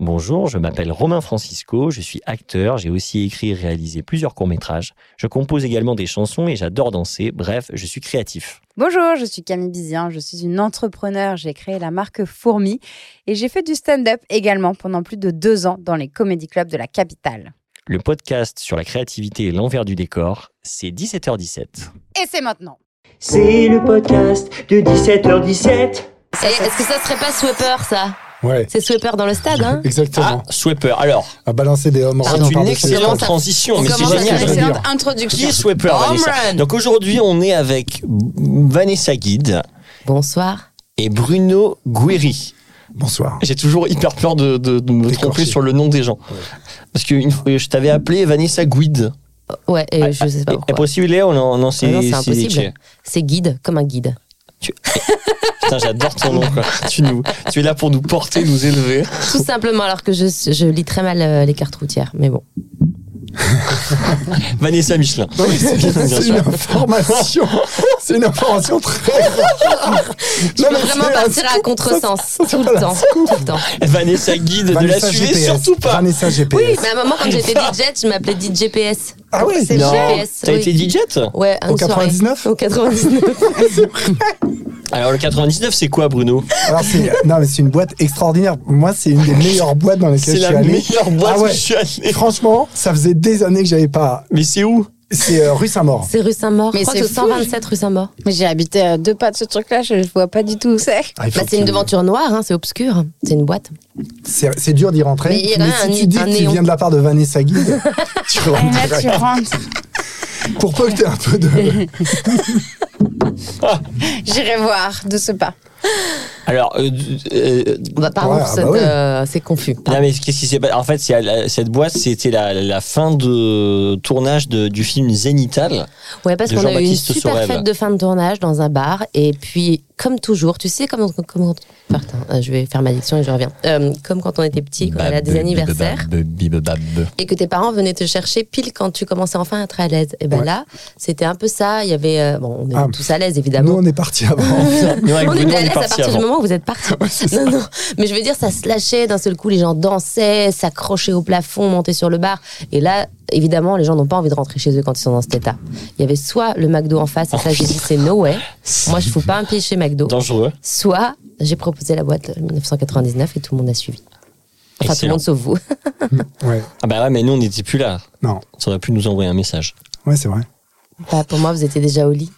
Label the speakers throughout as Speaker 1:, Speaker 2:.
Speaker 1: Bonjour, je m'appelle Romain Francisco, je suis acteur, j'ai aussi écrit et réalisé plusieurs courts-métrages. Je compose également des chansons et j'adore danser, bref, je suis créatif.
Speaker 2: Bonjour, je suis Camille Bizien, je suis une entrepreneur, j'ai créé la marque Fourmi et j'ai fait du stand-up également pendant plus de deux ans dans les comédie clubs de la capitale.
Speaker 1: Le podcast sur la créativité et l'envers du décor, c'est 17h17.
Speaker 2: Et c'est maintenant
Speaker 3: C'est le podcast de 17h17.
Speaker 4: Ça, Est-ce que ça serait pas Sweeper ça
Speaker 5: Ouais,
Speaker 4: C'est Sweeper dans le stade, hein
Speaker 5: exactement.
Speaker 1: Ah, Sweeper, alors,
Speaker 4: Ah.
Speaker 5: À balancer des hommes
Speaker 1: c'est
Speaker 4: non,
Speaker 1: une
Speaker 4: pardon,
Speaker 1: excellente
Speaker 4: c'est-
Speaker 1: transition,
Speaker 4: On
Speaker 1: mais c'est
Speaker 4: commence
Speaker 1: génial.
Speaker 4: avec
Speaker 1: je veux
Speaker 2: excellente
Speaker 1: dire. Qui
Speaker 2: introduction.
Speaker 1: est Sweeper,
Speaker 4: Home
Speaker 1: Vanessa
Speaker 4: run.
Speaker 1: Donc aujourd'hui, on est avec Vanessa Guide
Speaker 4: Bonsoir.
Speaker 1: et Bruno Guéry.
Speaker 5: Bonsoir.
Speaker 1: J'ai toujours hyper peur de, de- de me tromper
Speaker 5: D'écorcher.
Speaker 1: sur le nom des gens. Parce que une fois, je t'avais appelé Vanessa Guide.
Speaker 4: Ouais,
Speaker 5: Ah,
Speaker 4: et je sais pas
Speaker 1: Est
Speaker 4: pourquoi.
Speaker 1: possible, Léo Non, non c'est
Speaker 4: Ah non, c'est
Speaker 1: c'est-
Speaker 4: impossible. C'est guide, comme un guide.
Speaker 1: Putain, j'adore ton nom. Quoi. tu, nous, tu es là pour nous porter, nous élever.
Speaker 4: Tout simplement, alors que je, je lis très mal euh, les cartes routières. Mais bon.
Speaker 1: Vanessa Michelin.
Speaker 5: Oui, c'est
Speaker 1: Bien
Speaker 5: c'est
Speaker 1: sûr.
Speaker 5: une information. C'est une information très rare.
Speaker 4: Je
Speaker 5: Non,
Speaker 4: peux
Speaker 5: mais
Speaker 4: vraiment
Speaker 5: c'est un
Speaker 4: partir à
Speaker 5: scoop,
Speaker 4: contresens.
Speaker 5: ça, c'est
Speaker 4: Tout le
Speaker 5: pas la
Speaker 4: temps.
Speaker 5: scoop.
Speaker 4: Tout le temps.
Speaker 1: Vanessa Guide, ne la
Speaker 5: Vanessa
Speaker 1: suivez
Speaker 5: GPS.
Speaker 1: surtout pas.
Speaker 5: Vanessa
Speaker 4: Oui,
Speaker 5: GPS.
Speaker 4: mais à un moment, quand j'étais DJ, je m'appelais DJ GPS.
Speaker 5: Ah ouais,
Speaker 4: C'est
Speaker 1: Non.
Speaker 4: GPS,
Speaker 1: T'as
Speaker 4: oui.
Speaker 1: été DJ
Speaker 4: Ouais, un
Speaker 5: Au 99
Speaker 4: Au 99.
Speaker 1: Alors le 99, c'est quoi, Bruno
Speaker 5: Alors c'est, non mais c'est une boîte extraordinaire. Moi, c'est une des meilleures boîtes dans lesquelles
Speaker 1: C'est
Speaker 5: je suis
Speaker 1: la
Speaker 5: allé.
Speaker 1: meilleure boîte
Speaker 5: Ah
Speaker 1: où
Speaker 5: ouais.
Speaker 1: je suis allé.
Speaker 5: Franchement, ça faisait des années que j'avais pas.
Speaker 1: Mais c'est où
Speaker 5: C'est euh, rue Saint-Maur.
Speaker 4: C'est Bah, rue Saint-Maur.
Speaker 2: Mais
Speaker 4: Je crois
Speaker 2: c'est
Speaker 4: que
Speaker 2: fou.
Speaker 4: 127 rue Saint-Maur.
Speaker 2: Mais j'ai habité à deux pas de ce truc-là, je vois pas du tout où c'est.
Speaker 5: Ah, il faut
Speaker 4: Bah,
Speaker 5: que
Speaker 4: c'est
Speaker 5: tu-
Speaker 4: une devanture noire, hein, c'est obscur. C'est une boîte.
Speaker 5: C'est, c'est dur d'y rentrer.
Speaker 4: Mais il y a quand même
Speaker 5: si
Speaker 4: un-
Speaker 5: tu dis
Speaker 4: un
Speaker 5: que tu
Speaker 4: néon.
Speaker 5: viens de la part de Vanessa Guide, tu rentres.
Speaker 2: Et là, tu
Speaker 5: direct.
Speaker 2: rentres.
Speaker 5: Pour peu que t'aies un peu de.
Speaker 2: J'irai voir de ce pas.
Speaker 1: Alors, euh, euh,
Speaker 4: Bah, pardon
Speaker 5: Ouais,
Speaker 4: pour
Speaker 5: ah
Speaker 4: cette,
Speaker 5: bah ouais.
Speaker 4: euh, c'est confus.
Speaker 1: Non mais qu'est-ce qui s'est passé En fait, c'est la- cette boîte, c'était la, la fin de tournage de- du film Zénital.
Speaker 4: Ouais, parce
Speaker 1: de
Speaker 4: qu'on a eu une
Speaker 1: Jean-Baptiste
Speaker 4: super
Speaker 1: Sorel.
Speaker 4: fête de fin de tournage dans un bar. Et puis, comme toujours, tu sais, comme, comme, comme- Putain, euh, je vais faire ma diction et je reviens. Euh, comme quand on était petit, quand
Speaker 5: Bah,
Speaker 4: on allait à des anniversaires, et que tes parents venaient te chercher pile quand tu commençais enfin à être à l'aise. Et ben
Speaker 5: Ouais.
Speaker 4: là, c'était un peu ça. Il y avait. euh, bon, on était
Speaker 5: Ah.
Speaker 4: tous à l'aise,
Speaker 5: Nous,
Speaker 4: évidemment.
Speaker 5: on est parti avant.
Speaker 1: Nous, avec
Speaker 4: on était à
Speaker 1: Bruno, on est
Speaker 4: l'aise à
Speaker 1: parti
Speaker 4: partir
Speaker 1: avant.
Speaker 4: du moment où vous êtes partis. non, non. Mais je veux dire, ça se lâchait. D'un seul coup, les gens dansaient, s'accrochaient au plafond, montaient sur le bar. Et là, évidemment, les gens n'ont pas envie de rentrer chez eux quand ils sont dans cet état. Il y avait soit le McDo en face, et ça, j'ai dit, c'est no way. Moi, je ne fous pas un pied chez McDo.
Speaker 1: Dangereux.
Speaker 4: Soit j'ai proposé la boîte 1999 et tout le monde a suivi. Enfin, tout le
Speaker 1: Excellent.
Speaker 4: monde sauf vous.
Speaker 5: ouais,
Speaker 1: Ah bah ouais, mais nous, on n'était plus là.
Speaker 5: non.
Speaker 1: Ça aurait pu nous envoyer un message.
Speaker 5: Ouais, c'est vrai.
Speaker 4: Bah, pour moi, vous étiez déjà au lit.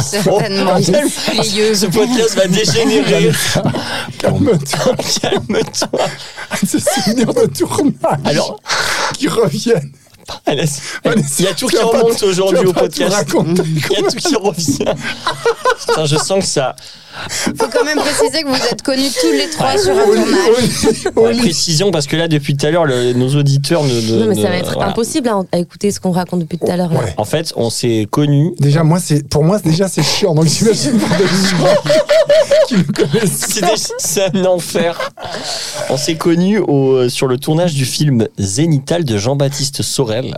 Speaker 2: Certainement.
Speaker 1: Oh, calme-
Speaker 2: Lieux.
Speaker 1: Ce podcast va dégénérer.
Speaker 5: Calme-toi.
Speaker 1: Calme-toi.
Speaker 5: Ces souvenirs de tournage
Speaker 1: Alors,
Speaker 5: qui reviennent.
Speaker 1: Alice,
Speaker 5: Vanessa,
Speaker 1: il y a tout
Speaker 5: tu
Speaker 1: qui
Speaker 5: vas pas
Speaker 1: remonte
Speaker 5: te-
Speaker 1: aujourd'hui
Speaker 5: tu vas
Speaker 1: au
Speaker 5: pas te
Speaker 1: podcast.
Speaker 5: raconter.
Speaker 1: Il y a tout qui revient. Putain, je sens que ça.
Speaker 2: Faut quand même préciser que vous êtes connus tous les
Speaker 1: Ah,
Speaker 2: trois sur un
Speaker 5: Au lit,
Speaker 2: tournage.
Speaker 5: au lit, au
Speaker 1: Ouais,
Speaker 5: lit.
Speaker 1: précision, parce que là, depuis tout à l'heure, le- nos auditeurs ne. ne-
Speaker 4: non, mais ça
Speaker 1: ne-
Speaker 4: va être
Speaker 1: voilà.
Speaker 4: impossible hein, à, à écouter ce qu'on raconte depuis tout à l'heure. là.
Speaker 5: Ouais.
Speaker 1: En fait, on s'est connus
Speaker 5: Déjà, moi, c'est, pour moi, c'est- déjà, c'est chiant. Donc, j'imagine pas de gens qui me connaissent.
Speaker 1: C'est des- c'est un enfer. On s'est connus au- euh, sur le tournage du film Zénital de Jean-Baptiste Sorel,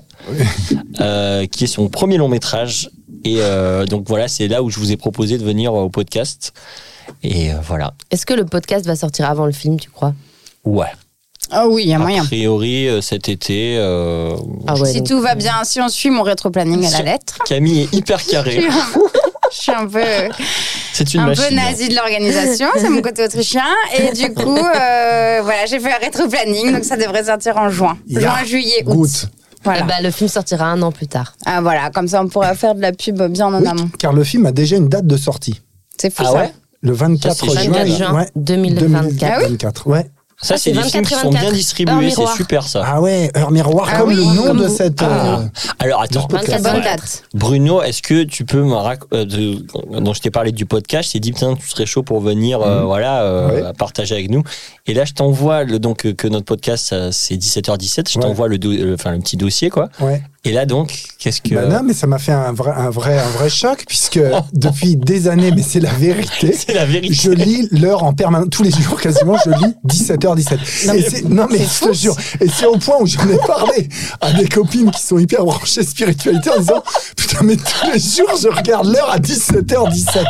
Speaker 1: euh, qui est son premier long métrage. Et euh, donc voilà, c'est là où je vous ai proposé de venir au podcast. Et euh, voilà.
Speaker 4: Est-ce que le podcast va sortir avant le film, tu crois
Speaker 1: Ouais.
Speaker 2: Ah oui, il y a
Speaker 1: A
Speaker 2: moyen.
Speaker 1: priori, euh, cet été, euh,
Speaker 4: Ah ouais,
Speaker 2: Si
Speaker 4: donc-
Speaker 2: tout va bien, si on suit mon rétro-planning à la
Speaker 1: Si-
Speaker 2: lettre,
Speaker 1: Camille est hyper
Speaker 2: je suis
Speaker 1: carrée.
Speaker 2: un- je suis un peu,
Speaker 1: C'est une
Speaker 2: un peu
Speaker 1: machine.
Speaker 2: nazi de l'organisation, c'est mon côté autrichien. Et du coup, euh, voilà, j'ai fait un rétro-planning, donc ça devrait sortir en juin.
Speaker 5: Yeah.
Speaker 2: Juin, juillet, août.
Speaker 5: Goutte.
Speaker 2: Voilà.
Speaker 4: Eh ben, le film sortira un an plus tard.
Speaker 2: Ah voilà, comme ça on pourra faire de la pub bien en
Speaker 5: Oui,
Speaker 2: amont.
Speaker 5: car le film a déjà une date de sortie.
Speaker 2: C'est fou
Speaker 1: Ah
Speaker 2: ça.
Speaker 1: ouais
Speaker 5: Le
Speaker 1: Ça,
Speaker 5: 24
Speaker 1: c'est
Speaker 5: juin,
Speaker 4: 24 juin
Speaker 5: ouais,
Speaker 4: 2024.
Speaker 2: Ah oui
Speaker 5: 2024, ouais.
Speaker 1: Ça,
Speaker 4: Ah,
Speaker 1: c'est
Speaker 4: c'est
Speaker 1: des
Speaker 4: 24,
Speaker 1: films qui sont bien
Speaker 4: 24. Heure
Speaker 1: distribués. C'est
Speaker 4: miroir.
Speaker 1: super ça.
Speaker 5: Ah ouais, Heure Miroir,
Speaker 2: Ah
Speaker 5: comme
Speaker 2: oui,
Speaker 5: le nom
Speaker 4: comme
Speaker 5: de
Speaker 4: vous.
Speaker 5: cette.
Speaker 1: Ah.
Speaker 5: euh,
Speaker 1: Alors attends,
Speaker 5: Dans ce podcast.
Speaker 2: Bonne
Speaker 1: Ouais.
Speaker 2: date.
Speaker 1: Bruno, est-ce que tu peux me raconter dont je t'ai parlé du podcast, j'ai dit putain tu serais chaud pour venir
Speaker 5: Mhm.
Speaker 1: euh, voilà euh,
Speaker 5: Ouais.
Speaker 1: partager avec nous et là je t'envoie le donc euh, que notre podcast ça, c'est 17h17, je
Speaker 5: Ouais.
Speaker 1: t'envoie le do- euh, enfin le petit dossier quoi
Speaker 5: Ouais.
Speaker 1: Et là donc, qu'est-ce que. Oh.
Speaker 5: Bah non, mais ça m'a fait un vrai, un vrai, un vrai choc puisque depuis des années, mais c'est la vérité.
Speaker 1: c'est la vérité.
Speaker 5: Je lis l'heure en permanence, tous les jours quasiment, je lis 17h17. Non mais, non, mais je te jure, et c'est au point où j'en ai parlé à des copines qui sont hyper branchées spiritualité en disant Putain, mais tous les jours je regarde l'heure à 17h17.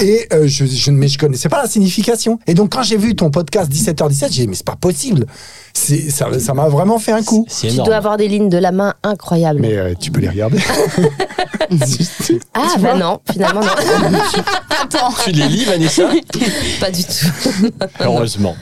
Speaker 5: Et euh, je, je, mais je connaissais pas la signification. Et donc quand j'ai vu ton podcast 17h17, j'ai dit Mais c'est pas possible. C'est- Ça ça m'a vraiment fait un coup.
Speaker 1: C'est
Speaker 4: Tu
Speaker 1: énorme.
Speaker 4: dois avoir des lignes de la main incroyables.
Speaker 5: Mais euh, tu peux les regarder.
Speaker 4: ah bah non, finalement non.
Speaker 2: Attends.
Speaker 1: Tu les lis, Vanessa
Speaker 4: pas du tout.
Speaker 1: Heureusement.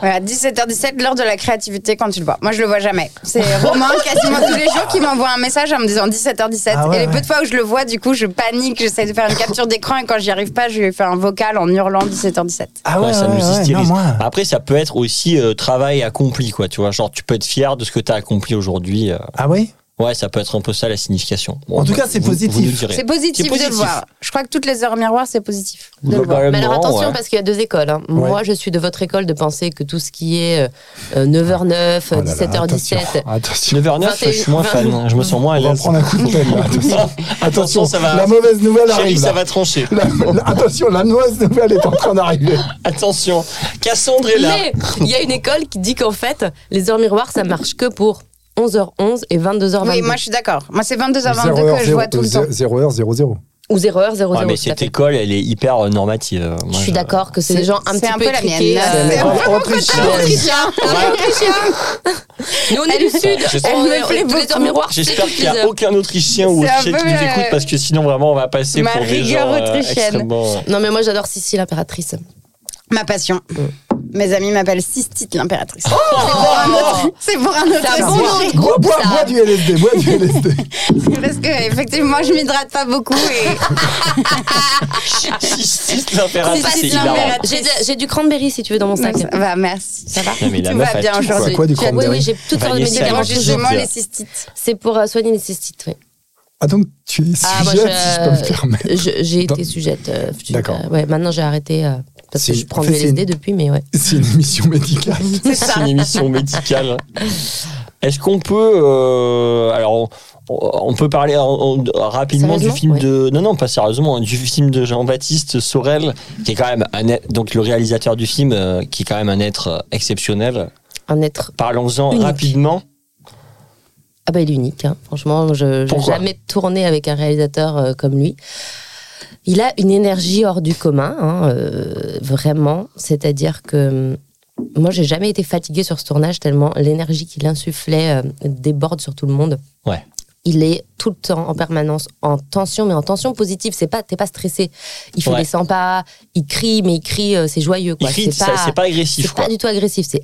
Speaker 2: Voilà, 17h17, l'heure de la créativité quand tu le vois. Moi, je le vois jamais. C'est Romain quasiment tous les jours qui m'envoie un message en me disant 17h17.
Speaker 5: Ah ouais,
Speaker 2: et les
Speaker 5: ouais.
Speaker 2: peu de fois où je le vois, du coup, je panique, j'essaie de faire une capture d'écran et quand j'y arrive pas, je lui fais un vocal en hurlant 17h17.
Speaker 5: Ah
Speaker 1: Ouais, ça nous hystérise.
Speaker 5: non, moi.
Speaker 1: Après, ça peut être aussi euh, travail accompli, quoi. Tu vois, genre, tu peux être fier de ce que tu as accompli aujourd'hui. euh.
Speaker 5: Ah ouais
Speaker 1: Ouais, ça peut être un peu ça la signification. Bon,
Speaker 5: En tout
Speaker 1: bah,
Speaker 5: cas, c'est
Speaker 1: vous-
Speaker 5: positif.
Speaker 1: vous nous direz.
Speaker 2: C'est positif,
Speaker 1: C'est positif.
Speaker 2: de le voir. Je crois que toutes les heures miroirs, c'est positif. de le voir.
Speaker 4: Mais alors
Speaker 1: Globalement,
Speaker 4: attention
Speaker 1: ouais.
Speaker 4: parce qu'il y a deux écoles. hein. Moi, je suis de votre école de penser que tout ce qui est euh, 9h09,
Speaker 5: Oh là là,
Speaker 4: 17h17,
Speaker 5: attention, Attention.
Speaker 1: 9h09, je suis moins fan. hein. Je me sens moins à
Speaker 5: On va
Speaker 1: l'aise.
Speaker 5: prendre un coup de peine. là. Attention,
Speaker 1: Attention, ça va.
Speaker 5: La mauvaise nouvelle
Speaker 1: Chérie,
Speaker 5: arrive.
Speaker 1: ça
Speaker 5: là.
Speaker 1: va trancher.
Speaker 5: La- la- attention, la mauvaise nouvelle est en train d'arriver.
Speaker 1: Attention, Cassandre est là.
Speaker 4: Mais il y a une école qui dit qu'en fait, les heures miroirs, ça marche que pour 11h11 et 22h22.
Speaker 2: Oui, moi, je suis d'accord. Moi, c'est 22h22 que je vois tout
Speaker 5: euh,
Speaker 2: le temps.
Speaker 5: 0h00.
Speaker 4: Ou 0h00.
Speaker 1: Ouais, Ah, mais cette école, elle est hyper euh, normative. Moi,
Speaker 4: Je suis d'accord que c'est des gens un
Speaker 2: c'est
Speaker 4: petit
Speaker 2: un
Speaker 4: peu
Speaker 2: peu la
Speaker 4: étriqués.
Speaker 2: mienne.
Speaker 4: euh,
Speaker 2: C'est
Speaker 5: Oh,
Speaker 2: vraiment
Speaker 5: autrichien.
Speaker 4: Ah, Nous, on est du Sud.
Speaker 1: J'espère-
Speaker 4: Oh, on est-
Speaker 2: Elle me fait
Speaker 4: les- les heures
Speaker 2: beaucoup.
Speaker 4: miroirs, c'est
Speaker 1: J'espère
Speaker 4: toutes
Speaker 1: qu'il n'y
Speaker 4: les
Speaker 1: a
Speaker 4: heures.
Speaker 1: aucun Autrichien ou
Speaker 2: C'est un
Speaker 1: Autrichienne
Speaker 2: peu
Speaker 1: qui nous
Speaker 2: la-
Speaker 1: écoute parce que sinon, vraiment, on va passer
Speaker 2: Ma
Speaker 1: pour des
Speaker 2: rigueur
Speaker 1: gens euh,
Speaker 2: autrichienne.
Speaker 1: extrêmement.
Speaker 4: Non, mais moi, j'adore Sissi, l'impératrice.
Speaker 2: Ma passion. Mes amis m'appellent Sistite l'impératrice. C'est pour un autre- c'est pour un autre
Speaker 4: Oh C'est un bon
Speaker 2: sujet.
Speaker 4: nom de
Speaker 5: Bois,
Speaker 4: groupe,
Speaker 5: bois,
Speaker 4: Oh ça.
Speaker 5: bois du LSD, bois du LSD.
Speaker 2: Parce que effectivement, je m'hydrate pas beaucoup et
Speaker 1: Cystite l'impératrice,
Speaker 2: Cystite
Speaker 1: c'est hilarant.
Speaker 2: l'impératrice.
Speaker 4: J'ai de- j'ai du cranberry, si tu veux, dans mon sac.
Speaker 2: ça va, merci.
Speaker 4: Ça va
Speaker 1: Non, mais la
Speaker 2: Tout
Speaker 1: meuf
Speaker 2: va
Speaker 1: a
Speaker 2: bien
Speaker 1: tout, quoi.
Speaker 5: Quoi,
Speaker 2: aujourd'hui.
Speaker 5: quoi du
Speaker 2: Tu as-
Speaker 4: Oui,
Speaker 5: cranberry
Speaker 4: oui, j'ai tout un
Speaker 1: Vanessa, elle
Speaker 4: médicament.
Speaker 1: mange
Speaker 4: je
Speaker 1: toujours
Speaker 4: te jure.
Speaker 2: Justement,
Speaker 1: bien.
Speaker 2: les cystites.
Speaker 4: C'est pour euh, soigner les cystites, oui.
Speaker 5: Ah donc tu es sujette,
Speaker 4: Ah, moi,
Speaker 5: si je peux me permettre.
Speaker 4: je- j'ai
Speaker 5: Dans-
Speaker 4: été sujette. euh, je-
Speaker 5: D'accord.
Speaker 4: euh, ouais, maintenant j'ai arrêté euh, parce que
Speaker 5: C'est-
Speaker 4: je prends
Speaker 5: en
Speaker 4: du
Speaker 5: fait, c'est
Speaker 4: LSD
Speaker 5: une-
Speaker 4: depuis, mais ouais.
Speaker 5: C'est une émission médicale.
Speaker 2: C'est
Speaker 1: C'est
Speaker 2: ça.
Speaker 1: une émission médicale. Est-ce qu'on peut euh, alors on, on peut parler en- en- rapidement du
Speaker 4: Sérieusement
Speaker 1: film
Speaker 4: Ouais.
Speaker 1: de non non pas sérieusement hein, du film de Jean-Baptiste Sorel qui est quand même un être- donc le réalisateur du film euh, qui est quand même un être euh, exceptionnel.
Speaker 4: Un être.
Speaker 1: Parlons-en
Speaker 4: Unique.
Speaker 1: rapidement.
Speaker 4: Ah bah il est unique, hein. franchement, je n'ai
Speaker 1: Pourquoi
Speaker 4: jamais tourné avec un réalisateur euh, comme lui. Il a une énergie hors du commun, hein, euh, vraiment. C'est-à-dire que hum, moi, j'ai jamais été fatiguée sur ce tournage tellement l'énergie qu'il insufflait euh, déborde sur tout le monde.
Speaker 1: Ouais.
Speaker 4: Il est tout le temps en permanence en tension, mais en tension positive. C'est pas, t'es pas stressé. Il fait
Speaker 1: Ouais.
Speaker 4: des 100 pas, il crie, mais il crie, euh, c'est joyeux.
Speaker 1: Il
Speaker 4: Quoi.
Speaker 1: crie, ça- c'est pas, agressif
Speaker 4: C'est
Speaker 1: quoi.
Speaker 4: pas du tout agressif, c'est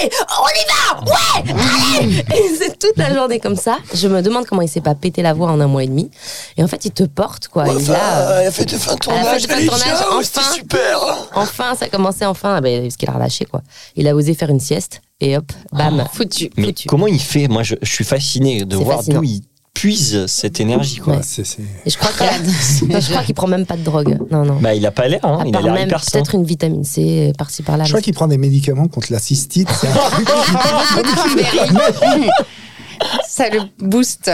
Speaker 4: Allez, on y va Ouais Allez Et c'est toute la journée comme ça. Je me demande comment il s'est pas pété la voix en un mois et demi. Et en fait, il te porte, quoi. Il a, euh,
Speaker 1: elle Ah, a fait de fin de
Speaker 4: elle a fait de fin de tournage, enfin.
Speaker 1: super. hein.
Speaker 4: enfin, ça commençait enfin. Ah ben, parce qu'il a relâché, quoi. Il a osé faire une sieste. Et hop, bam, foutu,
Speaker 1: Mais
Speaker 4: foutu.
Speaker 1: comment il fait Moi je, je suis fasciné de
Speaker 4: C'est
Speaker 1: voir
Speaker 4: fascinant.
Speaker 1: d'où il puise cette énergie quoi.
Speaker 4: Ouais.
Speaker 5: C'est- c'est-
Speaker 4: Et je crois qu'il a- Non, je crois qu'il prend même pas de drogue. Non, non.
Speaker 1: Bah il a pas l'air hein,
Speaker 4: à
Speaker 1: il a
Speaker 4: part
Speaker 1: l'air
Speaker 4: même
Speaker 1: hyper sain.
Speaker 4: peut-être une vitamine C euh, par-ci par-là.
Speaker 5: Je crois
Speaker 4: mais-
Speaker 5: qu'il prend des médicaments contre la cystite. c'est un truc
Speaker 2: Cranberry. Ça le booste.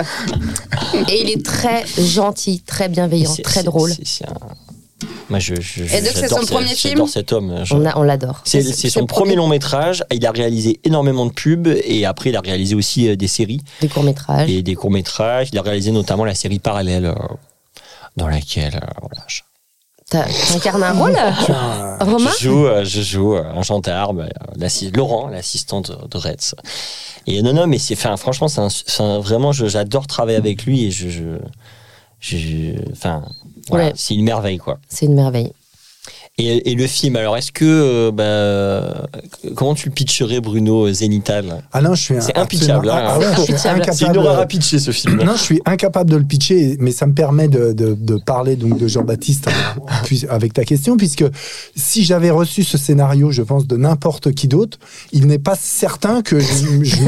Speaker 4: Et il est très gentil, très bienveillant,
Speaker 1: C'est-
Speaker 4: très
Speaker 1: c'est-
Speaker 4: drôle.
Speaker 1: c'est- c'est un- Moi, je, je-
Speaker 2: Et donc, c'est
Speaker 1: j'adore
Speaker 2: son
Speaker 1: ce-
Speaker 2: premier film
Speaker 1: j'adore cet homme. je-
Speaker 4: On a- on l'adore.
Speaker 1: C'est c'est son
Speaker 4: le
Speaker 1: premier long métrage. Il a réalisé énormément de pubs et après, il a réalisé aussi euh, des séries
Speaker 4: Des courts-métrages.
Speaker 1: et des courts métrages. Il a réalisé notamment la série parallèle euh, dans laquelle euh, voilà, je,
Speaker 4: T'as- T'incarnes un rôle,
Speaker 5: bien-
Speaker 4: Romain
Speaker 1: je joue, euh, je joue euh, un gendarme, euh, l'assi- Laurent, l'assistant de, de Retz. Et non, non, mais c'est, enfin, franchement, c'est un- c'est un- vraiment, je- j'adore travailler avec lui et je, je- je- enfin, voilà,
Speaker 4: Ouais.
Speaker 1: c'est une merveille quoi.
Speaker 4: C'est une merveille.
Speaker 1: Et, et le film, alors est-ce que. euh, bah, c- comment tu le pitcherais, Bruno euh, Zénital
Speaker 5: Ah non, je suis un-
Speaker 1: C'est impitchable,
Speaker 5: absolument-
Speaker 1: hein.
Speaker 5: Ah ouais, je suis
Speaker 1: C'est une
Speaker 5: incapable.
Speaker 1: horreur à pitcher ce film. hein.
Speaker 5: Non, je suis incapable de le pitcher, mais ça me permet de, de- de parler donc de Jean-Baptiste en- puis- avec ta question, puisque si j'avais reçu ce scénario, je pense, de n'importe qui d'autre, il n'est pas certain que je, je- je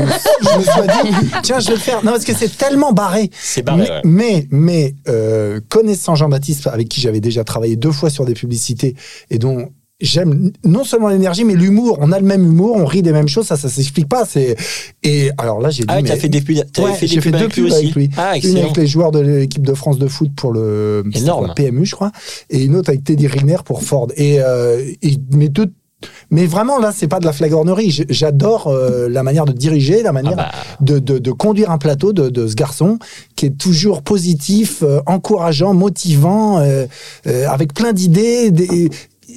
Speaker 5: me sois dit, tiens, je vais le faire. Non, parce que c'est tellement barré.
Speaker 1: C'est barré,
Speaker 5: Mais-
Speaker 1: ouais.
Speaker 5: Mais, mais euh, connaissant Jean-Baptiste, avec qui j'avais déjà travaillé deux fois sur des publicités et dont j'aime non seulement l'énergie, mais l'humour. On a le même humour, on rit des mêmes choses, ça, ça s'explique pas. C'est et alors là, j'ai dit.
Speaker 1: Ah, ouais, t'as
Speaker 5: mais-
Speaker 1: fait des pubs, t'avais
Speaker 5: Ouais,
Speaker 1: fait
Speaker 5: j'ai
Speaker 1: des
Speaker 5: fait
Speaker 1: pubs
Speaker 5: deux
Speaker 1: avec lui
Speaker 5: pubs
Speaker 1: aussi.
Speaker 5: avec lui.
Speaker 1: Ah,
Speaker 5: Une
Speaker 1: excellent.
Speaker 5: avec les joueurs de l'équipe de France de foot pour le c'est
Speaker 1: Énorme.
Speaker 5: quoi, PMU, je crois, et une autre avec Teddy Riner pour Ford. Et, euh, et- mais deux- mais vraiment là, c'est pas de la flagornerie. J- J'adore euh, la manière de diriger, la
Speaker 1: Ah
Speaker 5: manière
Speaker 1: bah,
Speaker 5: de, de- de conduire un plateau de, de ce garçon qui est toujours positif, euh, encourageant, motivant, euh, euh, avec plein d'idées. des-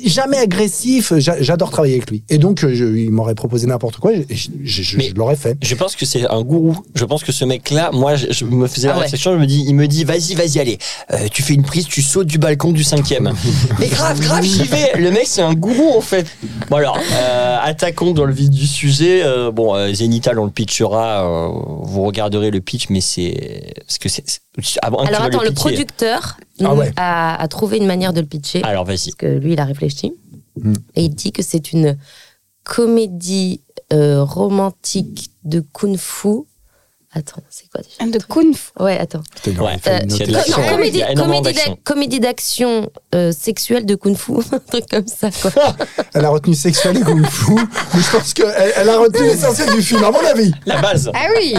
Speaker 5: Jamais agressif, J'a- j'adore travailler avec lui. Et donc, euh, je- il m'aurait proposé n'importe quoi, et je, je- je-
Speaker 1: Mais-
Speaker 5: je l'aurais fait.
Speaker 1: je pense que c'est un gourou. Je pense que ce mec-là, moi, je, je me faisais la
Speaker 4: Ah ouais.
Speaker 1: réflexion, je me dis, il me dit, vas-y, vas-y, allez, Euh, tu fais une prise, tu sautes du balcon du cinquième. Mais grave, grave, j'y vais. Le mec, c'est un gourou en fait. Bon alors, euh, attaquons dans le vif du sujet. Euh, bon, euh, Zenital, on le pitchera. euh, vous regarderez le pitch, mais c'est parce que c'est. c'est- ah avant que tu
Speaker 4: Alors
Speaker 1: vas
Speaker 4: attends, le,
Speaker 1: piquer.
Speaker 4: producteur
Speaker 5: Ah ouais.
Speaker 4: a, a trouvé une manière de le pitcher,
Speaker 1: Alors vas-y.
Speaker 4: parce que lui, il a réfléchi.
Speaker 5: Hmm.
Speaker 4: Et il dit que c'est une comédie euh, romantique de kung-fu. Attends, c'est quoi déjà
Speaker 2: De Kung Fu.
Speaker 4: Ouais, attends.
Speaker 5: Putain, il aurait
Speaker 1: Ouais.
Speaker 5: fallu
Speaker 4: Euh,
Speaker 5: noter
Speaker 1: s'il y a de
Speaker 5: ça.
Speaker 1: l'action.
Speaker 4: Non,
Speaker 1: Il
Speaker 4: comédie,
Speaker 1: y a énormément
Speaker 4: comédie
Speaker 1: d'action.
Speaker 4: d'ac- comédie d'action euh, sexuelle de kung-fu, un truc comme ça, quoi.
Speaker 5: Elle a retenu sexuel et kung fu, mais je pense qu'elle elle a retenu l'essentiel du film, à mon avis.
Speaker 1: La base.
Speaker 2: Ah oui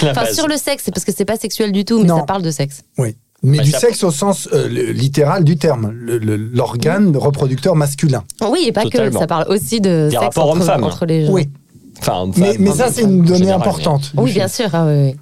Speaker 1: La
Speaker 4: Enfin,
Speaker 1: base.
Speaker 4: sur le sexe, c'est parce que c'est pas sexuel du tout, mais
Speaker 5: Non.
Speaker 4: ça parle de sexe.
Speaker 5: Mais
Speaker 1: Bah,
Speaker 5: du
Speaker 1: ça-
Speaker 5: sexe au sens euh, le- littéral du terme, le- le- l'organe reproducteur masculin.
Speaker 4: Oui, et pas
Speaker 1: Totalement.
Speaker 4: que, ça parle aussi de
Speaker 1: Des
Speaker 4: sexe
Speaker 1: rapports
Speaker 4: entre,
Speaker 1: hommes-femmes.
Speaker 4: entre les gens.
Speaker 5: Oui,
Speaker 1: Enfin, enfin,
Speaker 5: mais, mais ça,
Speaker 1: enfin,
Speaker 5: c'est une
Speaker 1: en
Speaker 5: donnée
Speaker 1: général, mais-
Speaker 5: importante.
Speaker 4: Oui, bien sûr. Ah, oui, oui.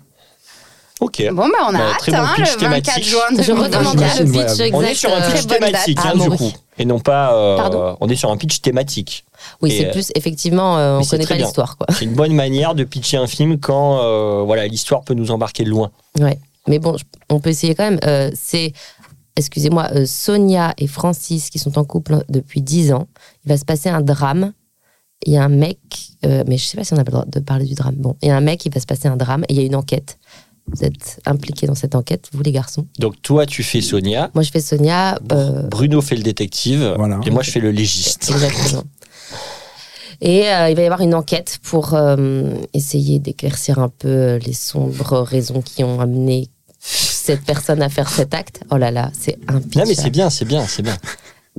Speaker 1: Ok.
Speaker 2: Bon, bah, on a
Speaker 1: Bah,
Speaker 2: hâte,
Speaker 1: très bon
Speaker 2: hein,
Speaker 1: pitch
Speaker 2: le 24
Speaker 1: thématique.
Speaker 2: juin
Speaker 4: Je
Speaker 2: 2022.
Speaker 4: redemanderai le
Speaker 5: j'imagine, ouais.
Speaker 4: pitch exact.
Speaker 1: On est sur un
Speaker 4: euh,
Speaker 1: pitch
Speaker 2: très bonne
Speaker 1: thématique,
Speaker 4: date.
Speaker 1: hein,
Speaker 4: Ah,
Speaker 1: du
Speaker 4: bon,
Speaker 1: coup. Et non pas. euh,
Speaker 4: Pardon
Speaker 1: on est sur un pitch thématique.
Speaker 4: Oui,
Speaker 1: Et,
Speaker 4: c'est
Speaker 1: euh,
Speaker 4: plus, effectivement, euh,
Speaker 1: mais
Speaker 4: on
Speaker 1: c'est
Speaker 4: connaît
Speaker 1: très
Speaker 4: pas
Speaker 1: bien.
Speaker 4: l'histoire, quoi.
Speaker 1: C'est une bonne manière de pitcher un film quand euh, voilà l'histoire peut nous embarquer loin.
Speaker 4: Ouais. Mais bon, je- on peut essayer quand même. Euh, c'est, excusez-moi, euh, Sonia et Francis qui sont en couple depuis 10 ans. Il va se passer un drame. Il y a un mec, euh, mais je sais pas si on a pas le droit de parler du drame. Bon, il y a un mec, il va se passer un drame et il y a une enquête. Vous êtes impliqués dans cette enquête, vous les garçons.
Speaker 1: Donc toi tu fais Sonia,
Speaker 4: Moi, je fais Sonia. euh,
Speaker 1: Bruno fait le détective
Speaker 5: Voilà.
Speaker 1: et moi je fais le légiste.
Speaker 4: Exactement. Et euh, il va y avoir une enquête pour euh, essayer d'éclaircir un peu les sombres raisons qui ont amené cette personne à faire cet acte. Oh là là, c'est un
Speaker 1: Non mais
Speaker 4: pitch.
Speaker 1: c'est bien, c'est bien, c'est bien.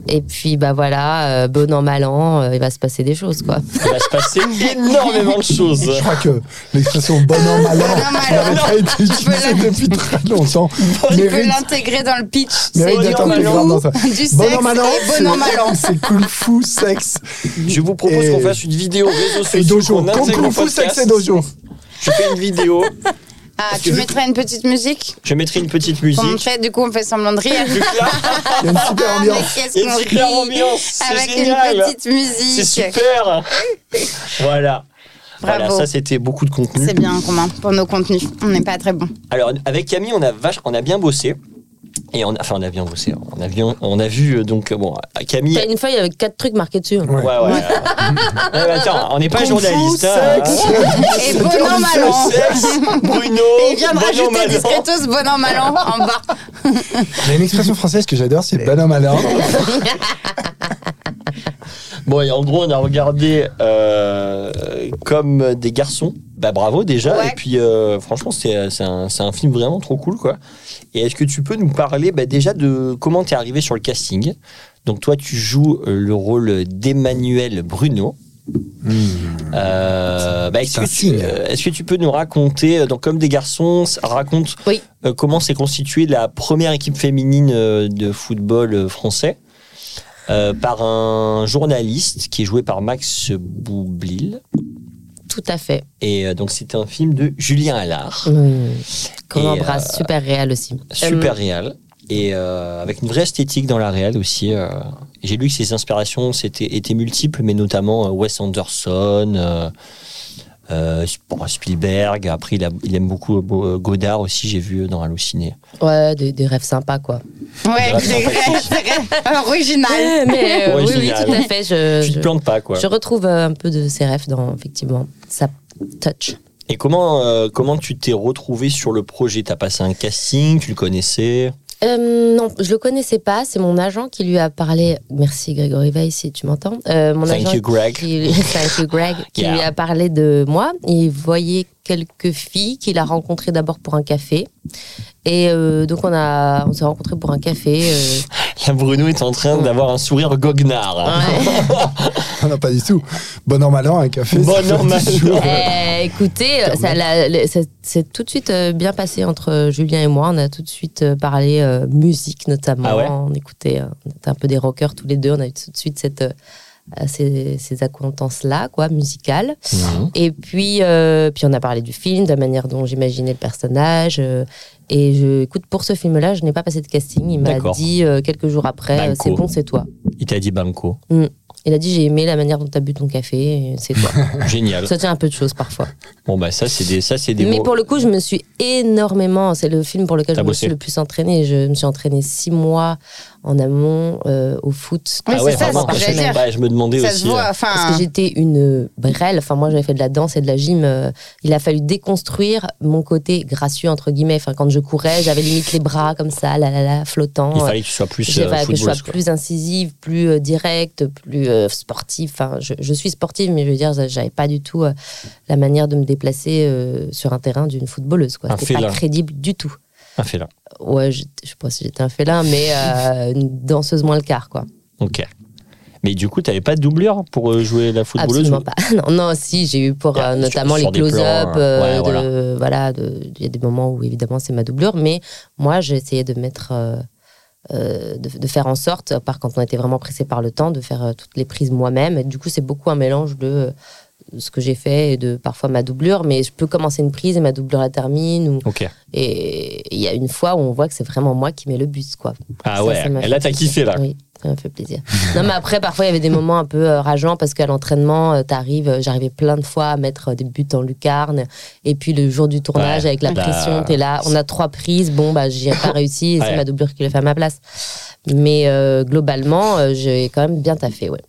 Speaker 4: Et puis bah voilà, euh, bon an mal an, euh, il va se passer des choses quoi.
Speaker 1: Il va se passer énormément de choses.
Speaker 5: Je crois que l'expression bon an, mal an
Speaker 2: an, mal
Speaker 5: n'avait
Speaker 1: an.
Speaker 5: pas été utilisée
Speaker 2: l'in-
Speaker 5: depuis très longtemps.
Speaker 2: Tu peux
Speaker 5: Mérite,
Speaker 2: l'intégrer dans le pitch.
Speaker 5: mérite
Speaker 1: bon
Speaker 2: du
Speaker 5: d'être
Speaker 1: an, mal
Speaker 5: intégré
Speaker 1: an.
Speaker 5: dans ça.
Speaker 2: kung-fu, du sexe
Speaker 5: Bon an, mal an,
Speaker 2: et
Speaker 5: c'est-
Speaker 2: bon an, mal an.
Speaker 5: c'est kung fu, sexe
Speaker 1: Je vous propose
Speaker 5: Et-
Speaker 1: qu'on fasse une vidéo réseau
Speaker 5: et
Speaker 1: sociaux.
Speaker 5: dojo.
Speaker 1: qu'on intègre au
Speaker 5: Kung fu,
Speaker 1: podcast.
Speaker 5: sexe et dojo.
Speaker 1: Je fais une vidéo,
Speaker 2: Ah,
Speaker 1: Parce
Speaker 2: tu
Speaker 1: que-
Speaker 2: mettrais une petite musique
Speaker 1: je mettrai une petite
Speaker 2: pour
Speaker 1: musique.
Speaker 2: montrer, du coup, on fait semblant de rire.
Speaker 1: Du clair,
Speaker 5: Il y a une super
Speaker 2: Ah, mais
Speaker 5: ambiance.
Speaker 2: qu'est-ce
Speaker 1: il y a
Speaker 2: qu'on
Speaker 1: une super
Speaker 2: rit
Speaker 1: ambiance. C'est
Speaker 2: Avec
Speaker 1: génial.
Speaker 2: une petite
Speaker 1: C'est
Speaker 2: musique.
Speaker 1: super. voilà. Voilà,
Speaker 2: Bravo.
Speaker 1: ça c'était beaucoup de contenu.
Speaker 2: C'est bien, Romain, pour nos contenus. On n'est pas très bons.
Speaker 1: Alors avec Camille, on a vache, on a bien bossé. Et on a, enfin, on a bien bossé. hein. On a, bien, on a vu euh, donc euh, bon Camille.
Speaker 4: T'as une feuille avec quatre trucs marqués dessus. hein.
Speaker 1: Ouais, ouais. ouais. Ouais, mais attends, on n'est pas
Speaker 5: Kung fu,
Speaker 1: journaliste. hein.
Speaker 5: sexe,
Speaker 2: Et
Speaker 5: c'est
Speaker 2: bon
Speaker 5: l'heure
Speaker 2: an,
Speaker 5: du
Speaker 2: mal an.
Speaker 1: Sexe, Bruno.
Speaker 2: Et il vient de
Speaker 1: Bruno
Speaker 2: rajouter
Speaker 1: Manon.
Speaker 2: discretos bon an, mal an en bas.
Speaker 5: Il y a une expression française que j'adore, c'est bon an, mal an.
Speaker 1: Bon, et en gros, on a regardé euh, comme des garçons. Bah bravo déjà.
Speaker 2: Ouais.
Speaker 1: Et puis euh, franchement, c'est c'est un, c'est un film vraiment trop cool quoi. Et est-ce que tu peux nous parler bah, déjà de comment t'es arrivé sur le casting Donc toi, tu joues euh, le rôle d'Emmanuel Bruno.
Speaker 5: Hmm.
Speaker 1: Euh, bah, est-ce,
Speaker 5: C'est un
Speaker 1: que tu,
Speaker 5: signe.
Speaker 1: euh, est-ce que tu peux nous raconter, euh, donc, comme des garçons, s- raconte
Speaker 4: Oui.
Speaker 1: euh, comment s'est constituée la première équipe féminine euh, de football euh, français euh, par un journaliste qui est joué par Max Boublil.
Speaker 4: Tout à fait.
Speaker 1: Et euh, donc c'était un film de Julien Allard,
Speaker 4: Oui. Qu'on
Speaker 1: Et,
Speaker 4: embrasse, super réel aussi.
Speaker 1: euh, super réel, et euh, avec une vraie esthétique dans la réelle aussi. euh. J'ai lu que ses inspirations c'était, étaient multiples, mais notamment euh, Wes Anderson, euh, euh, bon, Spielberg, après il, a- il aime beaucoup euh, Godard aussi, j'ai vu dans Halluciné.
Speaker 4: Euh, ouais, des, des rêves sympas quoi.
Speaker 2: Ouais,
Speaker 1: Grave
Speaker 2: c'est vrai,
Speaker 1: sympathique.
Speaker 2: c'est vrai. Original.
Speaker 4: Mais euh, oui, oui,
Speaker 1: Original.
Speaker 4: tout à fait.
Speaker 2: Euh,
Speaker 4: Je,
Speaker 1: tu te
Speaker 4: je-
Speaker 1: plantes pas quoi.
Speaker 4: Je retrouve euh, un peu de ses rêves dans, effectivement, sa touch.
Speaker 1: Et comment, euh, comment tu t'es retrouvé sur le projet T'as passé un casting, tu le connaissais
Speaker 4: Euh, non, je le connaissais pas. C'est mon agent qui lui a parlé. Merci Grégory Veil si tu m'entends. Euh, mon
Speaker 1: Thank
Speaker 4: agent
Speaker 1: you, Greg.
Speaker 4: Qui, thank you Greg. Qui
Speaker 1: Yeah.
Speaker 4: lui a parlé de moi. Il voyait quelques filles qu'il a rencontrées d'abord pour un café Et euh, donc, on, a- on s'est rencontrés pour un café. euh,
Speaker 1: Là, Bruno est en train d'avoir un sourire goguenard.
Speaker 5: Ah non, pas du tout. Bon an, mal an, un café.
Speaker 1: Bon
Speaker 5: ça fait
Speaker 1: an, mal
Speaker 5: dix jours.
Speaker 4: Eh, écoutez, ça, l'a- le- ça- c'est tout de suite euh, bien passé entre euh, Julien et moi. On a tout de suite euh, parlé euh, musique notamment.
Speaker 1: Ah ouais
Speaker 4: on écoutait, euh, on était un peu des rockers tous les deux. On a eu tout de suite cette, euh, ces, ces acquaintances-là, quoi, musicales.
Speaker 1: Mmh.
Speaker 4: Et puis, euh, puis on a parlé du film, de la manière dont j'imaginais le personnage. euh, et je, écoute, pour ce film-là, je n'ai pas passé de casting. Il m'a
Speaker 1: D'accord.
Speaker 4: dit euh, quelques jours après, euh,
Speaker 1: Banco.
Speaker 4: c'est bon, c'est toi.
Speaker 1: Il t'a dit Banco.
Speaker 4: Il a dit, j'ai aimé la manière dont tu as bu ton café, et c'est toi.
Speaker 1: Génial.
Speaker 4: ça tient un peu de choses parfois.
Speaker 1: Bon, bah, ça, c'est des, ça, c'est des
Speaker 4: Mais
Speaker 1: mots.
Speaker 4: pour le coup, je me suis énormément. C'est le film pour lequel je
Speaker 1: T'as
Speaker 4: me
Speaker 1: bossé.
Speaker 4: suis le plus entraînée. Je me suis entraînée six mois en amont euh, au foot.
Speaker 2: Oui,
Speaker 1: Ah ouais,
Speaker 2: c'est ça,
Speaker 1: vraiment,
Speaker 2: c'est ce que j'allais
Speaker 1: impressionnant.
Speaker 2: dire.
Speaker 1: Ouais, je me demandais
Speaker 2: Ça
Speaker 1: aussi. hein.
Speaker 2: se voit,
Speaker 1: là.
Speaker 4: Parce
Speaker 2: enfin.
Speaker 4: que j'étais une brêle. Enfin, moi, j'avais fait de la danse et de la gym. euh, Il a fallu déconstruire mon côté gracieux, entre guillemets. Enfin, quand je courais, j'avais limite les bras comme ça, là, là, là, flottant.
Speaker 1: Il fallait que tu sois plus
Speaker 4: J'ai-
Speaker 1: euh,
Speaker 4: fallait que je sois
Speaker 1: footballeuse, quoi.
Speaker 4: plus incisive, plus euh, directe, plus euh, sportive. Enfin, je, je suis sportive, mais je veux dire, j'avais pas du tout euh, la manière de me déplacer euh, sur un terrain d'une footballeuse. quoi.
Speaker 1: Un
Speaker 4: C'était pas
Speaker 1: félin.
Speaker 4: crédible du tout.
Speaker 1: Ah, fais là.
Speaker 4: Ouais, je, je pense que j'étais un félin, mais euh, une danseuse moins le quart, quoi.
Speaker 1: Ok. Mais du coup, t'avais pas de doublure pour euh, jouer la footballeuse hein.
Speaker 4: Absolument
Speaker 1: ou-
Speaker 4: pas. Non, non, si, j'ai eu pour
Speaker 1: Ah,
Speaker 4: euh,
Speaker 1: sur-
Speaker 4: notamment
Speaker 1: sur
Speaker 4: les
Speaker 1: des plans,
Speaker 4: close-up. euh,
Speaker 1: ouais,
Speaker 4: de-
Speaker 1: voilà.
Speaker 4: voilà, de- il y a des moments où évidemment c'est ma doublure, mais moi j'ai essayé de mettre. euh, euh, de, de faire en sorte, à part quand on était vraiment pressé par le temps, de faire euh, toutes les prises moi-même. Et Du coup, c'est beaucoup un mélange de euh, ce que j'ai fait et de parfois ma doublure, mais je peux commencer une prise et ma doublure la termine. Ou,
Speaker 1: Ok.
Speaker 4: et il y a une fois où on voit que c'est vraiment moi qui mets le but, quoi.
Speaker 1: Ah
Speaker 4: Ça,
Speaker 1: ouais.
Speaker 4: ça m'a
Speaker 1: Et là,
Speaker 4: fait
Speaker 1: t'as
Speaker 4: plaisir.
Speaker 1: kiffé, là.
Speaker 4: Oui, ça m'a fait plaisir. non, mais après, parfois, il y avait des moments un peu euh, rageants parce qu'à l'entraînement, euh, t'arrives, euh, j'arrivais plein de fois à mettre euh, des buts en lucarne. Et puis, le jour du tournage,
Speaker 1: Ouais,
Speaker 4: avec la
Speaker 1: bah,
Speaker 4: pression, t'es là, on a trois prises, bon, bah, j'ai pas réussi, et
Speaker 1: Ouais.
Speaker 4: c'est ma doublure qui le fait à ma place. Mais euh, globalement, euh, j'ai quand même bien taffé, ouais.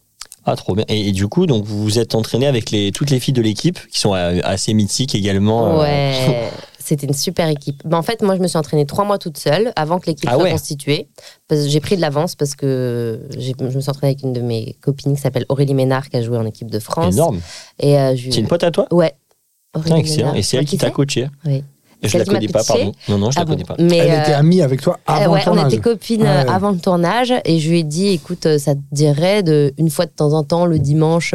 Speaker 1: Ah, trop bien. Et, et du coup, donc, vous vous êtes entraîné avec les, toutes les filles de l'équipe, qui sont euh, assez mythiques également. euh.
Speaker 4: Ouais, c'était une super équipe. Mais en fait, moi, je me suis entraînée trois mois toute seule avant que l'équipe
Speaker 1: Ah
Speaker 4: soit
Speaker 1: ouais.
Speaker 4: constituée. Parce que j'ai pris de l'avance parce que j'ai- je me suis entraînée avec une de mes copines qui s'appelle Aurélie Ménard, qui a joué en équipe de France.
Speaker 1: Énorme.
Speaker 4: Et euh, je-
Speaker 1: C'est une pote à toi
Speaker 4: Ouais.
Speaker 1: Putain,
Speaker 4: Aurélie
Speaker 1: excellent.
Speaker 4: Ménard.
Speaker 1: Et c'est elle
Speaker 4: Tu
Speaker 1: qui
Speaker 4: vois
Speaker 1: t'a coaché
Speaker 4: Bah, Oui.
Speaker 1: Je
Speaker 4: Celle
Speaker 1: la
Speaker 4: qui m'a
Speaker 1: connais pas,
Speaker 4: pitché
Speaker 1: pardon. Non, non, je
Speaker 4: Ah
Speaker 1: la
Speaker 4: bon.
Speaker 1: connais pas.
Speaker 4: Mais
Speaker 5: Elle
Speaker 4: euh,
Speaker 5: était amie avec toi
Speaker 4: euh,
Speaker 5: avant
Speaker 4: ouais,
Speaker 5: le
Speaker 4: on
Speaker 5: tournage.
Speaker 4: était copines
Speaker 5: Ah ouais.
Speaker 4: euh, avant le tournage et je lui ai dit écoute, euh, ça te dirait de une fois de temps en temps le dimanche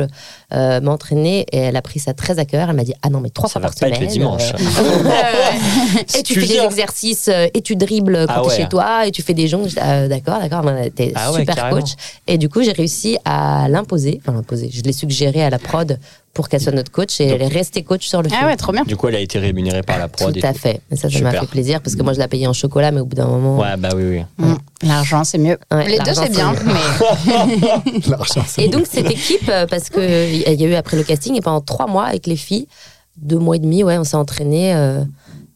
Speaker 4: euh, m'entraîner et elle a pris ça très à cœur. Elle m'a dit ah non mais trois
Speaker 1: Ça
Speaker 4: fois
Speaker 1: va
Speaker 4: par
Speaker 1: pas
Speaker 4: semaine.
Speaker 1: être le dimanche.
Speaker 4: euh,
Speaker 1: Si
Speaker 4: et tu, fais des
Speaker 1: viens-
Speaker 4: exercices euh, et tu dribbles quand
Speaker 1: Ah
Speaker 4: t'es
Speaker 1: ouais.
Speaker 4: chez toi et tu fais des jongles. J'étais, ah, d'accord, d'accord, on était
Speaker 1: Ah ouais,
Speaker 4: super
Speaker 1: carrément.
Speaker 4: coach. Et du coup, j'ai réussi à l'imposer. Enfin, l'imposer. Je l'ai suggéré à la prod pour qu'elle soit notre coach et elle est restée coach sur le film.
Speaker 2: Ah ouais, trop bien.
Speaker 1: Du coup, elle a été rémunérée par la prod.
Speaker 4: Ah, Tout
Speaker 1: et
Speaker 4: à
Speaker 1: tout.
Speaker 4: fait. Et ça, ça m'a
Speaker 1: Super. Mm.
Speaker 4: fait plaisir parce que moi, je la payais en chocolat, mais au bout d'un moment.
Speaker 1: Ouais, bah oui, oui.
Speaker 2: Mm. L'argent, c'est mieux.
Speaker 4: Ouais,
Speaker 2: Les deux,
Speaker 4: l'argent,
Speaker 2: c'est bien, mais
Speaker 5: L'argent, ça-
Speaker 4: Et donc, cette équipe, euh, parce qu'il y a eu après le casting, et pendant trois mois avec les filles, deux mois et demi, ouais, on s'est entraîné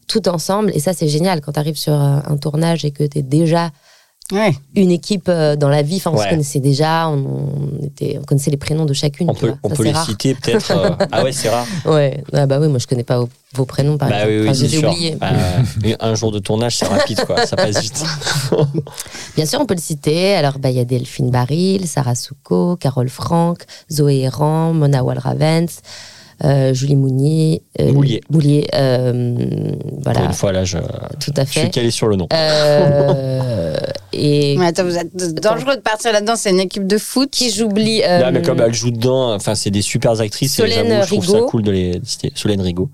Speaker 4: tout ensemble. Et ça, c'est génial quand tu arrives sur euh, un tournage et que tu es déjà
Speaker 2: ouais.
Speaker 4: une équipe euh, dans la vie. Enfin, on
Speaker 1: Ouais.
Speaker 4: se connaissait déjà, on, on était, on connaissait les prénoms de chacune.
Speaker 1: On
Speaker 4: tu
Speaker 1: peut,
Speaker 4: vois.
Speaker 1: on
Speaker 4: Ça,
Speaker 1: peut
Speaker 4: c'est
Speaker 1: les
Speaker 4: rare.
Speaker 1: citer peut-être. euh, Ah ouais, c'est rare.
Speaker 4: Ouais. Ah bah oui, moi, je connais pas vos, vos prénoms, par
Speaker 1: Bah
Speaker 4: exemple.
Speaker 1: oui, oui,
Speaker 4: Enfin, je
Speaker 1: c'est
Speaker 4: les ai
Speaker 1: sûr.
Speaker 4: oubliés.
Speaker 1: Euh, un jour de tournage, c'est rapide, quoi. Ça passe vite.
Speaker 4: Bien sûr, on peut le citer. Alors, bah, il y a Delphine Baril, Sarah Souko, Carole Franck, Zoé Héran, Mona Walravens, euh, Julie Mounier. euh,
Speaker 1: Moulier.
Speaker 4: Moulier, euh,
Speaker 1: Pour
Speaker 4: voilà,
Speaker 1: une fois, là, je,
Speaker 4: tout à
Speaker 1: je suis
Speaker 4: fait.
Speaker 1: calé sur le nom.
Speaker 4: Euh, et
Speaker 2: Mais attends, vous êtes dangereux de partir là-dedans. C'est une équipe de foot.
Speaker 4: qui j'oublie euh,
Speaker 1: Là, mais comme elle joue dedans, enfin, c'est des super actrices.
Speaker 4: Solène
Speaker 1: et j'avoue, je trouve ça
Speaker 4: Rigaud.
Speaker 1: cool de les citer. Solène Rigaud.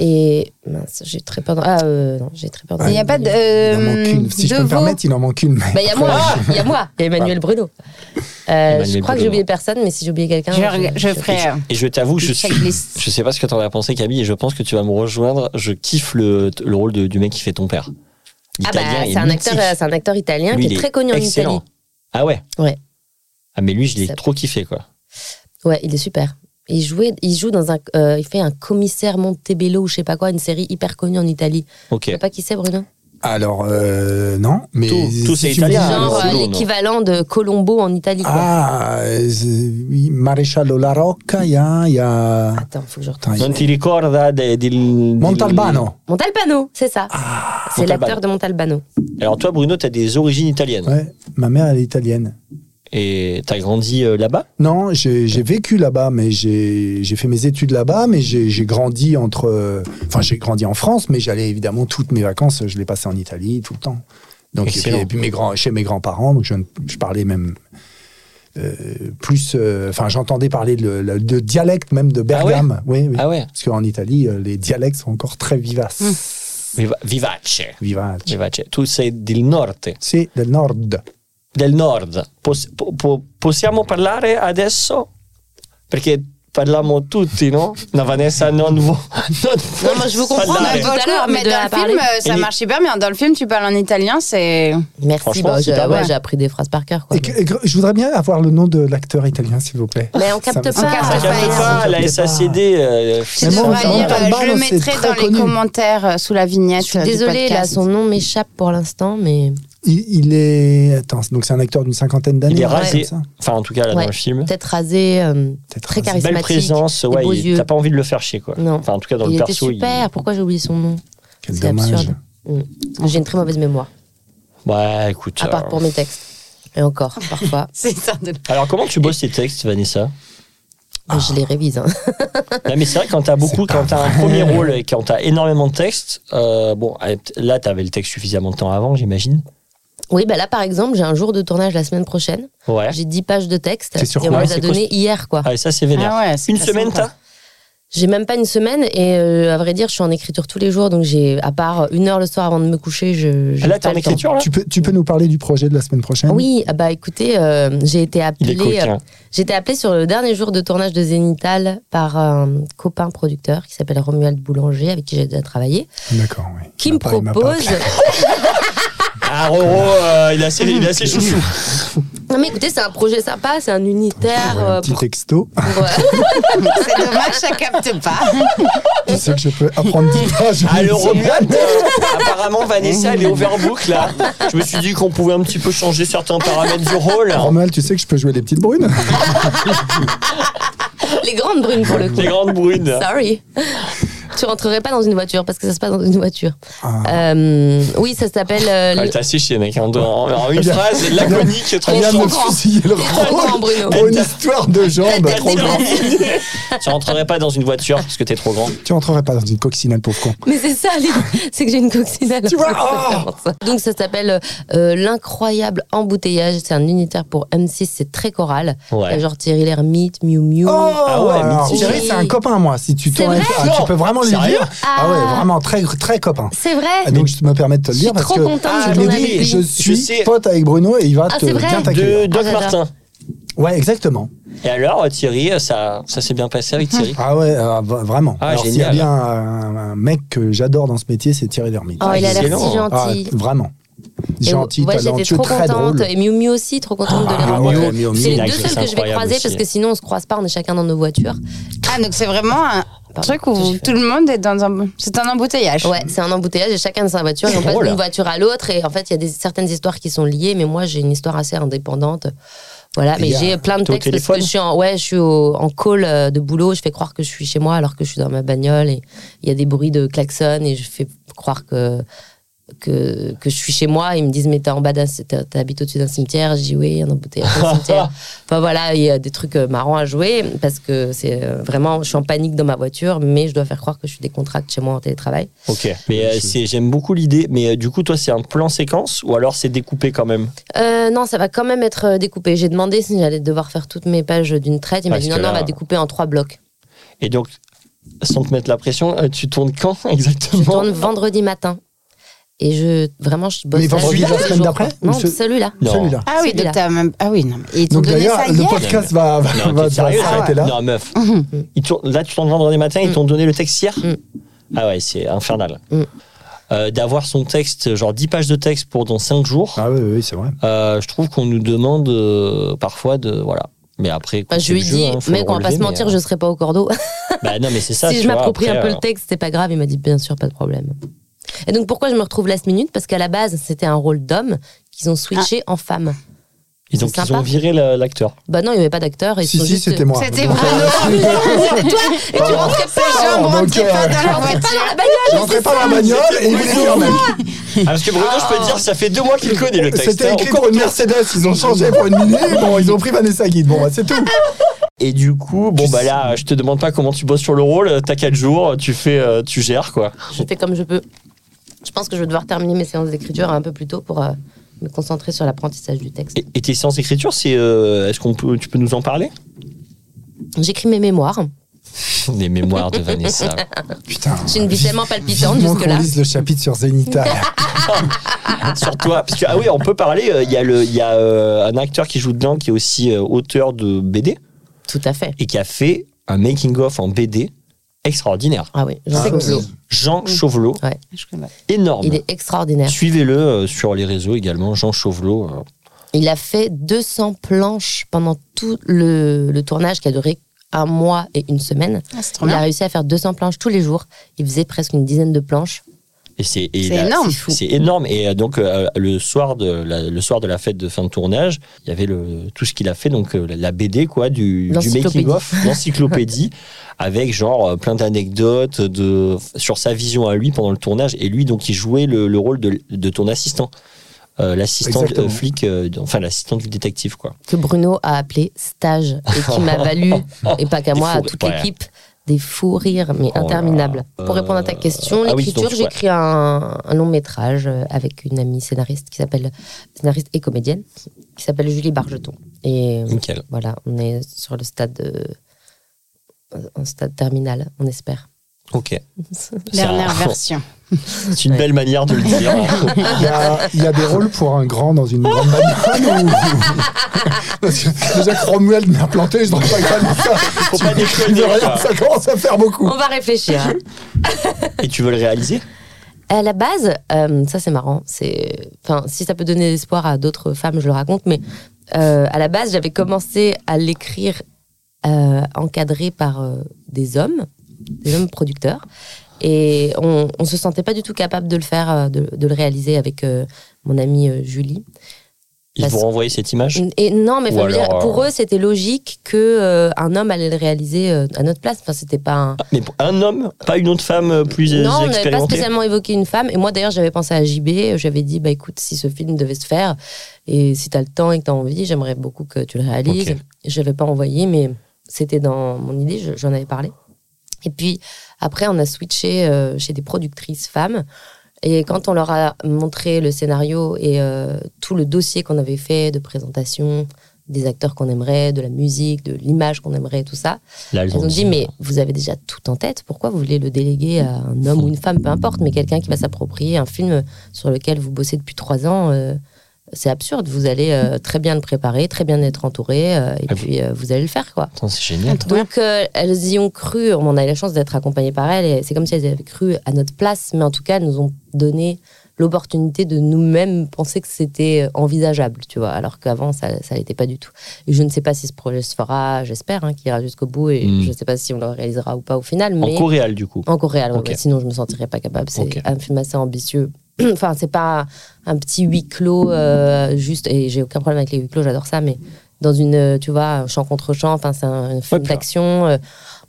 Speaker 4: Et mince, j'ai très peur. d'en- Ah, euh, non, j'ai très peur. d'en-
Speaker 2: Il n'y a pas de.
Speaker 5: Il en manque
Speaker 2: Euh,
Speaker 5: une. Si je
Speaker 2: de
Speaker 5: peux
Speaker 2: vos-
Speaker 5: me permettre, il en manque une. mais-
Speaker 4: Bah, il y a moi, il y a moi, il y a Emmanuel Bruno. Euh, je crois
Speaker 1: Emmanuel
Speaker 4: que
Speaker 1: Bruno.
Speaker 4: j'ai oublié personne, mais si j'ai oublié quelqu'un,
Speaker 2: Je, je ferai. euh,
Speaker 1: Et je t'avoue, je
Speaker 2: une
Speaker 1: suis.
Speaker 2: checklist.
Speaker 1: Je sais pas ce que t'en as pensé, Camille, et je pense que tu vas me rejoindre. Je kiffe le, le rôle de- du mec qui fait ton père.
Speaker 4: Ah bah,
Speaker 1: L'italien est
Speaker 4: c'est un acteur,
Speaker 1: mythique.
Speaker 4: euh, c'est un acteur italien
Speaker 1: Lui,
Speaker 4: qui
Speaker 1: il
Speaker 4: est
Speaker 1: est
Speaker 4: très connu en
Speaker 1: excellent.
Speaker 4: Italie.
Speaker 1: Ah ouais
Speaker 4: Ouais.
Speaker 1: Ah, mais lui, je l'ai
Speaker 4: Ça-
Speaker 1: trop kiffé, quoi.
Speaker 4: Ouais, il est super. Il, jouait, il joue dans un. euh, il fait un commissaire Montebello ou je sais pas quoi, une série hyper connue en Italie.
Speaker 1: Ok.
Speaker 4: Tu sais pas qui c'est, Bruno
Speaker 5: Alors, euh, non, mais.
Speaker 1: Tout- tout,
Speaker 5: si
Speaker 1: c'est
Speaker 5: tu me
Speaker 1: italien,
Speaker 5: dis-
Speaker 1: alors.
Speaker 4: Genre euh,
Speaker 1: c'est Ah, Bruno.
Speaker 4: l'équivalent de Colombo en Italie. Quoi.
Speaker 5: Ah, euh, c'est- oui, Maréchal La Rocca, il y a. il Y a...
Speaker 4: Attends, faut que je retrouve.
Speaker 5: Attends, il-
Speaker 1: Non ti ricorda de- del- del-
Speaker 5: Montalbano.
Speaker 4: Montalbano, c'est ça. c'est
Speaker 1: Ah, Montalbano.
Speaker 4: l'acteur de Montalbano.
Speaker 1: Alors toi, Bruno, t'as des origines italiennes.
Speaker 5: Ouais, ma mère, elle est italienne.
Speaker 1: Et t'as grandi euh, là-bas
Speaker 5: Non, j'ai j'ai vécu là-bas, mais j'ai j'ai fait mes études là-bas, mais j'ai j'ai grandi entre. euh, Enfin, j'ai grandi en France, mais j'allais évidemment toutes mes vacances, je les passais en Italie tout le temps. Donc, et puis,
Speaker 1: Excellent.
Speaker 5: et puis mes grands, chez mes grands-parents, donc je, ne- je parlais même euh, plus. euh, Enfin, j'entendais parler de, le- de dialecte même de
Speaker 1: Ah ouais
Speaker 5: Bergame. oui, oui.
Speaker 1: Ah ouais Hum.
Speaker 5: Parce qu'en Italie, euh, les dialectes sont encore très vivaces.
Speaker 1: Viva- Vivace.
Speaker 5: Vivaces.
Speaker 1: Vivace. Tu sei del norte.
Speaker 5: C'est del nord.
Speaker 1: Del nord. Pos- po- po- possiamo parlare adesso? Perché parliamo tutti, no? No, Vanessa non vuole.
Speaker 4: Ah, Non, moi, je veux comprendre,
Speaker 2: Bah,
Speaker 4: mais- tout à l'heure,
Speaker 2: mais
Speaker 4: mais de
Speaker 2: dans
Speaker 4: la
Speaker 2: le
Speaker 4: parler.
Speaker 2: film, euh, ça
Speaker 1: Et-
Speaker 2: marche hyper bien. Dans le film, tu parles en italien, c'est.
Speaker 4: Merci,
Speaker 1: Franchement,
Speaker 4: bah,
Speaker 1: c'est
Speaker 4: j'ai
Speaker 1: pas
Speaker 4: ouais,
Speaker 1: mal.
Speaker 4: j'ai appris des phrases par cœur. Quoi.
Speaker 5: Et que- et que- je voudrais bien avoir le nom de l'acteur italien, s'il vous plaît.
Speaker 4: Mais on capte
Speaker 5: Ça me-
Speaker 4: pas.
Speaker 5: ça me-
Speaker 2: capte
Speaker 5: ça me-
Speaker 2: pas,
Speaker 5: ça
Speaker 1: pas,
Speaker 5: me-
Speaker 1: la
Speaker 5: capte pas.
Speaker 1: SACD. euh,
Speaker 2: Tu
Speaker 5: Mais
Speaker 1: finalement,
Speaker 5: bon,
Speaker 2: devrais
Speaker 5: on
Speaker 2: lire,
Speaker 5: parle
Speaker 2: euh,
Speaker 5: pas,
Speaker 2: je le
Speaker 5: non, c'est
Speaker 2: mettrai
Speaker 5: très
Speaker 2: dans les
Speaker 5: connu.
Speaker 2: commentaires euh, sous la vignette.
Speaker 4: Je suis
Speaker 2: euh, du
Speaker 4: désolée, là,
Speaker 2: podcast.
Speaker 4: son nom m'échappe pour l'instant, mais
Speaker 5: Il, il est. Attends, donc c'est un acteur d'une cinquantaine d'années.
Speaker 1: Il est
Speaker 5: un truc
Speaker 1: rasé.
Speaker 5: comme ça.
Speaker 1: Enfin, en tout cas, là,
Speaker 4: Ouais.
Speaker 1: dans le film.
Speaker 4: peut-être rasé. euh,
Speaker 5: Peut-être
Speaker 4: Très
Speaker 5: rasé.
Speaker 4: charismatique.
Speaker 1: Belle présence, ouais,
Speaker 4: beaux
Speaker 1: il-
Speaker 4: yeux.
Speaker 1: t'as pas envie de le faire chier, quoi.
Speaker 4: Non.
Speaker 1: Enfin, en tout cas, dans
Speaker 4: il
Speaker 1: le
Speaker 4: était
Speaker 1: perso, il-
Speaker 4: super. Pourquoi j'ai oublié son nom
Speaker 5: Quel
Speaker 4: C'est
Speaker 5: dommage.
Speaker 4: absurde. J'ai une très mauvaise mémoire,
Speaker 1: Ouais, écoute.
Speaker 4: à part
Speaker 1: euh,
Speaker 4: pour mes textes. Et encore,
Speaker 1: Ah.
Speaker 4: parfois,
Speaker 2: C'est ça. de-
Speaker 1: Alors, comment tu bosses tes textes, Vanessa Ah.
Speaker 4: je les révise. hein.
Speaker 1: Non, mais c'est vrai, quand t'as beaucoup,
Speaker 5: pas
Speaker 1: quand t'as un
Speaker 5: vrai.
Speaker 1: premier rôle et quand t'as énormément de textes, euh, bon, là, t'avais le texte suffisamment de temps avant, j'imagine.
Speaker 4: Oui, bah là, par exemple, j'ai un jour de tournage la semaine prochaine.
Speaker 1: Ouais.
Speaker 4: J'ai 10 pages de texte.
Speaker 5: C'est sur
Speaker 4: et on
Speaker 1: quoi
Speaker 4: me les a
Speaker 1: C'est quoi
Speaker 4: données hier, quoi.
Speaker 1: Ah, et ça, c'est vénère.
Speaker 2: Ah ouais, c'est
Speaker 1: Une
Speaker 2: pas
Speaker 1: semaine,
Speaker 2: sympa.
Speaker 1: t'as
Speaker 4: J'ai même pas une semaine et euh, à vrai dire, je suis en écriture tous les jours, donc j'ai à part une heure le soir avant de me coucher, je. j'ai
Speaker 1: Ah, Là, t'es
Speaker 4: pas
Speaker 1: en
Speaker 4: le temps.
Speaker 1: écriture, là
Speaker 5: Tu peux, tu peux nous parler du projet de la semaine prochaine
Speaker 4: Oui, ah bah écoutez, euh, j'ai été
Speaker 1: Il est
Speaker 4: appelée.
Speaker 1: coquin.
Speaker 4: J'ai été appelée sur le dernier jour de tournage de Zénital par un copain producteur qui s'appelle Romuald Boulanger, avec qui j'ai déjà travaillé,
Speaker 5: D'accord, oui.
Speaker 4: qui
Speaker 5: Il
Speaker 4: me
Speaker 5: m'a pas- il m'a pas
Speaker 4: propose.
Speaker 5: appelé.
Speaker 1: Ah, Roro, euh, il a ses, il a ses chouchous.
Speaker 4: Non mais écoutez, c'est un projet sympa, c'est un unitaire
Speaker 5: Ouais,
Speaker 4: euh,
Speaker 5: un petit
Speaker 4: pour,
Speaker 5: texto.
Speaker 4: pour, euh,
Speaker 2: C'est dommage, ça capte pas.
Speaker 5: Je sais que je peux apprendre 10 pages.
Speaker 1: Ah, le Romuald, euh, apparemment, Vanessa, elle est overbook, là. Je me suis dit qu'on pouvait un petit peu changer certains paramètres du rôle.
Speaker 5: Romuald, tu sais que je peux jouer les petites brunes
Speaker 4: les grandes brunes pour le coup.
Speaker 1: Les grandes brunes.
Speaker 4: Sorry. Tu rentrerais pas dans une voiture parce que ça se passe dans une voiture.
Speaker 5: Ah.
Speaker 4: Euh, oui, ça s'appelle. euh,
Speaker 1: Ah,
Speaker 4: le-
Speaker 1: t'as séché, mec. hein, en- en- en une
Speaker 5: Bien.
Speaker 1: phrase laconique, trop
Speaker 5: Elle vient de
Speaker 1: fort.
Speaker 5: me fusiller le
Speaker 4: T'es trop grand,
Speaker 5: rôle
Speaker 4: Bruno.
Speaker 5: pour une histoire de jambes.
Speaker 4: T'as
Speaker 5: Trop grand.
Speaker 1: Tu rentrerais pas dans une voiture parce que t'es trop grand.
Speaker 5: Tu rentrerais pas dans une coccinelle, pauvre con.
Speaker 4: Mais c'est ça, l'idée. c'est que j'ai une coccinelle.
Speaker 5: Tu vois, oh
Speaker 4: C'est vraiment ça. Donc ça s'appelle euh, l'incroyable embouteillage. C'est un unitaire pour M6. C'est très choral. Il y a
Speaker 1: Ouais.
Speaker 4: Genre Thierry Lhermitte, Miu Miu.
Speaker 5: Oh
Speaker 1: Ah ouais,
Speaker 5: alors,
Speaker 1: mythique.
Speaker 5: Thierry, c'est un copain à moi. Si tu
Speaker 4: Oh. C'est
Speaker 5: tournes-
Speaker 4: vrai
Speaker 5: Ah, tu peux vraiment le
Speaker 1: Sérieux
Speaker 5: dire. Ah ouais, vraiment très très copain.
Speaker 4: C'est vrai.
Speaker 5: Ah, Donc je me permets de te le
Speaker 4: Je
Speaker 5: dire
Speaker 4: suis
Speaker 5: parce
Speaker 4: trop
Speaker 5: que
Speaker 4: contente
Speaker 1: de
Speaker 5: je l'ai
Speaker 1: tourner
Speaker 5: dit,
Speaker 1: avec lui.
Speaker 5: je
Speaker 1: Je
Speaker 5: suis
Speaker 1: sais.
Speaker 5: pote avec Bruno et il va
Speaker 4: Ah,
Speaker 5: te
Speaker 4: c'est vrai
Speaker 5: bien t'accueillir.
Speaker 1: De Doc
Speaker 4: j'adore.
Speaker 1: Martin.
Speaker 5: Ouais, exactement.
Speaker 1: Et alors, euh, Thierry, euh, ça, ça s'est bien passé avec Thierry
Speaker 5: Ah ouais, euh, v- vraiment.
Speaker 1: Ah,
Speaker 5: Alors s'il y a
Speaker 1: génial.
Speaker 5: bien un, un mec que j'adore dans ce métier, c'est Thierry Lhermitte.
Speaker 4: Oh, il a l'air si
Speaker 1: Excellent.
Speaker 5: Ah,
Speaker 4: gentil.
Speaker 5: vraiment.
Speaker 4: Et
Speaker 5: Gentil,
Speaker 4: ouais, j'étais
Speaker 5: talentueux,
Speaker 4: trop
Speaker 5: très
Speaker 4: contente.
Speaker 5: drôle.
Speaker 4: Et Miu Miu aussi, trop contente de
Speaker 5: Ah,
Speaker 4: les
Speaker 5: Miu
Speaker 4: rencontrer.
Speaker 5: Miu, Miu Miu,
Speaker 4: c'est les
Speaker 1: Miu,
Speaker 4: deux
Speaker 1: Ah,
Speaker 4: seuls que
Speaker 1: c'est
Speaker 4: je vais
Speaker 1: incroyable
Speaker 4: croiser
Speaker 1: aussi.
Speaker 4: parce que sinon on se croise pas, on est chacun dans nos voitures.
Speaker 2: Ah, donc c'est vraiment un
Speaker 4: Pardon,
Speaker 2: truc où
Speaker 4: qu'est-ce que j'ai fait
Speaker 2: tout le monde est dans un. C'est un embouteillage.
Speaker 4: Ouais, c'est un embouteillage et chacun de sa voiture. Et on
Speaker 1: C'est
Speaker 4: passe
Speaker 5: Oh
Speaker 1: drôle.
Speaker 4: d'une voiture à l'autre. Et en fait, il y a des, certaines histoires qui sont liées, mais moi, j'ai une histoire assez indépendante. Voilà,
Speaker 5: Et
Speaker 4: mais
Speaker 5: y a-
Speaker 4: j'ai plein de
Speaker 1: t'es au
Speaker 4: textes parce que
Speaker 1: téléphone
Speaker 4: je suis en, ouais, je suis au- en call euh, de boulot. Je fais croire que je suis chez moi alors que je suis dans ma bagnole. Et il y a des bruits de klaxon et je fais croire que. Que, que je suis chez moi, ils me disent mais t'es en bas d'un c- t'as- t'habites au-dessus d'un cimetière, je dis oui un embouteillage au cimetière. Enfin voilà, il y a des trucs euh, marrants à jouer parce que c'est euh, vraiment je suis en panique dans ma voiture, mais je dois faire croire que je suis décontractée chez moi en télétravail.
Speaker 1: Ok. Mais euh, c'est- j'aime beaucoup l'idée. Mais euh, du coup, toi, c'est un plan séquence ou alors c'est découpé quand même
Speaker 4: Euh, non, ça va quand même être euh, découpé. J'ai demandé si j'allais devoir faire toutes mes pages d'une traite. Il m'a
Speaker 1: Parce
Speaker 4: dit non,
Speaker 1: que
Speaker 4: non, on
Speaker 1: là-
Speaker 4: va découper en trois blocs.
Speaker 1: Et donc, sans te mettre la pression, euh, tu tournes quand exactement
Speaker 4: Je tourne vendredi matin. Et je, vraiment, je bosse.
Speaker 5: Mais
Speaker 4: là,
Speaker 5: vendredi,
Speaker 4: je
Speaker 5: la
Speaker 4: bosse
Speaker 5: semaine
Speaker 4: tous les jours,
Speaker 5: d'après
Speaker 4: quoi. Non,
Speaker 5: Ou ce-
Speaker 4: celui-là.
Speaker 1: Non.
Speaker 5: Celui-là.
Speaker 2: Ah oui,
Speaker 4: Celui-là.
Speaker 2: donc t'as même. Ah oui, non. mais Ils t'ont
Speaker 5: Donc
Speaker 2: donné
Speaker 5: d'ailleurs,
Speaker 2: ça
Speaker 5: le
Speaker 2: hier.
Speaker 5: podcast va, va,
Speaker 1: Non,
Speaker 5: va- va
Speaker 1: t'es sérieux
Speaker 5: s'arrêter là.
Speaker 1: Non, meuf. Ils tournent- là, tu tournes vendredi matin, ils t'ont donné le texte hier
Speaker 4: Mm.
Speaker 1: Ah ouais, c'est infernal.
Speaker 4: Mm.
Speaker 1: Euh, D'avoir son texte, genre 10 pages de texte pour dans 5 jours,
Speaker 5: Ah oui, oui, c'est vrai.
Speaker 1: euh, je trouve qu'on nous demande euh, parfois de. Voilà. Mais
Speaker 4: Enfin,
Speaker 1: après, écoute,
Speaker 4: Bah, je
Speaker 1: c'est
Speaker 4: lui ai
Speaker 1: le jeu,
Speaker 4: dit,
Speaker 1: hein, faut
Speaker 4: mec,
Speaker 1: le
Speaker 4: on va pas se
Speaker 1: relever, mais,
Speaker 4: mentir,
Speaker 1: euh,
Speaker 4: je serai pas au cordeau.
Speaker 1: Bah non, mais c'est ça.
Speaker 4: si
Speaker 1: tu
Speaker 4: je
Speaker 1: vois,
Speaker 4: m'approprie un
Speaker 1: après,
Speaker 4: peu
Speaker 1: euh,
Speaker 4: le texte, c'est pas grave. Il m'a dit, bien sûr, pas de problème. Et donc, pourquoi je me retrouve last minute Parce qu'à la base, c'était un rôle d'homme qu'ils ont switché en femme.
Speaker 1: Et donc,
Speaker 4: C'est
Speaker 1: ils ont
Speaker 4: sympa.
Speaker 1: viré la- l'acteur.
Speaker 4: Bah non, il n'y avait pas d'acteur. et ils
Speaker 5: Si,
Speaker 4: sont
Speaker 5: si,
Speaker 4: juste-
Speaker 5: c'était moi.
Speaker 2: C'était
Speaker 5: Donc,
Speaker 2: vrai.
Speaker 5: euh,
Speaker 4: C'était toi Et tu rentrais pas
Speaker 5: Ah,
Speaker 2: Jambes
Speaker 5: donc,
Speaker 2: rentrées
Speaker 5: euh,
Speaker 2: pas dans leur
Speaker 4: T'es
Speaker 2: voiture.
Speaker 4: pas dans la bagnole
Speaker 5: Je rentrais pas dans la bagnole et il voulait faire même.
Speaker 1: Ah, parce que Bruno, je peux te dire, ça fait deux mois qu'il connaît le texte.
Speaker 5: C'était
Speaker 1: hein.
Speaker 5: écrit pour une Mercedes, ils ont changé pour une Mini. Bon, ils ont pris Vanessa Guide. Bon, bah, c'est tout.
Speaker 1: Et du coup, bon, bah là, je te demande pas comment tu bosses sur le rôle. T'as quatre jours, tu fais, euh, tu gères, quoi.
Speaker 4: Je fais comme je peux. Je pense que je vais devoir terminer mes séances d'écriture un peu plus tôt pour euh, me concentrer sur l'apprentissage du texte.
Speaker 1: Et, et tes séances d'écriture, c'est, euh, est-ce qu'on peut, tu peux nous en parler
Speaker 4: J'écris mes mémoires.
Speaker 1: Les mémoires de Vanessa.
Speaker 5: Putain.
Speaker 4: J'ai une vie tellement palpitante
Speaker 5: Vivement qu'on
Speaker 4: jusque-là.
Speaker 5: lise le chapitre sur Zenita.
Speaker 1: sur toi, parce que ah oui, on peut parler. euh, Il y a le, il y a euh, un acteur qui joue dedans, qui est aussi euh, auteur de BD
Speaker 4: Tout à fait.
Speaker 1: et qui a fait un making of en BD extraordinaire.
Speaker 4: Ah oui, Jean
Speaker 5: Ah,
Speaker 4: Paul Belmondo.
Speaker 5: ouais.
Speaker 1: Jean Chauvelot,
Speaker 2: Ah, Je connais pas.
Speaker 1: énorme.
Speaker 4: Il est extraordinaire.
Speaker 1: Suivez-le euh, sur les réseaux également, Jean Chauvelot. euh.
Speaker 4: Il a fait 200 planches pendant tout le, le tournage qui a duré un mois et une semaine.
Speaker 2: Ah, c'est trop
Speaker 4: Il a
Speaker 2: bien.
Speaker 4: réussi à faire 200 planches tous les jours. Il faisait presque une dizaine de planches.
Speaker 1: Et c'est et
Speaker 2: C'est
Speaker 1: il a-
Speaker 2: énorme.
Speaker 4: fou.
Speaker 1: C'est énorme. Et euh, donc, euh, le, soir de la, le soir de la fête de fin de tournage, il y avait le, tout ce qu'il a fait, donc euh, la- la BD, quoi, du, du
Speaker 4: L'encyclopédie.
Speaker 1: making-of, l'encyclopédie, avec genre euh, plein d'anecdotes de, sur sa vision à lui pendant le tournage. Et lui, donc, il jouait le, le rôle de, de ton assistant. Euh, l'assistant
Speaker 5: Exactement.
Speaker 1: euh, flic, euh, enfin l'assistant du détective, quoi.
Speaker 4: que Bruno a appelé stage et qui m'a valu, et pas qu'à
Speaker 1: Des
Speaker 4: moi, à
Speaker 1: fous-
Speaker 4: toute
Speaker 1: ouais.
Speaker 4: l'équipe, des fous rires, mais
Speaker 1: Oh là
Speaker 4: interminables.
Speaker 1: là.
Speaker 4: Pour répondre à ta question,
Speaker 1: Ah oui,
Speaker 4: l'écriture,
Speaker 1: donc, ouais.
Speaker 4: j'écris un, un long métrage euh, avec une amie scénariste qui s'appelle, scénariste et comédienne, qui s'appelle Julie Bargeton. Et euh,
Speaker 1: Nickel.
Speaker 4: voilà, on est sur le stade, euh, un stade terminal, on espère.
Speaker 1: Ok.
Speaker 2: Dernière
Speaker 1: Ça-
Speaker 2: version.
Speaker 1: C'est une belle manière de le dire.
Speaker 5: Il y, a, il y a des rôles pour un grand dans une grande bagnole ou... Parce que Déjà que Romuald m'a planté, je ne pas grave ça.
Speaker 1: Faut pas
Speaker 5: Il
Speaker 1: déconner.
Speaker 5: veut rien,
Speaker 1: quoi.
Speaker 5: ça commence à faire beaucoup.
Speaker 4: On va réfléchir. hein.
Speaker 1: Et tu veux le réaliser
Speaker 4: À la base, euh, ça c'est marrant. C'est, enfin, si ça peut donner espoir à d'autres femmes, je le raconte. Mais euh, à la base, j'avais commencé à l'écrire euh, encadré par euh, des hommes, des hommes producteurs, et on, on se sentait pas du tout capable de le faire, euh, de, de le réaliser avec euh, mon amie euh, Julie.
Speaker 1: Ils
Speaker 4: Parce-
Speaker 1: vont renvoyer cette image
Speaker 4: Et non, mais
Speaker 1: Ou
Speaker 4: enfin, je veux dire,
Speaker 1: alors, euh,
Speaker 4: pour eux, c'était logique que euh, un homme allait le réaliser euh, à notre place. Enfin, c'était pas un,
Speaker 1: Ah, Mais pour un homme, pas une autre femme euh, plus euh,
Speaker 4: non, on n'avait pas
Speaker 1: expérimentée.
Speaker 4: spécialement évoqué une femme. Et moi, d'ailleurs, j'avais pensé à JB. J'avais dit, bah écoute, si ce film devait se faire, et si t'as le temps et que t'as envie, j'aimerais beaucoup que tu le réalises.
Speaker 1: Ok.
Speaker 4: Je l'avais pas envoyé, mais c'était dans mon idée, je- j'en avais parlé. Et puis, après, on a switché euh, chez des productrices femmes. Et quand on leur a montré le scénario et euh, tout le dossier qu'on avait fait de présentation, des acteurs qu'on aimerait, de la musique, de l'image qu'on aimerait, tout ça,
Speaker 1: Là,
Speaker 4: ils ont dit, euh, mais vous avez déjà tout en tête, pourquoi vous voulez le déléguer à un homme ou une femme, peu importe, mais quelqu'un qui va s'approprier un film sur lequel vous bossez depuis trois ans euh, C'est absurde, vous allez euh, très bien le préparer, très bien être entouré, euh, et
Speaker 1: Ah
Speaker 4: puis euh, vous allez le faire, quoi.
Speaker 1: Attends, c'est génial.
Speaker 4: Donc euh, elles y ont cru, on a eu la chance d'être accompagnées par elles, et c'est comme si elles avaient cru à notre place, mais en tout cas, elles nous ont donné l'opportunité de nous-mêmes penser que c'était euh, envisageable, tu vois, alors qu'avant, ça ne l'était pas du tout. Et je ne sais pas si ce projet se fera, j'espère hein, qu'il ira jusqu'au bout, et
Speaker 1: Mm.
Speaker 4: je ne sais pas si on le réalisera ou pas au final, mais...
Speaker 1: En coréal, du coup.
Speaker 4: En Coréal, ouais,
Speaker 1: Ok.
Speaker 4: bah, sinon je me sentirais pas capable. C'est
Speaker 1: Ok.
Speaker 4: un film assez ambitieux. enfin, c'est pas un petit huis clos euh, juste, et j'ai aucun problème avec les huis clos, j'adore ça, mais dans une, euh, tu vois, champ contre champ, enfin, c'est un, un film
Speaker 1: puis-
Speaker 4: d'action. euh,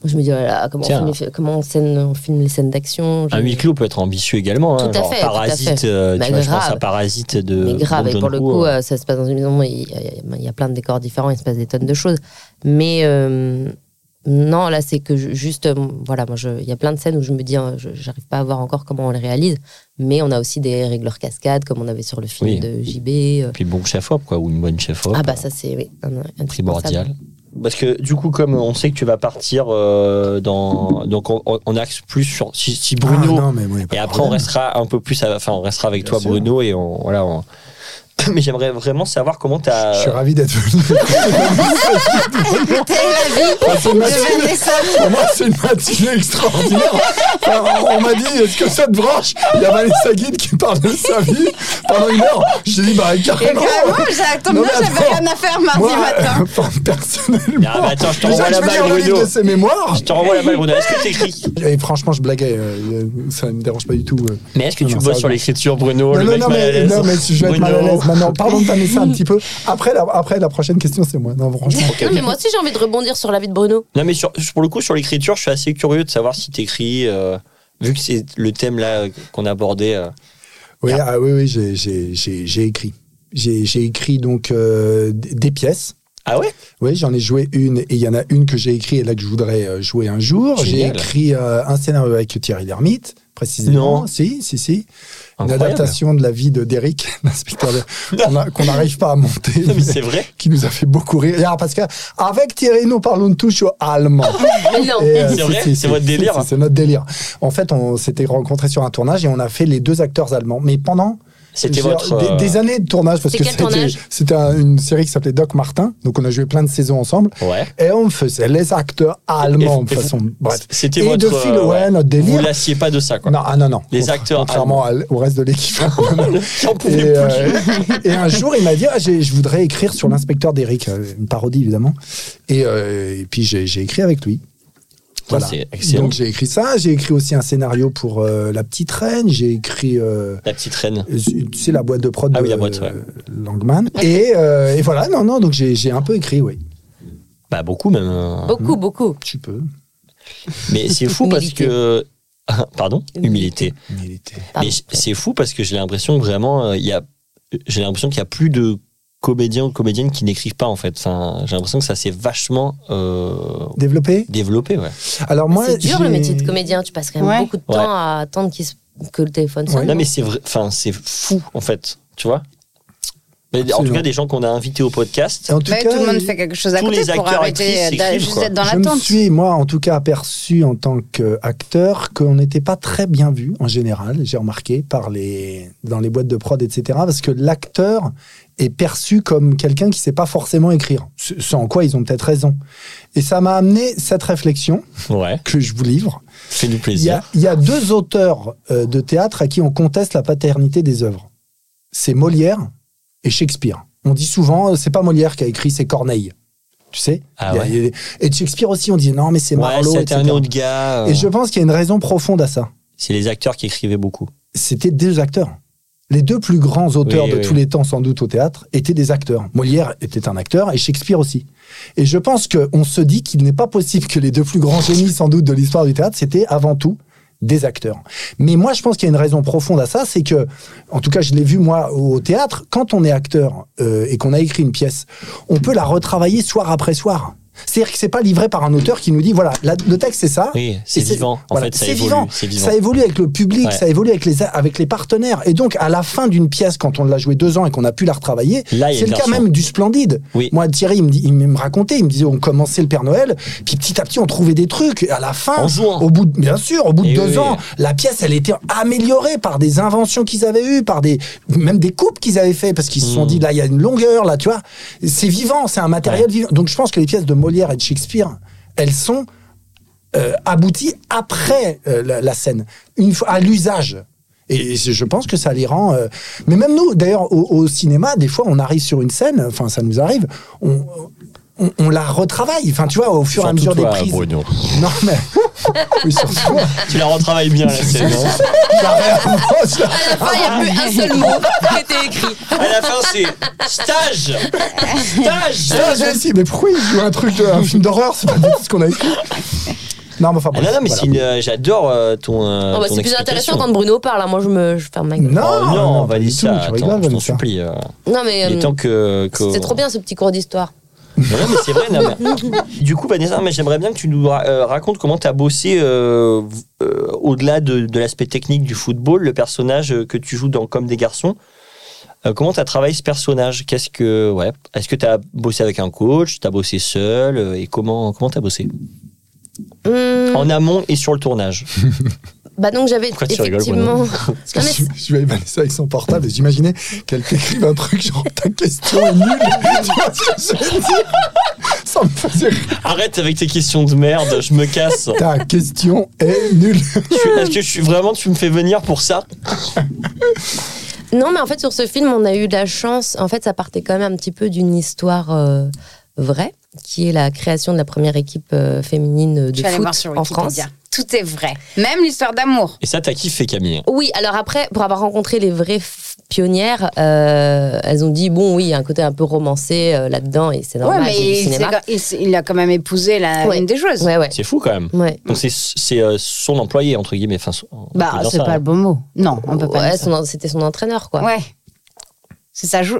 Speaker 4: moi, je me dis, oh là là, comment, on
Speaker 1: Tiens.
Speaker 4: filme, les fi- comment on, scène- on filme les scènes d'action
Speaker 1: Un
Speaker 4: je-
Speaker 1: huis clos peut être ambitieux également. hein,
Speaker 4: Tout à
Speaker 1: genre
Speaker 4: fait, tout à
Speaker 1: Parasite,
Speaker 4: fait.
Speaker 1: euh,
Speaker 4: Bah,
Speaker 1: tu vois, je
Speaker 4: grave.
Speaker 1: pense à Parasite de.
Speaker 4: Mais grave,
Speaker 1: Bong
Speaker 4: et pour le
Speaker 1: Joon-ho,
Speaker 4: coup,
Speaker 1: euh,
Speaker 4: euh, ça se passe dans une maison, il y, a- il y a- il y a plein de décors différents, il se passe des tonnes de choses. Mais euh, non, là, c'est que je- juste, euh, voilà, moi, je- il y a plein de scènes où je me dis, hein, je j'arrive pas à voir encore comment on les réalise, mais on a aussi des régleurs cascades, comme on avait sur le film
Speaker 1: Oui.
Speaker 4: de JB. euh.
Speaker 1: Puis bon chef-op, quoi, ou une bonne chef-op.
Speaker 4: Ah bah ça, c'est oui, un- un- indispensable.
Speaker 1: primordial. Parce que du coup, comme on sait que tu vas partir euh, dans. Donc on, on- on axe plus sur. Si, si Bruno.
Speaker 5: Ah, non, mais ouais, pas
Speaker 1: et
Speaker 5: de
Speaker 1: après, on
Speaker 5: problème.
Speaker 1: restera un peu plus. à- Enfin, on restera avec
Speaker 5: Bien
Speaker 1: toi,
Speaker 5: sûr.
Speaker 1: Bruno, et on. Voilà. on- Mais j'aimerais vraiment savoir comment tu
Speaker 5: Je suis
Speaker 1: as.
Speaker 5: ravi d'être venu.
Speaker 2: C'était la vie
Speaker 5: Passer une
Speaker 2: de
Speaker 5: matinée-
Speaker 2: Vanessa.
Speaker 5: Pour moi, c'est une matinée extraordinaire. Enfin, on m'a dit, est-ce que ça te branche Il y a Vanessa Guide qui parle de sa vie pendant une heure. J'ai dit, bah,
Speaker 2: Et
Speaker 5: carrément.
Speaker 2: Vraiment, ça tombe
Speaker 5: Non,
Speaker 2: bien,
Speaker 5: mais
Speaker 2: j'avais
Speaker 5: attends.
Speaker 2: rien à faire mardi
Speaker 5: Moi,
Speaker 2: matin.
Speaker 5: enfin, personnellement.
Speaker 1: Ah, bah, attends, je te
Speaker 5: Déjà,
Speaker 1: renvoie
Speaker 5: que
Speaker 1: la
Speaker 5: je vais
Speaker 1: balle,
Speaker 5: lire le livre
Speaker 1: Bruno.
Speaker 5: de ses mémoires.
Speaker 1: Je te renvoie la balle, Bruno. Est-ce que t'écris
Speaker 5: Et franchement, je blaguais. euh, ça ne me dérange pas du tout. euh.
Speaker 1: Mais est-ce que
Speaker 5: Non,
Speaker 1: tu
Speaker 5: non,
Speaker 1: bosses
Speaker 5: ça,
Speaker 1: sur
Speaker 5: je-
Speaker 1: l'écriture, Bruno
Speaker 5: Non,
Speaker 1: Le
Speaker 5: non,
Speaker 1: mec
Speaker 5: non,
Speaker 1: mal à
Speaker 5: mais,
Speaker 1: l'aise.
Speaker 5: non, mais je vais être mal à l'aise.
Speaker 1: Bruno.
Speaker 5: maintenant, parlons de ta ça un petit peu. Après la, après, la prochaine question, c'est moi. Non, franchement.
Speaker 4: Non, mais moi aussi, j'ai envie de rebondir sur la vie de Bruno.
Speaker 1: Non, mais sur- pour le coup, sur l'écriture, je suis assez curieux de savoir si t'écris, euh, vu que c'est le thème là euh, qu'on abordait. euh,
Speaker 5: Oui, ah oui, oui, j'ai- j'ai j'ai- j'ai écrit. J'ai j'ai écrit donc euh, d- des pièces.
Speaker 1: Ah ouais
Speaker 5: Oui, j'en ai joué une et il y en a une que j'ai écrite et là que je voudrais euh, jouer un jour. J'ai
Speaker 1: Génial.
Speaker 5: écrit euh, un scénario avec Thierry Lhermitte, précisément.
Speaker 1: Non.
Speaker 5: Si, si, si. Une
Speaker 1: Incroyable.
Speaker 5: adaptation de la vie de Derrick, l'inspecteur de- qu'on a- qu'on n'arrive pas à monter,
Speaker 1: Non, mais c'est vrai.
Speaker 5: qui nous a fait beaucoup rire. Et alors, parce que avec Thierry, nous parlons tous allemand.
Speaker 4: Mais non.
Speaker 5: Et, euh,
Speaker 1: C'est
Speaker 5: si,
Speaker 1: vrai
Speaker 5: si, si,
Speaker 1: C'est votre
Speaker 5: si,
Speaker 1: délire
Speaker 5: si, C'est notre délire. En fait, on s'était rencontrés sur un tournage et on a fait les deux acteurs allemands. Mais pendant
Speaker 1: C'était
Speaker 5: je veux dire,
Speaker 1: votre. euh,
Speaker 5: des, des années de tournage, parce
Speaker 4: C'est
Speaker 5: que
Speaker 4: quel
Speaker 5: c'était-
Speaker 4: tournage
Speaker 5: c'était un- une série qui s'appelait Doc Martin. Donc on a joué plein de saisons ensemble
Speaker 1: Ouais.
Speaker 5: et on faisait les acteurs allemands
Speaker 1: Et-
Speaker 5: de
Speaker 1: et-
Speaker 5: façon. Bref.
Speaker 1: C'était
Speaker 5: Et
Speaker 1: votre.
Speaker 5: de fil,
Speaker 1: euh,
Speaker 5: ouais, notre
Speaker 1: Vous
Speaker 5: délire.
Speaker 1: lassiez pas de ça, quoi.
Speaker 5: Non, ah non, non.
Speaker 1: Les
Speaker 5: Contra-
Speaker 1: acteurs
Speaker 5: Contrairement à l- au reste de l'équipe.
Speaker 1: J'en
Speaker 5: Et,
Speaker 1: pouvais plus.
Speaker 5: euh, et un jour, il m'a dit ah, j'ai- Je voudrais écrire sur l'inspecteur d'Eric, euh, une parodie évidemment. Et, euh, et puis j'ai j'ai écrit avec lui. Voilà.
Speaker 1: C'est excellent.
Speaker 5: Donc j'ai écrit ça, j'ai écrit aussi un scénario pour euh, La Petite Reine, j'ai écrit, euh,
Speaker 1: La petite reine.
Speaker 5: tu sais, la boîte de prod
Speaker 1: Ah oui,
Speaker 5: de
Speaker 1: la boîte, ouais.
Speaker 5: Langman. Et, euh, et voilà, non, non, donc j'ai j'ai un peu écrit, oui.
Speaker 1: Bah, beaucoup même. euh.
Speaker 4: Beaucoup, beaucoup.
Speaker 5: Tu peux.
Speaker 1: Mais c'est fou parce
Speaker 4: Humilité.
Speaker 1: que. Pardon Humilité.
Speaker 5: Mais il était-
Speaker 1: Mais j- c'est fou parce que j'ai l'impression que vraiment, euh, il y a, j'ai l'impression qu'il y a plus de comédiens ou comédiennes qui n'écrivent pas en fait. Enfin, j'ai l'impression que ça s'est vachement euh,
Speaker 5: Développé
Speaker 1: développé. Ouais.
Speaker 5: Alors moi,
Speaker 4: C'est dur le
Speaker 5: j'ai-
Speaker 4: métier de comédien. Tu passes quand même
Speaker 2: Ouais.
Speaker 4: beaucoup de temps
Speaker 1: Ouais.
Speaker 4: à attendre qu'il se- que le téléphone
Speaker 5: Ouais.
Speaker 4: sonne.
Speaker 1: Non, mais c'est vrai. Enfin, c'est fou en fait. Tu vois Mais En tout
Speaker 5: Absolument.
Speaker 1: cas, des gens qu'on a invités au podcast.
Speaker 5: En tout,
Speaker 2: Ouais,
Speaker 5: cas,
Speaker 2: tout le monde fait quelque chose à
Speaker 1: tous
Speaker 2: côté
Speaker 1: les
Speaker 2: pour
Speaker 1: acteurs,
Speaker 2: arrêter
Speaker 1: actrices
Speaker 2: d'a-
Speaker 1: écrivent,
Speaker 2: juste
Speaker 1: quoi.
Speaker 2: d'être dans
Speaker 5: je me
Speaker 2: l'attente.
Speaker 5: suis, moi, en tout cas, aperçu en tant qu'acteur qu'on n'était pas très bien vu en général. J'ai remarqué par les dans les boîtes de prod, etc. Parce que l'acteur est perçu comme quelqu'un qui sait pas forcément écrire. Ce ce en quoi ils ont peut-être raison. Et ça m'a amené cette réflexion
Speaker 1: Ouais.
Speaker 5: que je vous livre.
Speaker 1: Fais-nous
Speaker 5: Il y, a,
Speaker 1: plaisir.
Speaker 5: il y a deux auteurs euh, de théâtre à qui on conteste la paternité des œuvres. C'est Molière et Shakespeare. On dit souvent, euh, c'est pas Molière qui a écrit, c'est Corneille. Tu sais
Speaker 1: Ah
Speaker 5: Il y a-
Speaker 1: ouais.
Speaker 5: il y a des- Et de Shakespeare aussi, on dit non, mais c'est
Speaker 1: Ouais,
Speaker 5: Marlowe,
Speaker 1: c'était
Speaker 5: etc.
Speaker 1: un autre gars. euh,
Speaker 5: Et je pense qu'il y a une raison profonde à ça.
Speaker 1: C'est les acteurs qui écrivaient beaucoup.
Speaker 5: C'était deux acteurs. Les deux plus grands auteurs
Speaker 1: Oui,
Speaker 5: de
Speaker 1: oui.
Speaker 5: tous les temps, sans doute, au théâtre, étaient des acteurs. Molière était un acteur et Shakespeare aussi. Et je pense qu'on se dit qu'il n'est pas possible que les deux plus grands génies, sans doute, de l'histoire du théâtre, c'était avant tout des acteurs. Mais moi, je pense qu'il y a une raison profonde à ça, c'est que, en tout cas, je l'ai vu moi au au théâtre, quand on est acteur euh, et qu'on a écrit une pièce, on peut la retravailler soir après soir. C'est-à-dire que c'est pas livré par un auteur qui nous dit voilà, la- le texte c'est ça,
Speaker 1: Oui, c'est
Speaker 5: Et c'est-
Speaker 1: vivant. En
Speaker 5: voilà,
Speaker 1: fait, ça
Speaker 5: c'est
Speaker 1: évolue.
Speaker 5: vivant.
Speaker 1: C'est
Speaker 5: ça évolue avec le public,
Speaker 1: Ouais.
Speaker 5: ça évolue avec les, avec les partenaires. Et donc, à la fin d'une pièce, quand on l'a jouée deux ans et qu'on a pu la retravailler,
Speaker 1: Là, il y a
Speaker 5: c'est
Speaker 1: une
Speaker 5: le cas
Speaker 1: version.
Speaker 5: même du Splendide.
Speaker 1: Oui.
Speaker 5: Moi, Thierry, il me, dit- il me racontait, il me disait, on commençait le Père Noël, puis petit à petit, on trouvait des trucs. Et à la fin,
Speaker 1: En jouant.
Speaker 5: au bout de- bien sûr, au bout de
Speaker 1: Et
Speaker 5: deux
Speaker 1: oui, oui.
Speaker 5: ans, la pièce, elle était améliorée par des inventions qu'ils avaient eues, par des, même des coupes qu'ils avaient fait, parce qu'ils se sont
Speaker 1: Mm.
Speaker 5: dit, là, il y a une longueur, là, tu vois. C'est vivant, c'est un matériel vivant. Donc, je pense que les pièces de Molière et de Shakespeare, elles sont euh, aboutit après euh, la, la scène, une fois à l'usage. Et je je pense que ça les rend. euh, Mais même nous, d'ailleurs, au, au cinéma, des fois, on arrive sur une scène. Enfin, ça nous arrive. On, on, on la retravaille. Enfin, tu vois, au fur et à mesure des prises. Non mais. Oui, surtout moi.
Speaker 1: Tu la retravailles bien, la scène. hein.
Speaker 5: Je la réinvente,
Speaker 1: Ah,
Speaker 5: je la-
Speaker 4: À la fin, il n'y a plus un seul mot qui était écrit.
Speaker 1: À la fin, c'est stage Stage
Speaker 5: Ah, j'ai dit, mais pourquoi il joue un truc, de- un film d'horreur C'est pas du tout ce qu'on a écrit. Non, mais enfin.
Speaker 1: Ah
Speaker 5: bref,
Speaker 1: non, non, mais
Speaker 5: voilà.
Speaker 1: c'est une, euh, j'adore euh, ton. euh,
Speaker 4: Oh, bah,
Speaker 1: ton
Speaker 4: c'est plus
Speaker 1: explication.
Speaker 4: intéressant quand Bruno parle. hein. Moi, je, me, je ferme ma gueule.
Speaker 5: Non,
Speaker 1: Oh non,
Speaker 5: non, pas du
Speaker 1: Vanessa,
Speaker 5: tout, tu
Speaker 1: attends,
Speaker 5: rigoles,
Speaker 1: je t'en
Speaker 5: Vanessa.
Speaker 1: supplie. euh,
Speaker 4: Non, mais
Speaker 1: il est
Speaker 4: euh,
Speaker 1: temps que. que-
Speaker 4: c'était trop bien ce petit cours d'histoire.
Speaker 1: Non, non, mais c'est vrai. non, mais- Du coup, Vanessa, mais j'aimerais bien que tu nous ra- euh, racontes comment tu as bossé euh, v- euh, au-delà de, de l'aspect technique du football, le personnage euh, que tu joues dans Comme des garçons. Euh, comment tu as travaillé ce personnage Qu'est-ce que ouais, est-ce que tu as bossé avec un coach, tu as bossé seul euh, et comment comment tu as bossé
Speaker 4: Hum,
Speaker 1: En amont et sur le tournage.
Speaker 4: Bah donc j'avais
Speaker 1: Pourquoi tu rigoles,
Speaker 4: effectivement.
Speaker 5: Parce que
Speaker 4: Non, mais
Speaker 5: je, je voyais Vanessa avec son portable et j'imaginais qu'elle t'écrive un truc genre ta question est nulle. tu vois ce que je veux dire Ça me faisait rire.
Speaker 1: Arrête avec tes questions de merde, je me casse.
Speaker 5: Ta question est nulle.
Speaker 1: Je suis- Est-ce que je suis vraiment tu me fais venir pour ça
Speaker 4: Non, mais en fait, sur ce film, on a eu de la chance. En fait, ça partait quand même un petit peu d'une histoire euh, vraie, qui est la création de la première équipe euh, féminine
Speaker 2: Je
Speaker 4: de
Speaker 2: suis allée
Speaker 4: foot
Speaker 2: voir sur
Speaker 4: en France.
Speaker 2: Wikipédia. Tout est vrai. Même l'histoire d'amour.
Speaker 1: Et ça t'as kiffé Camille.
Speaker 4: Oui, alors après, pour avoir rencontré les vraies f- pionnières, euh, elles ont dit bon, oui, il y a un côté un peu romancé euh, là-dedans et c'est normal.
Speaker 2: ouais, mais
Speaker 4: c'est du
Speaker 2: il,
Speaker 4: cinéma.
Speaker 2: s'est- il s'est- il a quand même épousé la,
Speaker 4: Ouais.
Speaker 2: une des joueuses.
Speaker 4: Ouais, ouais,
Speaker 1: C'est fou quand même.
Speaker 4: ouais.
Speaker 1: Donc c'est c'est euh, son employé entre guillemets. Enfin, son- on peut
Speaker 2: Bah,
Speaker 1: dire
Speaker 2: c'est
Speaker 1: ça, hein.
Speaker 2: pas le bon mot. Non, on peut pas.
Speaker 4: Ouais,
Speaker 2: dire ça.
Speaker 4: son en- c'était son entraîneur, quoi.
Speaker 2: Ouais. C'est sa jou-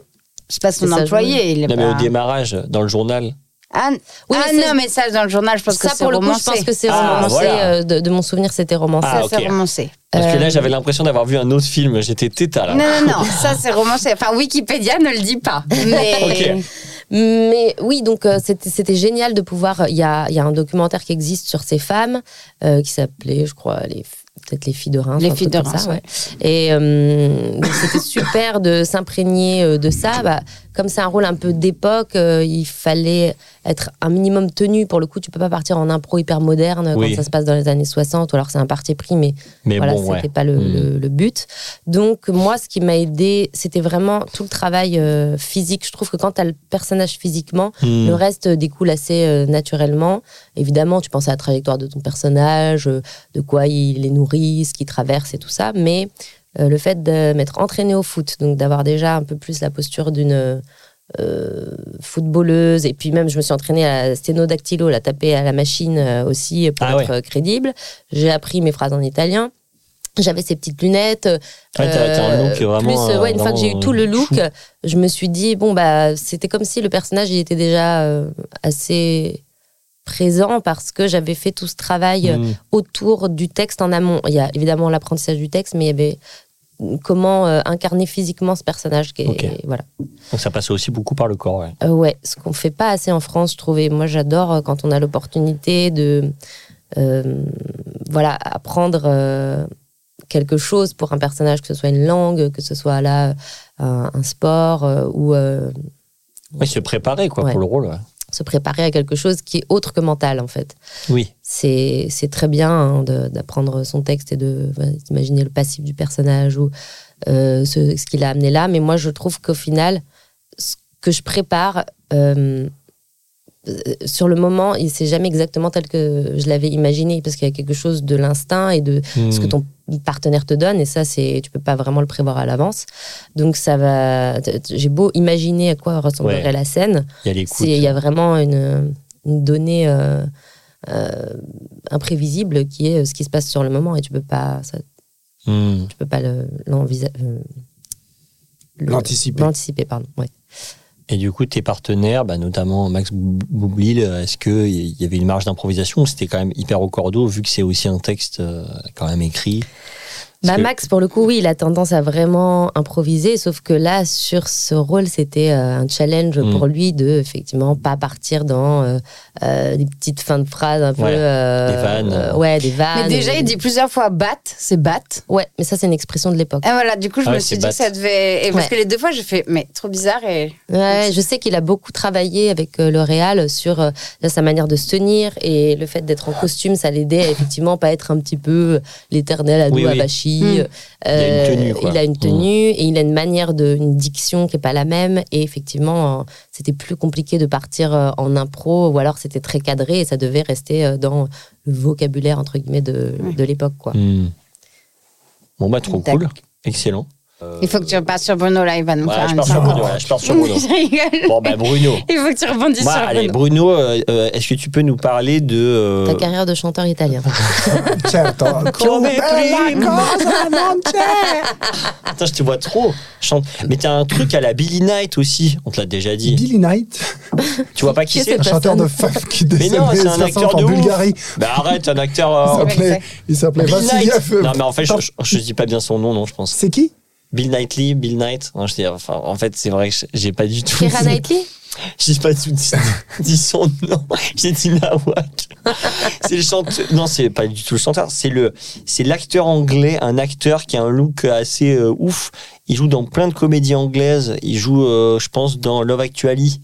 Speaker 2: C'est pas son
Speaker 4: C'est sa
Speaker 2: employé. Il est
Speaker 1: Non, mais
Speaker 2: pas-
Speaker 1: au
Speaker 4: Ah.
Speaker 1: démarrage, dans le journal.
Speaker 2: Ah,
Speaker 4: Oui,
Speaker 2: ah
Speaker 4: mais
Speaker 2: non, mais ça, dans le journal, je pense
Speaker 4: ça
Speaker 2: que c'est
Speaker 4: pour le coup,
Speaker 2: romancé.
Speaker 4: je pense que c'est
Speaker 1: Ah,
Speaker 4: romancé.
Speaker 1: voilà.
Speaker 4: euh, de, de mon souvenir, c'était romancé.
Speaker 1: Ah,
Speaker 2: Ça, c'est
Speaker 1: ok.
Speaker 2: romancé.
Speaker 1: Parce que
Speaker 4: Euh,
Speaker 1: là, j'avais l'impression d'avoir vu un autre film. J'étais téta là.
Speaker 2: Non, non, non, ça, c'est romancé. Enfin, Wikipédia ne le dit pas. Mais...
Speaker 1: Ok.
Speaker 4: Mais oui, donc euh, c'était c'était génial de pouvoir. euh, Il y a, il y a un documentaire qui existe sur ces femmes euh, qui s'appelait, je crois, les peut-être les filles de Reims.
Speaker 2: Les
Speaker 4: un
Speaker 2: filles
Speaker 4: truc
Speaker 2: de
Speaker 4: comme
Speaker 2: Reims,
Speaker 4: ça, Et euh, donc, c'était super de s'imprégner euh, de ça. Bah, comme c'est un rôle un peu d'époque, euh, il fallait être un minimum tenu. Pour le coup, tu peux pas partir en impro hyper moderne
Speaker 1: Oui.
Speaker 4: quand ça se passe dans les années 60, ou alors c'est un parti pris, mais
Speaker 1: Mais
Speaker 4: voilà,
Speaker 1: bon,
Speaker 4: c'était
Speaker 1: ouais.
Speaker 4: pas le,
Speaker 1: Mm.
Speaker 4: le- le but. Donc moi, ce qui m'a aidé, c'était vraiment tout le travail euh, physique. Je trouve que quand t'as le personnage physiquement,
Speaker 1: Hmm.
Speaker 4: le reste euh, découle assez euh, naturellement. Évidemment, tu penses à la trajectoire de ton personnage, euh, de quoi il est nourri, ce qu'il traverse et tout ça. Mais euh, le fait de m'être entraîné au foot, donc d'avoir déjà un peu plus la posture d'une euh, footballeuse, et puis même je me suis entraînée à la sténodactylo, la taper à la machine euh, aussi pour
Speaker 1: Ah ouais.
Speaker 4: être euh, crédible. J'ai appris mes phrases en italien. J'avais ces petites lunettes.
Speaker 1: Ouais, t'as- t'as un
Speaker 4: euh,
Speaker 1: look vraiment,
Speaker 4: plus, euh, ouais,
Speaker 1: euh,
Speaker 4: une fois que j'ai eu
Speaker 1: vraiment,
Speaker 4: tout le
Speaker 1: euh,
Speaker 4: look,
Speaker 1: chou.
Speaker 4: je me suis dit bon bah c'était comme si le personnage il était déjà euh, assez présent parce que j'avais fait tout ce travail euh,
Speaker 1: Hmm.
Speaker 4: autour du texte en amont. Il y a évidemment l'apprentissage du texte, mais il y avait comment euh, incarner physiquement ce personnage. Qui est-
Speaker 1: Ok.
Speaker 4: voilà.
Speaker 1: Donc ça passait aussi beaucoup par le corps. Ouais.
Speaker 4: Euh, ouais, ce qu'on fait pas assez en France, je trouvais. Moi, j'adore euh, quand on a l'opportunité de euh, voilà apprendre euh, quelque chose pour un personnage, que ce soit une langue, que ce soit là euh, un, un sport euh, ou euh,
Speaker 1: Ouais, se préparer quoi
Speaker 4: Ouais.
Speaker 1: pour le rôle. ouais.
Speaker 4: se préparer à quelque chose qui est autre que mental en fait.
Speaker 1: Oui.
Speaker 4: c'est c'est très bien hein, de- d'apprendre son texte et de voilà, d'imaginer le passif du personnage ou euh, ce, ce qu'il a amené là. Mais moi, je trouve qu'au final, ce que je prépare euh, euh, sur le moment, il c'est jamais exactement tel que je l'avais imaginé parce qu'il y a quelque chose de l'instinct et de
Speaker 1: Mmh.
Speaker 4: ce que
Speaker 1: Hmm.
Speaker 4: ton partenaire te donne et ça c'est tu peux pas vraiment le prévoir à l'avance donc ça va t- t- j'ai beau imaginer à quoi ressemblerait
Speaker 1: Ouais.
Speaker 4: la scène
Speaker 1: Il y a
Speaker 4: c'est-
Speaker 1: l'écoute.
Speaker 4: Il y a vraiment une, une donnée euh, euh, imprévisible qui est euh, ce qui se passe sur le moment et tu peux pas, ça,
Speaker 1: Hmm.
Speaker 4: tu peux pas le- l'envisa- euh, le-
Speaker 5: L'anticiper.
Speaker 4: l'anticiper. pardon. Ouais.
Speaker 1: Et du coup, tes partenaires, bah, notamment Max Boub- Boublil, euh, est-ce qu'il y avait une marge d'improvisation ou C'était quand même hyper au cordeau, vu que c'est aussi un texte euh, quand même écrit. Parce
Speaker 4: Bah,
Speaker 1: que-
Speaker 4: Max, pour le coup, oui, il a tendance à vraiment improviser, sauf que là, sur ce rôle, c'était euh, un challenge
Speaker 1: Mm.
Speaker 4: pour lui de, effectivement, pas partir dans euh, euh, des petites fins de phrases un peu.
Speaker 1: Ouais,
Speaker 4: euh,
Speaker 1: des vannes.
Speaker 4: euh, ouais, des
Speaker 1: Ah,
Speaker 4: vannes.
Speaker 2: Mais déjà, il dit plusieurs fois batte, c'est batte.
Speaker 4: Ouais, mais ça, c'est une expression de l'époque.
Speaker 2: Et voilà, du coup, je
Speaker 1: Ah
Speaker 2: me
Speaker 1: ouais,
Speaker 2: suis
Speaker 1: c'est
Speaker 2: dit que
Speaker 1: batte.
Speaker 2: ça devait. Et parce
Speaker 4: Ouais.
Speaker 2: que les deux fois, j'ai fait, mais trop bizarre. Et...
Speaker 4: Ouais, je sais qu'il a beaucoup travaillé avec euh, L'Oréal sur euh, sa manière de se tenir et le fait d'être en costume, ça l'aidait à effectivement pas être un petit peu euh, l'éternel ado
Speaker 1: Oui, oui.
Speaker 4: abachi. euh,
Speaker 2: Mm.
Speaker 1: Il a une tenue, quoi.
Speaker 4: il a une tenue et il a une manière de, une diction qui est pas la même. Et effectivement, euh, c'était plus compliqué de partir euh, en impro ou alors c'était très cadré et ça devait rester euh, dans le vocabulaire entre guillemets de, de l'époque, quoi.
Speaker 1: Hmm. Bon, bah, trop
Speaker 2: Tac.
Speaker 1: cool. Excellent.
Speaker 2: Il faut que tu repasses sur Bruno là, il va nous faire
Speaker 1: Voilà, Euh, je
Speaker 2: une
Speaker 1: pars sur
Speaker 2: sorte.
Speaker 1: Bruno. voilà, je pars sur Bruno.
Speaker 2: Je rigole.
Speaker 1: Bon, bah, Bruno.
Speaker 2: Il faut que tu rebondisses
Speaker 1: Bah,
Speaker 2: sur
Speaker 1: allez,
Speaker 2: Bruno.
Speaker 1: Bruno, euh, euh, est-ce que tu peux nous parler de. euh,
Speaker 4: Ta carrière de chanteur italien.
Speaker 5: Certo.
Speaker 1: Come
Speaker 5: Bella
Speaker 1: prima.
Speaker 5: cosa non c'è.
Speaker 1: Attends, je te vois trop. Chante. Mais t'as un truc à la Billy Knight aussi. On te l'a déjà dit.
Speaker 5: Billy Knight.
Speaker 1: Tu vois pas qui
Speaker 4: Qui
Speaker 1: c'est
Speaker 5: un chanteur de funk qui décède
Speaker 1: non,
Speaker 5: les
Speaker 1: c'est un
Speaker 5: 60
Speaker 1: acteur de
Speaker 5: en
Speaker 1: ouf.
Speaker 5: Bulgarie.
Speaker 1: Bah, arrête, un acteur.
Speaker 5: Il
Speaker 1: euh,
Speaker 2: vrai que
Speaker 5: s'appelait- Il s'appelait
Speaker 1: Bill Knight.
Speaker 5: Vassiliev.
Speaker 1: Non, mais en fait, je, je, je dis pas bien son nom, non, je pense.
Speaker 5: C'est qui
Speaker 1: Bill Knightley, Bill Knight. Non, je dis, enfin, en fait, c'est vrai que j'ai pas du tout.
Speaker 4: Keira Knightley
Speaker 1: J'ai pas du tout dit, dit son nom. J'ai dit Nawak. C'est le chanteur. Non, c'est pas du tout le chanteur. C'est le, c'est l'acteur anglais, un acteur qui a un look assez euh, ouf. Il joue dans plein de comédies anglaises. Il joue, euh, je pense, dans Love Actually.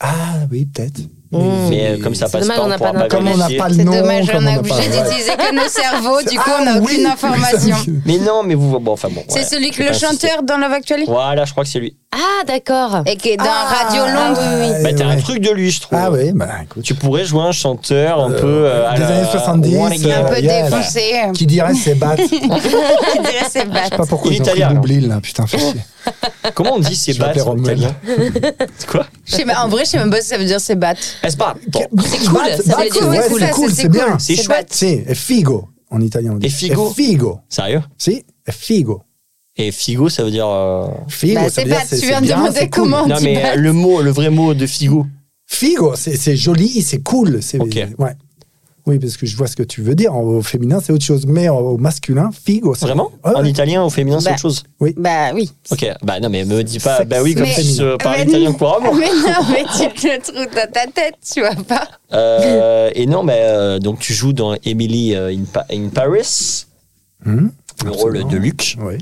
Speaker 5: Ah oui, peut-être.
Speaker 4: Mmh.
Speaker 1: Mais euh, comme ça
Speaker 4: C'est
Speaker 1: passe
Speaker 4: dommage,
Speaker 1: pas,
Speaker 4: on
Speaker 1: on
Speaker 4: n'a
Speaker 1: pourra
Speaker 4: pas
Speaker 1: pas
Speaker 5: Comme on n'a
Speaker 1: vérifier.
Speaker 5: pas le
Speaker 2: C'est
Speaker 5: nom.
Speaker 2: dommage,
Speaker 5: comme
Speaker 2: on est
Speaker 5: n'a pas-
Speaker 2: obligé d'utiliser que nos cerveaux, du coup on n'a
Speaker 5: Ah oui,
Speaker 2: aucune information.
Speaker 5: ça, oui.
Speaker 1: Mais non, mais vous. Bon, enfin bon.
Speaker 2: C'est
Speaker 1: ouais,
Speaker 2: celui
Speaker 1: je
Speaker 2: que
Speaker 1: vais
Speaker 2: le
Speaker 1: pas insister.
Speaker 2: chanteur dans Love Actually
Speaker 1: Voilà, je crois que c'est lui.
Speaker 4: Ah, d'accord.
Speaker 2: Et qui est dans
Speaker 5: Ah,
Speaker 2: Radio Londres.
Speaker 5: ah oui, oui.
Speaker 1: Bah, t'as un
Speaker 5: ouais.
Speaker 1: truc de lui, je trouve.
Speaker 5: Ah oui, bah écoute.
Speaker 1: Tu pourrais jouer un chanteur un peu. euh, à
Speaker 5: des
Speaker 1: la-
Speaker 5: années 70,
Speaker 1: Wanna Get
Speaker 5: euh,
Speaker 2: Un peu
Speaker 5: yeah.
Speaker 2: défoncé.
Speaker 5: Qui dirait c'est bat Je sais
Speaker 2: Qui dirait c'est bad.
Speaker 5: pas pourquoi ils
Speaker 1: Il est
Speaker 5: ont pris
Speaker 1: italien, alors.
Speaker 5: double là, putain, fais chier.
Speaker 1: Comment on dit c'est
Speaker 5: Je vais
Speaker 1: bat
Speaker 5: appeler
Speaker 1: en
Speaker 5: Romuald.
Speaker 1: italien C'est quoi
Speaker 2: Je sais même- En vrai, je sais même pas si ça veut dire c'est bat.
Speaker 1: Est-ce pas Bon.
Speaker 4: C'est cool,
Speaker 5: Bat,
Speaker 4: ça
Speaker 5: bat,
Speaker 4: veut dire
Speaker 5: ouais,
Speaker 2: c'est cool,
Speaker 5: c'est
Speaker 2: ça,
Speaker 5: cool,
Speaker 2: c'est
Speaker 5: c'est
Speaker 2: cool.
Speaker 5: bien.
Speaker 1: C'est
Speaker 2: C'est
Speaker 1: chouette.
Speaker 5: Si, è figo en italien. on dit.
Speaker 1: Et figo.
Speaker 5: È figo.
Speaker 1: Sérieux
Speaker 5: Si, è figo.
Speaker 1: Et figo, ça veut dire. euh,
Speaker 5: Figo,
Speaker 2: Bah,
Speaker 5: ça
Speaker 2: c'est
Speaker 5: veut dire
Speaker 2: bat,
Speaker 5: c'est-
Speaker 2: tu
Speaker 5: c'est
Speaker 2: viens de
Speaker 5: bien,
Speaker 2: demander
Speaker 5: c'est cool.
Speaker 2: comment.
Speaker 1: Non,
Speaker 2: dit
Speaker 1: mais
Speaker 2: bat.
Speaker 1: euh, le mot, le vrai mot de figo.
Speaker 5: Figo, c'est c'est joli, c'est cool. c'est-
Speaker 1: Ok.
Speaker 5: Ouais. Oui, parce que je vois ce que tu veux dire. Au féminin, c'est autre chose. Mais au masculin, figo, c'est.
Speaker 1: Vraiment
Speaker 5: Ouais,
Speaker 1: En
Speaker 5: ouais.
Speaker 1: italien, au féminin,
Speaker 2: Bah.
Speaker 1: c'est autre chose.
Speaker 2: Bah oui.
Speaker 1: Ok, bah non, mais me dis pas,
Speaker 5: Sexe
Speaker 1: bah oui, comme
Speaker 2: Mais-
Speaker 1: si je parlais
Speaker 2: Mais-
Speaker 1: italien couramment.
Speaker 2: Mais non, mais tu le trouves dans ta tête, tu vois pas.
Speaker 1: Euh, et non, mais euh, donc tu joues dans Emily euh, in, Pa- in Paris,
Speaker 5: Hum,
Speaker 1: le rôle
Speaker 5: absolument.
Speaker 1: de Luc.
Speaker 5: Oui.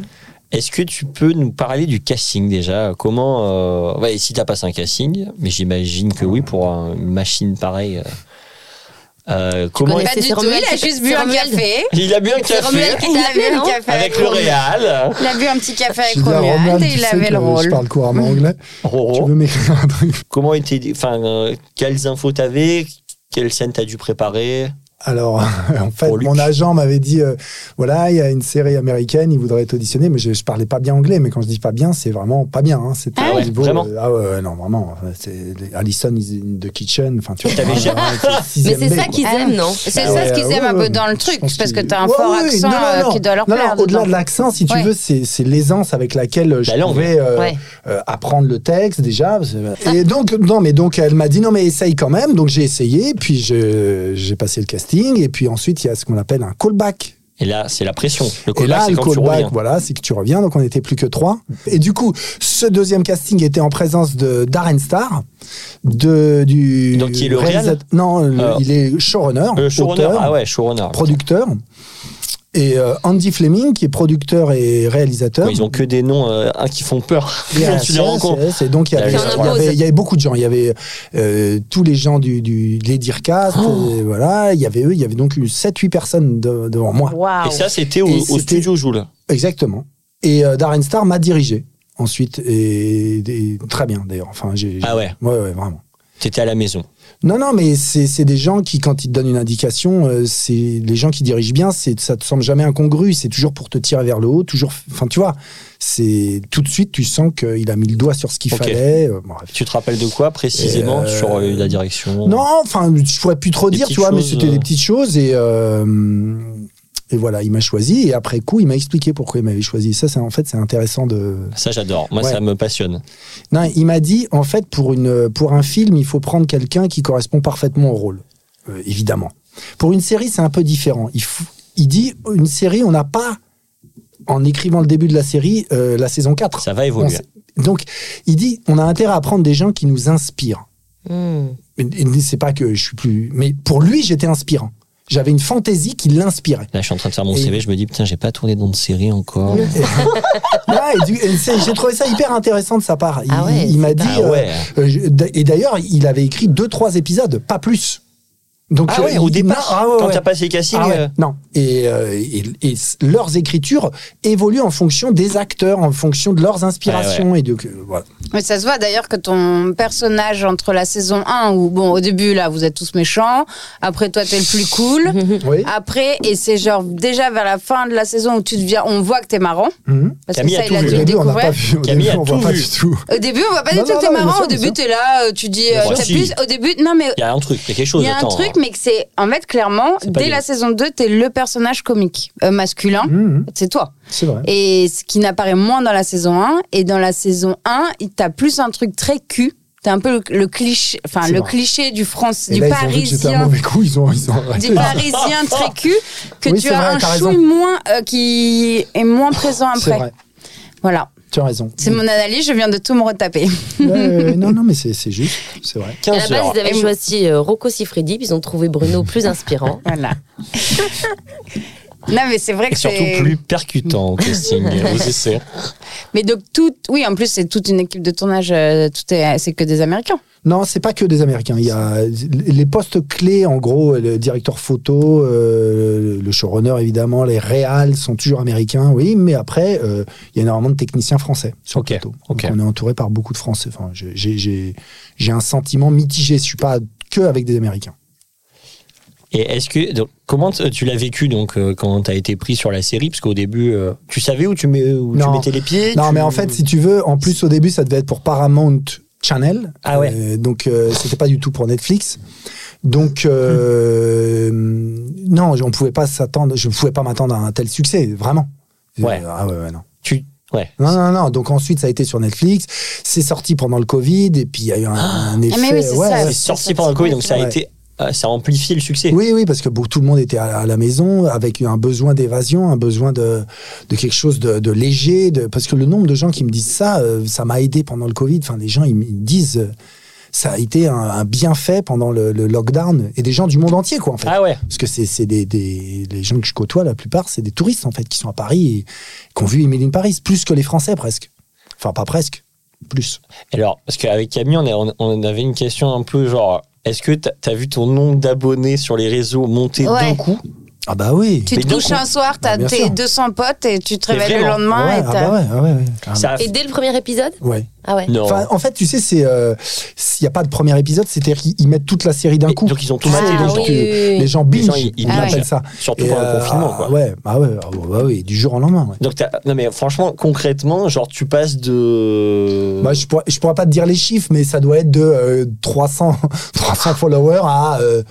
Speaker 1: Est-ce que tu peux nous parler du casting déjà Comment euh, ouais, Si t'as passé un casting, mais j'imagine que oui pour un- une machine pareille. euh, euh, comment
Speaker 4: connais-
Speaker 2: Pas
Speaker 4: c'est
Speaker 2: du tout,
Speaker 4: Romuald,
Speaker 2: il a juste bu
Speaker 4: c'est
Speaker 2: un
Speaker 4: Romuald.
Speaker 2: café.
Speaker 1: il a bu un
Speaker 4: C'est
Speaker 1: café
Speaker 4: Romuald qui
Speaker 2: Il
Speaker 4: t'a
Speaker 2: a bu
Speaker 4: appelé,
Speaker 2: un
Speaker 4: non
Speaker 2: café
Speaker 1: avec le
Speaker 2: Romuald.
Speaker 1: Real.
Speaker 2: Il a bu un petit café
Speaker 5: Je
Speaker 2: avec
Speaker 5: dis à
Speaker 2: Romuald
Speaker 5: Romuald,
Speaker 2: et
Speaker 5: tu
Speaker 2: Bah, il
Speaker 5: sais
Speaker 2: avait
Speaker 5: que
Speaker 2: le
Speaker 5: Je
Speaker 2: rôle.
Speaker 5: parle couramment anglais. Tu
Speaker 1: Roro,
Speaker 5: veux m'écrire un truc
Speaker 1: comment était, enfin, euh, quelles infos t'avais Quelle scène t'as dû préparer
Speaker 5: Alors, euh, en fait,
Speaker 1: Pour Oh, Luc.
Speaker 5: mon agent m'avait dit euh, voilà, il y a une série américaine, il voudrait t'auditionner, mais je, je parlais pas bien anglais. Mais quand je dis pas bien, c'est vraiment pas bien. Hein. C'était
Speaker 1: Ah
Speaker 5: au
Speaker 1: ouais,
Speaker 5: niveau,
Speaker 1: vraiment
Speaker 5: euh, ah ouais, ouais, non, vraiment. enfin, c'est les- Allison is in the kitchen. Enfin, tu vois,
Speaker 1: T'avais
Speaker 5: vraiment,
Speaker 1: jamais-
Speaker 5: c'est
Speaker 4: Mais
Speaker 5: sixième
Speaker 4: c'est
Speaker 5: B,
Speaker 4: ça
Speaker 5: quoi.
Speaker 4: qu'ils
Speaker 2: Ah.
Speaker 4: aiment, non
Speaker 2: C'est
Speaker 5: Ah
Speaker 2: ça
Speaker 5: ouais,
Speaker 2: ce qu'ils
Speaker 5: ouais,
Speaker 2: aiment un
Speaker 5: ouais,
Speaker 2: peu dans le
Speaker 5: je
Speaker 2: truc,
Speaker 5: pense
Speaker 2: parce que
Speaker 5: qu'il-
Speaker 2: t'as un
Speaker 5: Ouais,
Speaker 2: fort
Speaker 5: ouais,
Speaker 2: accent
Speaker 5: non, non,
Speaker 2: euh,
Speaker 5: non.
Speaker 2: qui doit leur
Speaker 5: Non, non,
Speaker 2: plaire.
Speaker 5: Au-delà
Speaker 2: dedans.
Speaker 5: de l'accent, si tu
Speaker 2: Ouais.
Speaker 5: veux, c'est c'est l'aisance avec laquelle je
Speaker 1: La langue.
Speaker 5: pouvais euh,
Speaker 4: Ouais.
Speaker 5: euh, apprendre le texte déjà. parce
Speaker 2: Ah.
Speaker 5: que- Et donc, non, mais donc elle m'a dit non, mais essaye quand même. Donc j'ai essayé, puis je- j'ai passé le casting, et puis ensuite il y a ce qu'on appelle un callback.
Speaker 1: Et là, c'est la pression. Le
Speaker 5: Et
Speaker 1: callback,
Speaker 5: là,
Speaker 1: c'est
Speaker 5: le
Speaker 1: quand tu
Speaker 5: callback,
Speaker 1: reviens.
Speaker 5: voilà, c'est que tu reviens. Donc, on n'était plus que trois. Et du coup, ce deuxième casting était en présence de Darren Star, de, du.
Speaker 1: Donc, qui est le réal
Speaker 5: réalisat- Non, le-
Speaker 1: Alors.
Speaker 5: il est showrunner,
Speaker 1: Le showrunner,
Speaker 5: auteur,
Speaker 1: ah ouais, showrunner.
Speaker 5: producteur. Et euh, Andy Fleming, qui est producteur et réalisateur.
Speaker 1: Ouais, Ils ont que des noms euh, hein, qui font peur.
Speaker 5: Et
Speaker 1: Quand tu les
Speaker 5: ACS,
Speaker 1: rencontres.
Speaker 5: Et donc, il y,
Speaker 1: Là,
Speaker 5: avait,
Speaker 1: j'en
Speaker 5: il, y
Speaker 1: impose.
Speaker 5: avait, il y avait beaucoup de gens. Il y avait euh, tous les gens du, du de l'Edircast. et Voilà, il y avait eux. Il y avait donc 7-8 personnes de- devant moi.
Speaker 1: Et ça, c'était au,
Speaker 5: Et
Speaker 1: au
Speaker 5: c'était-
Speaker 1: studio Joule.
Speaker 5: Exactement. Et euh, Darren Star m'a dirigé ensuite, et, et très bien d'ailleurs. Enfin, j'ai, j'ai-
Speaker 1: Ah ouais.
Speaker 5: ouais, ouais, vraiment.
Speaker 1: T'étais à la maison.
Speaker 5: Non, non, mais c'est, c'est des gens qui, quand ils te donnent une indication, euh, c'est les gens qui dirigent bien, c'est, ça te semble jamais incongru, c'est toujours pour te tirer vers le haut, toujours. Enfin, tu vois, c'est tout de suite, tu sens qu'il a mis le doigt sur ce qu'il
Speaker 1: Ok.
Speaker 5: fallait. euh, bref.
Speaker 1: Tu te rappelles de quoi précisément
Speaker 5: Euh,
Speaker 1: sur euh, la direction
Speaker 5: Non, enfin, je pourrais plus trop
Speaker 1: Des
Speaker 5: dire, tu
Speaker 1: petites
Speaker 5: vois, mais
Speaker 1: choses,
Speaker 5: c'était
Speaker 1: euh.
Speaker 5: des petites choses et. euh, et voilà, il m'a choisi et après coup, il m'a expliqué pourquoi il m'avait choisi. Ça, c'est en fait, c'est intéressant de,
Speaker 1: Ça, j'adore. Moi,
Speaker 5: Ouais.
Speaker 1: ça me passionne.
Speaker 5: Non, il m'a dit, en fait, pour, une, pour un film, il faut prendre quelqu'un qui correspond parfaitement au rôle, Euh, évidemment. Pour une série, c'est un peu différent. Il, faut- il dit, une série, on n'a pas, en écrivant le début de la série, euh, la saison 4.
Speaker 1: Ça va
Speaker 5: On
Speaker 1: évoluer.
Speaker 5: sait- donc, il dit, on a intérêt à prendre des gens qui nous inspirent.
Speaker 4: Hmm.
Speaker 5: Et- et C'est pas que je suis plus... Mais pour lui, j'étais inspirant. J'avais une fantaisie qui l'inspirait.
Speaker 1: Là, je suis en train de faire mon
Speaker 5: Et-
Speaker 1: CV. Je me dis, putain, j'ai pas tourné dans de série
Speaker 4: Oh.
Speaker 1: encore.
Speaker 5: Ah, et du- et c'est- J'ai trouvé ça hyper intéressant de sa part. Il,
Speaker 4: Ah ouais,
Speaker 5: il m'a
Speaker 4: c'est
Speaker 5: dit...
Speaker 1: Ah
Speaker 5: euh,
Speaker 1: ouais.
Speaker 5: Euh, je- d- Et d'ailleurs, il avait écrit deux, trois épisodes, pas plus. Donc,
Speaker 1: Ah
Speaker 5: euh,
Speaker 1: ouais, au
Speaker 5: il-
Speaker 1: départ,
Speaker 5: non, ah ouais,
Speaker 1: quand
Speaker 5: ouais.
Speaker 1: t'as passé le casting,
Speaker 5: Ah ouais,
Speaker 1: euh,
Speaker 5: non. Et, euh, et- et s- leurs écritures évoluent en fonction des acteurs, en fonction de leurs
Speaker 1: Ah
Speaker 5: inspirations. Et donc, euh, voilà.
Speaker 2: Mais ça se voit d'ailleurs que ton personnage entre la saison 1 où, bon, au début, là, vous êtes tous méchants. Après, toi, t'es le plus cool.
Speaker 5: Oui.
Speaker 2: Ah. Après, et c'est genre déjà vers la fin de la saison où tu deviens, on voit que t'es marrant.
Speaker 5: Mhm.
Speaker 2: Parce
Speaker 1: Camille
Speaker 2: que
Speaker 1: a
Speaker 2: ça, il
Speaker 1: tout
Speaker 2: a
Speaker 1: vu.
Speaker 2: dû
Speaker 5: Au
Speaker 2: le
Speaker 5: début, on n'a
Speaker 2: découvrir.
Speaker 5: pas vu. Au
Speaker 1: Camille
Speaker 5: début,
Speaker 1: a
Speaker 5: on voit
Speaker 1: tout
Speaker 5: pas
Speaker 1: vu.
Speaker 5: du tout.
Speaker 2: Au début, on voit pas du
Speaker 5: Non,
Speaker 2: tout
Speaker 5: non,
Speaker 2: que t'es
Speaker 5: non, bien
Speaker 2: marrant.
Speaker 5: sûr,
Speaker 2: Au
Speaker 5: bien
Speaker 2: début,
Speaker 5: sûr.
Speaker 2: t'es là, euh, tu dis, euh,
Speaker 1: Bien
Speaker 2: t'as
Speaker 1: sûr.
Speaker 2: plus. Au début, non, mais
Speaker 1: il y a un truc, il y a quelque chose.
Speaker 2: il y a un
Speaker 1: attends. hein,
Speaker 2: truc,
Speaker 5: hein.
Speaker 2: mais que c'est, en fait, clairement,
Speaker 1: C'est pas
Speaker 2: dès
Speaker 1: gay.
Speaker 2: la saison 2, t'es le personnage comique euh, masculin.
Speaker 5: Mhm,
Speaker 2: C'est toi.
Speaker 5: C'est vrai.
Speaker 2: Et ce qui n'apparaît moins dans la saison 1. Et dans la saison 1, il t'a plus un truc très cul. T'as un peu le, le cliché, enfin,
Speaker 5: C'est
Speaker 2: le
Speaker 5: vrai.
Speaker 2: cliché du, France,
Speaker 5: Et
Speaker 2: du
Speaker 5: là, ils ont vu que c'était un
Speaker 2: parisien.
Speaker 5: mauvais coup, ils ont, ils ont arrêté.
Speaker 2: Du parisien très cul, que
Speaker 5: Oui,
Speaker 2: tu
Speaker 5: c'est
Speaker 2: as
Speaker 5: vrai,
Speaker 2: un
Speaker 5: t'as
Speaker 2: chouille
Speaker 5: raison.
Speaker 2: moins, euh, qui est moins présent
Speaker 5: C'est
Speaker 2: après.
Speaker 5: vrai, Mm.
Speaker 2: Voilà.
Speaker 5: tu as raison. Mmh.
Speaker 2: C'est mon analyse, je viens de tout me retaper.
Speaker 5: Euh, non, non, mais c'est c'est juste, c'est vrai.
Speaker 4: Et à
Speaker 1: 15
Speaker 4: la base,
Speaker 1: heures.
Speaker 4: ils avaient
Speaker 2: Et-
Speaker 4: choisi euh, Rocco Siffredi, puis ils ont trouvé Bruno plus inspirant.
Speaker 2: Voilà. Non, mais c'est vrai
Speaker 1: Et
Speaker 2: que
Speaker 1: surtout
Speaker 2: c'est.
Speaker 1: plus percutant au casting, aux essais.
Speaker 2: Mais donc, tout. Oui, en plus, c'est toute une équipe de tournage. euh, tout est... C'est que des Américains.
Speaker 5: Non, c'est pas que des Américains. Il y a les postes clés, en gros, le directeur photo, euh, le showrunner évidemment, les réals sont toujours américains, oui, mais après, euh, il y a énormément de techniciens français sur
Speaker 1: Ok,
Speaker 5: le plateau.
Speaker 1: ok.
Speaker 5: Donc, on est entouré par beaucoup de Français. Enfin, j'ai- j'ai- j'ai j'ai un sentiment mitigé. Je suis pas que avec des Américains.
Speaker 1: Et est-ce que donc, comment t- tu l'as vécu donc euh, quand t'as été pris sur la série parce qu'au début euh, tu savais où tu, mets- où tu
Speaker 5: Non.
Speaker 1: mettais les pieds
Speaker 5: Non,
Speaker 1: tu-
Speaker 5: mais en fait, si tu veux, en plus au début, ça devait être pour Paramount Channel.
Speaker 1: Ah ouais.
Speaker 5: Euh, donc euh, c'était pas du tout pour Netflix. Donc euh, non, on pouvait pas s'attendre, je pouvais pas m'attendre à un tel succès, vraiment.
Speaker 1: Ouais.
Speaker 5: Euh, ah ouais, ouais, non.
Speaker 1: tu ouais
Speaker 5: Non, non, non. Donc ensuite, ça a été sur Netflix. C'est sorti pendant le Covid et puis il y a eu un,
Speaker 1: Ah.
Speaker 5: un effet.
Speaker 2: Ah, mais oui, c'est
Speaker 5: ouais,
Speaker 2: ça.
Speaker 5: ouais.
Speaker 1: c'est sorti pendant le Covid donc ça a
Speaker 5: Ouais.
Speaker 1: été euh, ça a amplifié le succès
Speaker 5: Oui, oui, parce que bon, tout le monde était à, à la maison avec un besoin d'évasion, un besoin de, de quelque chose de, de léger. de- parce que le nombre de gens qui me disent ça, euh, ça m'a aidé pendant le Covid. Enfin, les gens, ils me ils me disent, euh, ça a été un, un bienfait pendant le, le lockdown. Et des gens du monde entier, quoi, en fait.
Speaker 1: ah ouais
Speaker 5: Parce que c'est c'est des, des- les gens que je côtoie, la plupart, c'est des touristes, en fait, qui sont à Paris et qui ont vu Emily in Paris, plus que les Français, presque. Enfin, pas presque, plus.
Speaker 1: alors parce qu'avec Camille on, a- on avait une question un peu genre est-ce que t'as as vu ton nombre d'abonnés sur les réseaux monter
Speaker 2: Ouais.
Speaker 1: d'un coup
Speaker 5: Ah bah oui
Speaker 2: Tu
Speaker 1: Mais
Speaker 2: te
Speaker 1: donc,
Speaker 2: couches
Speaker 1: on-
Speaker 2: un soir, t'as
Speaker 5: Ah, bien
Speaker 2: tes
Speaker 5: sûr.
Speaker 2: 200 potes et tu te
Speaker 1: Mais
Speaker 2: réveilles le
Speaker 1: vraiment.
Speaker 2: lendemain
Speaker 5: ouais,
Speaker 2: et
Speaker 5: ah
Speaker 2: t'as.
Speaker 5: bah ouais, ah ouais, ouais. carrément.
Speaker 1: ça a-
Speaker 4: Et dès le premier épisode
Speaker 5: Ouais.
Speaker 4: Ah ouais.
Speaker 1: non
Speaker 5: Enfin, en fait, tu sais, c'est euh, s'il n'y a pas de premier épisode, c'est-à-dire qu'ils ils mettent toute la série d'un
Speaker 1: Et
Speaker 5: coup.
Speaker 1: donc ils ont tout
Speaker 5: Ah,
Speaker 1: maté les
Speaker 5: oui,
Speaker 1: gens.
Speaker 5: oui, Les gens binge,
Speaker 1: Les gens, ils- ils
Speaker 5: on
Speaker 2: binge.
Speaker 5: appelle ça.
Speaker 1: surtout
Speaker 5: Et,
Speaker 1: pendant le
Speaker 5: euh,
Speaker 1: confinement quoi
Speaker 5: Ouais, bah ouais, ah ouais, bah ouais, du jour au lendemain. ouais.
Speaker 1: donc t'as- non mais franchement concrètement genre tu passes de
Speaker 5: Moi, Bah, je pourrais, je pourrais pas te dire les chiffres, mais ça doit être de euh, 300, 300 followers à euh,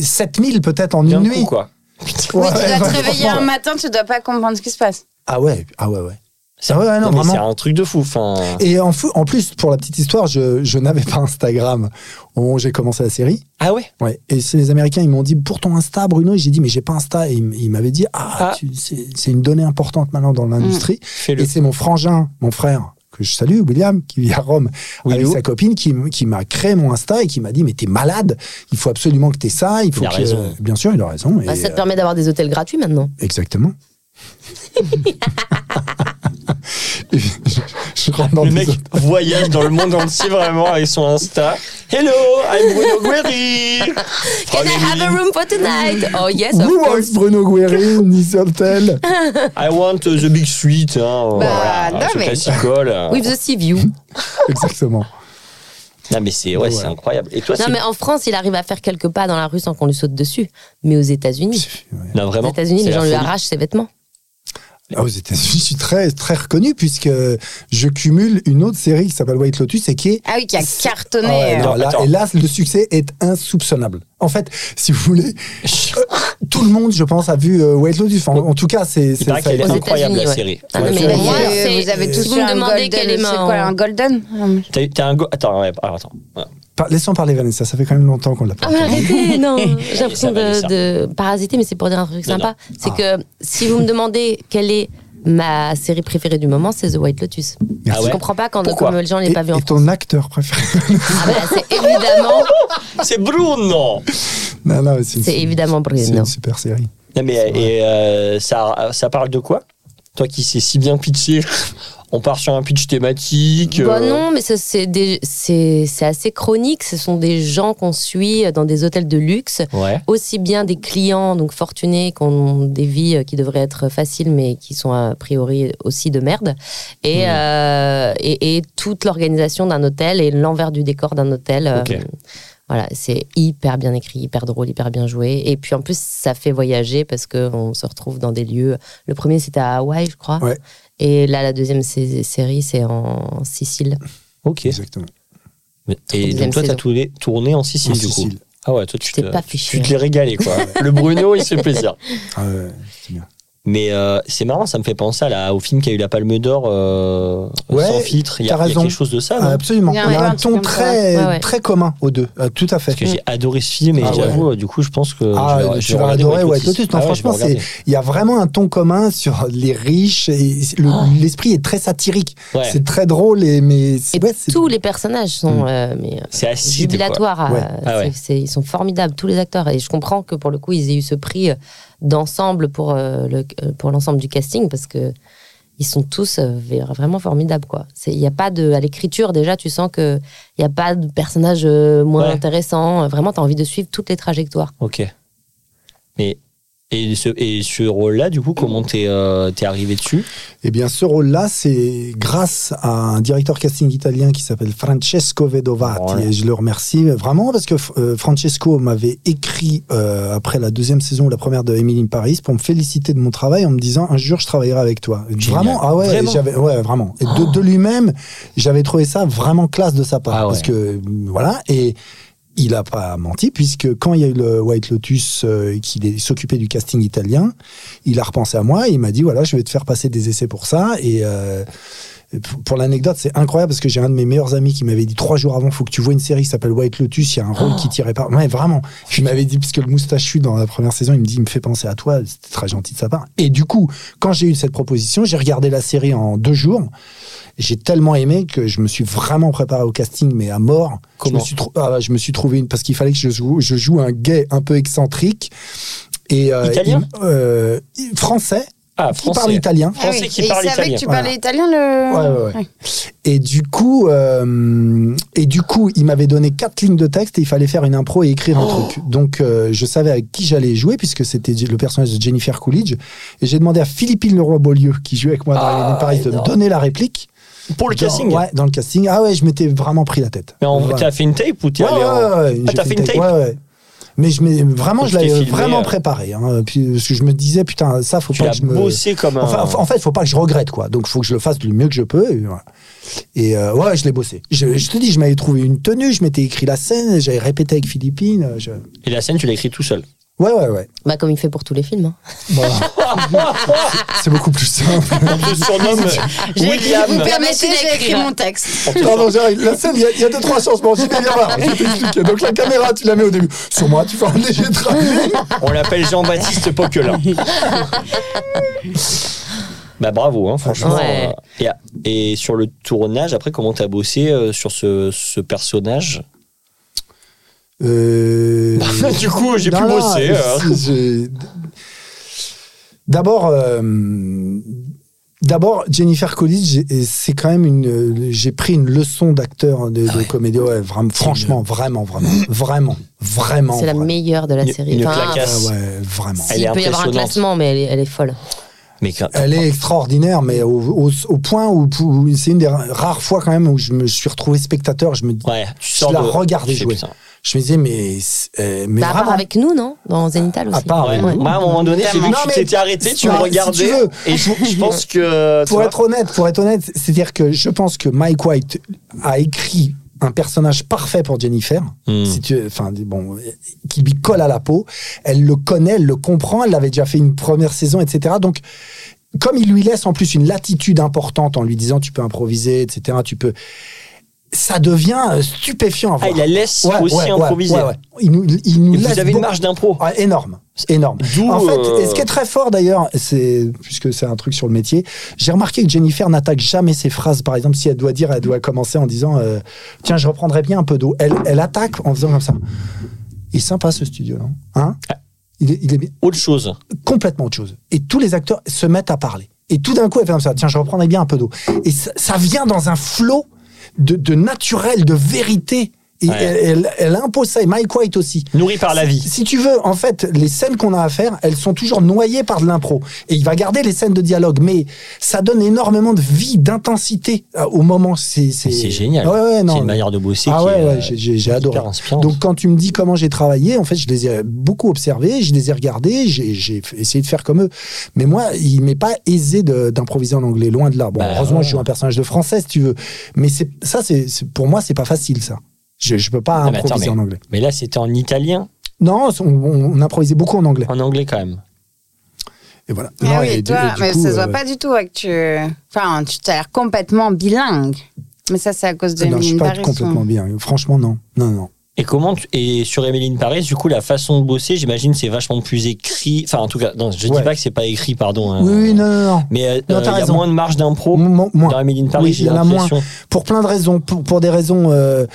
Speaker 5: 7000 peut-être en
Speaker 1: d'un
Speaker 5: une
Speaker 1: coup,
Speaker 5: nuit.
Speaker 1: quoi
Speaker 2: Oui,
Speaker 5: Ouais,
Speaker 2: tu dois
Speaker 5: ouais,
Speaker 2: te réveiller un
Speaker 5: franchement.
Speaker 2: matin, tu dois pas comprendre ce qui se passe.
Speaker 5: Ah ouais, ah ouais, ouais.
Speaker 1: c'est
Speaker 5: Ah ouais, ouais, non,
Speaker 1: mais
Speaker 5: vraiment.
Speaker 1: c'est un truc de fou enfin
Speaker 5: Et en, fou- en plus, pour la petite histoire, je, je n'avais pas Instagram au moment où j'ai commencé la série.
Speaker 1: ah ouais
Speaker 5: Ouais. Et c'est les Américains, ils m'ont dit pour ton Insta, Bruno. Et j'ai dit mais j'ai pas Insta. Et ils m- ils m'avaient dit ah,
Speaker 1: Ah. Mmh.
Speaker 5: tu- c'est c'est une donnée importante maintenant dans l'industrie.
Speaker 1: fais-le
Speaker 5: Et c'est mon frangin, mon frère que je salue, William, qui vit à Rome, avec
Speaker 1: Willow.
Speaker 5: sa copine, qui, m- qui m'a créé mon Insta et qui m'a dit mais t'es malade. Il faut absolument que t'aies ça. Il faut
Speaker 1: Il a
Speaker 5: que-
Speaker 1: raison.
Speaker 5: bien sûr, il a raison.
Speaker 4: Bah,
Speaker 5: et,
Speaker 4: ça te permet d'avoir des hôtels gratuits maintenant.
Speaker 1: Oh,
Speaker 5: euh, exactement. Et je, je rentre dans
Speaker 1: Le
Speaker 5: des
Speaker 1: mec
Speaker 5: autres-
Speaker 1: voyage dans le monde entier vraiment avec son Insta. Hello, I'm Bruno Guerri.
Speaker 4: Can I have a room for tonight? Oh yes, of
Speaker 5: Who
Speaker 4: course.
Speaker 5: wants Bruno Guéry, Nice Hotel
Speaker 1: I want uh, the big suite. Hein,
Speaker 2: Bah,
Speaker 1: voilà,
Speaker 2: non,
Speaker 1: ce
Speaker 2: mais-
Speaker 1: classicole. euh.
Speaker 4: With the sea view.
Speaker 5: Exactement.
Speaker 1: Non mais c'est ouais,
Speaker 5: Ouais.
Speaker 1: c'est incroyable. Et toi,
Speaker 4: Non,
Speaker 1: c'est
Speaker 4: mais en France, il arrive à faire quelques pas dans la rue sans qu'on lui saute dessus. Mais aux États-Unis,
Speaker 1: non,
Speaker 4: aux
Speaker 1: vraiment.
Speaker 4: États-Unis,
Speaker 1: c'est
Speaker 4: les
Speaker 1: la
Speaker 4: gens lui
Speaker 1: folie.
Speaker 4: arrachent ses vêtements.
Speaker 5: euh, Ah, aux États-Unis, je suis très, très reconnu puisque je cumule une autre série qui s'appelle White Lotus et qui est.
Speaker 2: Ah oui, qui a cartonné.
Speaker 5: Ah ouais,
Speaker 2: euh,
Speaker 5: non, là,
Speaker 1: Attends.
Speaker 5: et là, le succès est insoupçonnable. En fait, si vous voulez, euh, tout le monde, je pense, a vu euh, White Lotus. Enfin, en tout cas, c'est.
Speaker 1: Il
Speaker 5: c'est-
Speaker 1: paraît
Speaker 5: ça a
Speaker 1: qu'elle est
Speaker 5: été-
Speaker 4: Aux
Speaker 1: incroyable la
Speaker 4: États-Unis, ouais.
Speaker 1: série.
Speaker 4: Ah, non, mais
Speaker 5: Ouais,
Speaker 4: moi,
Speaker 2: euh,
Speaker 4: c'est-
Speaker 2: vous avez
Speaker 4: si
Speaker 2: tous
Speaker 4: vous
Speaker 2: eu
Speaker 4: me
Speaker 2: un
Speaker 4: demandez quel est
Speaker 2: golden. C'est
Speaker 4: ma-
Speaker 2: quoi un golden Hum.
Speaker 1: T'as eu- t'as un go... attends ouais, alors, attends. Ouais.
Speaker 5: Par- Laissons parler Vanessa, ça fait quand même longtemps qu'on l'a pas.
Speaker 4: Ah, mais arrêtez, non. J'ai
Speaker 1: Ça
Speaker 4: l'impression
Speaker 1: va aller, ça.
Speaker 4: de, de parasiter, mais c'est pour dire un truc
Speaker 1: Non,
Speaker 4: sympa.
Speaker 1: Ah.
Speaker 4: C'est que si vous me demandez quelle est ma série préférée du moment, c'est The White Lotus.
Speaker 1: Ah ouais
Speaker 4: Je comprends pas quand
Speaker 1: Pourquoi
Speaker 4: comme les gens ne
Speaker 5: Et,
Speaker 4: l'ont pas vu en
Speaker 5: et
Speaker 4: France.
Speaker 5: ton acteur préféré
Speaker 4: Ah bah, c'est évidemment,
Speaker 1: C'est Bruno.
Speaker 5: Non, non, mais c'est une-
Speaker 4: c'est évidemment
Speaker 5: c'est une
Speaker 4: Bruno.
Speaker 5: super série.
Speaker 1: Non mais
Speaker 5: C'est vrai.
Speaker 1: et euh, ça ça parle de quoi Toi qui sais si bien pitcher, on part sur un pitch thématique.
Speaker 4: Bah
Speaker 1: euh,
Speaker 4: non, mais ça, c'est des- c'est c'est assez chronique. Ce sont des gens qu'on suit dans des hôtels de luxe,
Speaker 1: Ouais.
Speaker 4: aussi bien des clients donc fortunés qui ont des vies euh, qui devraient être faciles, mais qui sont a priori aussi de merde, et,
Speaker 5: Hmm.
Speaker 4: euh, et, et toute l'organisation d'un hôtel et l'envers du décor d'un hôtel. euh,
Speaker 1: Ok.
Speaker 4: Voilà, c'est hyper bien écrit, hyper drôle, hyper bien joué. Et puis en plus, ça fait voyager parce qu'on se retrouve dans des lieux. Le premier, c'était à Hawaï, je crois.
Speaker 5: Ouais.
Speaker 4: Et là, la deuxième sé- série, c'est en Sicile.
Speaker 1: Ok.
Speaker 5: Exactement.
Speaker 1: Et
Speaker 4: Deuxième
Speaker 1: donc toi, t'as
Speaker 4: saison.
Speaker 1: tourné, tourné en Sicile
Speaker 5: En
Speaker 1: du coup.
Speaker 5: Sicile.
Speaker 1: Ah ouais, toi tu
Speaker 4: t'es
Speaker 1: te,
Speaker 4: pas fait
Speaker 1: tu
Speaker 4: chier.
Speaker 1: te l'es régalé quoi. Le Bruno, il se fait plaisir.
Speaker 5: Ah ouais, c'est bien.
Speaker 1: Mais euh, c'est marrant, ça me fait penser à la- au film qui a eu la Palme d'Or euh,
Speaker 5: Ouais,
Speaker 1: sans filtre. Il y,
Speaker 5: t'as
Speaker 1: a- il y a
Speaker 5: raison.
Speaker 1: quelque chose de ça. non
Speaker 5: Ah, absolument.
Speaker 2: Il
Speaker 5: Il
Speaker 2: y
Speaker 5: y
Speaker 2: a
Speaker 5: a
Speaker 2: un-
Speaker 5: un,
Speaker 2: un truc
Speaker 5: ton
Speaker 2: comme ça.
Speaker 5: très,
Speaker 4: Ouais, ouais.
Speaker 5: très commun aux deux. Ah, tout à fait.
Speaker 1: Parce que j'ai adoré ce film et
Speaker 5: Ah ouais.
Speaker 1: j'avoue, euh, du coup, je pense que
Speaker 5: Ah,
Speaker 1: je vais,
Speaker 5: tu vas adorer White Lotus. Non,
Speaker 1: Ah ouais,
Speaker 5: franchement,
Speaker 1: je vais regarder.
Speaker 5: Il y a vraiment un ton commun sur les riches. et le-
Speaker 2: Oh.
Speaker 5: L'esprit est très satirique.
Speaker 1: Ouais,
Speaker 5: C'est très drôle, et, mais c'est-
Speaker 4: Et
Speaker 5: ouais, c'est- Hmm.
Speaker 4: tous les personnages sont euh, mais, euh,
Speaker 1: c'est acide. quoi.
Speaker 4: jubilatoires. à-
Speaker 5: Ouais.
Speaker 1: Ah ouais.
Speaker 4: c'est- c'est- ils sont formidables, tous les acteurs. Et je comprends que pour le coup, ils aient eu ce prix euh, d'ensemble pour euh, le- euh, pour l'ensemble du casting parce que ils sont tous euh, vraiment formidables quoi. C'est- Il y a pas de à l'écriture déjà tu sens que il y a pas de personnage euh, moins
Speaker 1: Ouais.
Speaker 4: intéressant. Vraiment tu as envie de suivre toutes les trajectoires.
Speaker 1: Ok. Mais et ce, et ce rôle-là, du coup, comment t'es euh, t'es arrivé dessus
Speaker 5: Eh bien, ce rôle-là, c'est grâce à un directeur casting italien qui s'appelle Francesco Vedovati.
Speaker 1: Voilà.
Speaker 5: Et je le remercie vraiment parce que euh, Francesco m'avait écrit euh, après la deuxième saison ou la première de Emily in Paris pour me féliciter de mon travail en me disant un jour je travaillerai avec toi. Et
Speaker 1: Génial.
Speaker 5: Vraiment Ah ouais,
Speaker 1: Vraiment
Speaker 5: j'avais ouais, vraiment. Et de, de lui-même, j'avais trouvé ça vraiment classe de sa part
Speaker 1: Ah ouais.
Speaker 5: parce que euh, voilà et il a pas menti puisque quand il y a eu le White Lotus euh, et qu'il est- s'occupait du casting italien, il a repensé à moi et il m'a dit voilà je vais te faire passer des essais pour ça et euh, pour- pour l'anecdote c'est incroyable parce que j'ai un de mes meilleurs amis qui m'avait dit trois jours avant faut que tu vois une série qui s'appelle White Lotus il y a un rôle
Speaker 1: Ah.
Speaker 5: qui tirait pas ouais vraiment je m'avais dit puisque le moustachu dans la première saison il me dit il me fait penser à toi c'était très gentil de sa part et du coup quand j'ai eu cette proposition j'ai regardé la série en deux jours j'ai tellement aimé que je me suis vraiment préparé au casting, mais à mort.
Speaker 1: Comment
Speaker 5: je me suis, trou- ah, je me suis trouvé une parce qu'il fallait que je joue, je joue un gay un peu excentrique et euh,
Speaker 1: Italien
Speaker 5: il- euh, il- français,
Speaker 1: Ah,
Speaker 5: qui parle
Speaker 1: français.
Speaker 5: italien.
Speaker 1: Français
Speaker 2: Ah oui,
Speaker 1: qui
Speaker 2: et
Speaker 1: parle
Speaker 2: il savait
Speaker 1: italien.
Speaker 2: que tu parlais italien le.
Speaker 5: Ouais, ouais, Et du coup, euh, et du coup, il m'avait donné quatre lignes de texte et il fallait faire une impro et écrire un
Speaker 1: Oh.
Speaker 5: truc. Donc, euh, je savais avec qui j'allais jouer puisque c'était le personnage de Jennifer Coolidge. Et j'ai demandé à Philippine Leroy-Beaulieu qui jouait avec moi dans
Speaker 1: Ah,
Speaker 5: Emily in Paris de me
Speaker 1: énorme.
Speaker 5: donner la réplique.
Speaker 1: Pour le
Speaker 5: Dans-
Speaker 1: casting.
Speaker 5: Ouais, dans le casting. Ah ouais, je m'étais vraiment pris la tête.
Speaker 1: Mais en-
Speaker 5: Voilà.
Speaker 1: t'as fait une tape ou t'es
Speaker 5: Ouais,
Speaker 1: allé en-
Speaker 5: ouais, ouais,
Speaker 1: Ah,
Speaker 5: j'ai
Speaker 1: t'as fait une tape
Speaker 5: Ouais, ouais. Mais je m'ai- vraiment,
Speaker 1: Donc,
Speaker 5: je
Speaker 1: tu t'es
Speaker 5: l'avais
Speaker 1: filmé,
Speaker 5: vraiment
Speaker 1: euh,
Speaker 5: préparé. hein. Puis, parce que je me disais, putain, ça, faut
Speaker 1: Tu
Speaker 5: pas
Speaker 1: l'as
Speaker 5: que je me.
Speaker 1: bossé comme un.
Speaker 5: Enfin, en fait, faut pas que je regrette, quoi. Donc, faut que je le fasse le mieux que je peux. Et, voilà. Et, euh, ouais, je l'ai bossé. Je, je te dis, je m'avais trouvé une tenue, je m'étais écrit la scène, j'avais répété avec Philippine. euh, je-
Speaker 1: Et la scène, tu l'as écrit tout seul.
Speaker 5: Ouais, ouais, ouais.
Speaker 4: Bah comme il fait pour tous les films. hein.
Speaker 5: Voilà. C'est beaucoup plus simple.
Speaker 1: On te surnomme
Speaker 2: J'ai écrit, vous
Speaker 1: William.
Speaker 2: permettez, j'ai écrit
Speaker 4: d'écrire.
Speaker 2: mon texte.
Speaker 1: On te surnomme-
Speaker 5: Pardon, j'arrive. La scène, il y a- il y, a deux, trois changements. J'y vais, viens voir. Je vais t'expliquer. Donc, la caméra, tu la mets au début. Sur moi, tu fais un léger travelling.
Speaker 1: On l'appelle Jean-Baptiste Poquelin. bah bravo, hein, franchement.
Speaker 4: Ouais.
Speaker 1: Euh, et à- Et, sur le tournage, après, comment t'as bossé euh, sur ce, ce personnage
Speaker 5: Euh...
Speaker 1: Du coup, j'ai
Speaker 5: Non,
Speaker 1: plus
Speaker 5: non,
Speaker 1: bossé. hein.
Speaker 5: c'est- j'ai- D'abord, euh, d'abord Jennifer Coolidge, j'ai- c'est quand même une. euh, J'ai pris une leçon d'acteur
Speaker 1: Ah
Speaker 5: de, de comédie. Ouais, vraiment, franchement, vraiment, vraiment, vraiment, vraiment.
Speaker 4: C'est la
Speaker 5: vraiment.
Speaker 4: meilleure de la
Speaker 1: Une-
Speaker 4: série.
Speaker 1: une
Speaker 4: Enfin,
Speaker 1: claquasse.
Speaker 5: Ah ouais, vraiment.
Speaker 1: Elle
Speaker 4: il
Speaker 1: est
Speaker 4: peut y avoir un
Speaker 1: impressionnante.
Speaker 4: classement, mais elle est, elle est folle.
Speaker 1: Mais quand-
Speaker 5: Elle est extraordinaire, mais au, au- au point où, où c'est une des ra- rares fois quand même où je me suis retrouvé spectateur. Je me,
Speaker 1: Ouais, tu
Speaker 5: je
Speaker 1: sors
Speaker 5: la
Speaker 1: de-
Speaker 5: regardais
Speaker 1: tu fais,
Speaker 5: jouer.
Speaker 1: putain.
Speaker 5: je me disais, mais, c'est- euh, mais
Speaker 4: Bah, à part
Speaker 5: vraiment.
Speaker 4: avec nous, non Dans Zenital aussi.
Speaker 5: À part,
Speaker 1: Ouais.
Speaker 5: ouais.
Speaker 1: Moi, à un moment donné, j'ai vu que
Speaker 5: Non,
Speaker 1: tu
Speaker 5: mais-
Speaker 1: t'étais arrêté, tu me
Speaker 5: si tu
Speaker 1: regardais.
Speaker 5: veux.
Speaker 1: et je, je pense que. tu
Speaker 5: pour
Speaker 1: vois,
Speaker 5: être honnête, pour être honnête, c'est-à-dire que je pense que Mike White a écrit un personnage parfait pour Jennifer,
Speaker 1: Hmm.
Speaker 5: si tu, enfin bon, qui lui colle à la peau. Elle le connaît, elle le comprend. Elle l'avait déjà fait une première saison, etc. Donc comme il lui laisse en plus une latitude importante en lui disant tu peux improviser, etc. Tu peux, ça devient euh, stupéfiant. À
Speaker 1: Ah,
Speaker 5: voir.
Speaker 1: il la laisse
Speaker 5: Ouais,
Speaker 1: aussi
Speaker 5: ouais, ouais,
Speaker 1: improviser.
Speaker 5: ouais, ouais. Il nous, il nous
Speaker 1: Et
Speaker 5: laisse
Speaker 1: Vous avez une
Speaker 5: beaucoup-
Speaker 1: marge d'impro.
Speaker 5: ah, énorme, énorme.
Speaker 1: D'où,
Speaker 5: En fait,
Speaker 1: euh,
Speaker 5: et ce qui est très fort d'ailleurs, c'est puisque c'est un truc sur le métier, j'ai remarqué que Jennifer n'attaque jamais ses phrases. Par exemple, si elle doit dire, elle doit commencer en disant euh, Tiens, je reprendrai bien un peu d'eau. Elle, elle attaque en faisant comme ça. Il est sympa ce studio, non Hein il est, il est bien-
Speaker 1: Autre chose.
Speaker 5: complètement autre chose. Et tous les acteurs se mettent à parler. Et tout d'un coup, elle fait comme ça Tiens, je reprendrai bien un peu d'eau. Et ça, ça vient dans un flot de, de naturel, de vérité. Et
Speaker 1: Ouais.
Speaker 5: elle, elle- elle impose ça. Et Mike White aussi.
Speaker 1: Nourri par la vie.
Speaker 5: Si tu veux, en fait, les scènes qu'on a à faire, elles sont toujours noyées par de l'impro. Et il va garder les scènes de dialogue, mais ça donne énormément de vie, d'intensité euh, au moment. C'est c'est-
Speaker 1: C'est génial.
Speaker 5: Ouais, ouais, non.
Speaker 1: C'est une manière de bosser
Speaker 5: Ah
Speaker 1: qui
Speaker 5: ouais,
Speaker 1: est,
Speaker 5: ouais,
Speaker 1: euh,
Speaker 5: j'ai- j'ai j'ai
Speaker 1: hyper
Speaker 5: adoré.
Speaker 1: inspirante.
Speaker 5: Donc quand tu me dis comment j'ai travaillé, en fait, je les ai beaucoup observés, je les ai regardés, j'ai j'ai f- essayé de faire comme eux. Mais moi, il m'est pas aisé de- d'improviser en anglais, loin de là. Bon,
Speaker 1: Bah,
Speaker 5: heureusement,
Speaker 1: ouais.
Speaker 5: je joue un personnage de français, si tu veux. Mais c'est ça, c'est c'est- pour moi, c'est pas facile ça. Je, je peux pas
Speaker 1: Ah, mais attends,
Speaker 5: improviser en anglais.
Speaker 1: Mais là, c'était en italien,
Speaker 5: Non, on- on- on improvisait beaucoup en anglais.
Speaker 1: en anglais quand même.
Speaker 5: Et voilà.
Speaker 2: Ah
Speaker 5: Non,
Speaker 2: oui,
Speaker 5: et
Speaker 2: et
Speaker 5: du- et
Speaker 2: toi,
Speaker 5: du
Speaker 2: mais
Speaker 5: coup,
Speaker 2: ça se
Speaker 5: euh,
Speaker 2: voit pas du tout avec tu. Enfin, tu t'as l'air complètement bilingue. Mais ça, c'est à cause de
Speaker 5: Non, je
Speaker 2: Emily
Speaker 5: suis
Speaker 2: in
Speaker 5: pas
Speaker 2: Paris,
Speaker 5: complètement
Speaker 2: ou-
Speaker 5: bien. Franchement, non. Non, non.
Speaker 1: Et comment tu- et sur Emeline Paris, du coup, la façon de bosser, j'imagine, c'est vachement plus écrit. Enfin, en tout cas, non, je dis
Speaker 5: Ouais.
Speaker 1: pas que c'est pas écrit, pardon. hein.
Speaker 5: Oui, oui, non, non, non.
Speaker 1: Mais euh,
Speaker 5: Non,
Speaker 1: euh,
Speaker 5: t'as
Speaker 1: il y a
Speaker 5: raison.
Speaker 1: moins de marge d'impro
Speaker 5: Mo- moins.
Speaker 1: dans Emeline Paris.
Speaker 5: Oui,
Speaker 1: j'ai
Speaker 5: il y en a
Speaker 1: l'impression.
Speaker 5: pour plein de raisons, pour, pour des raisons, euh,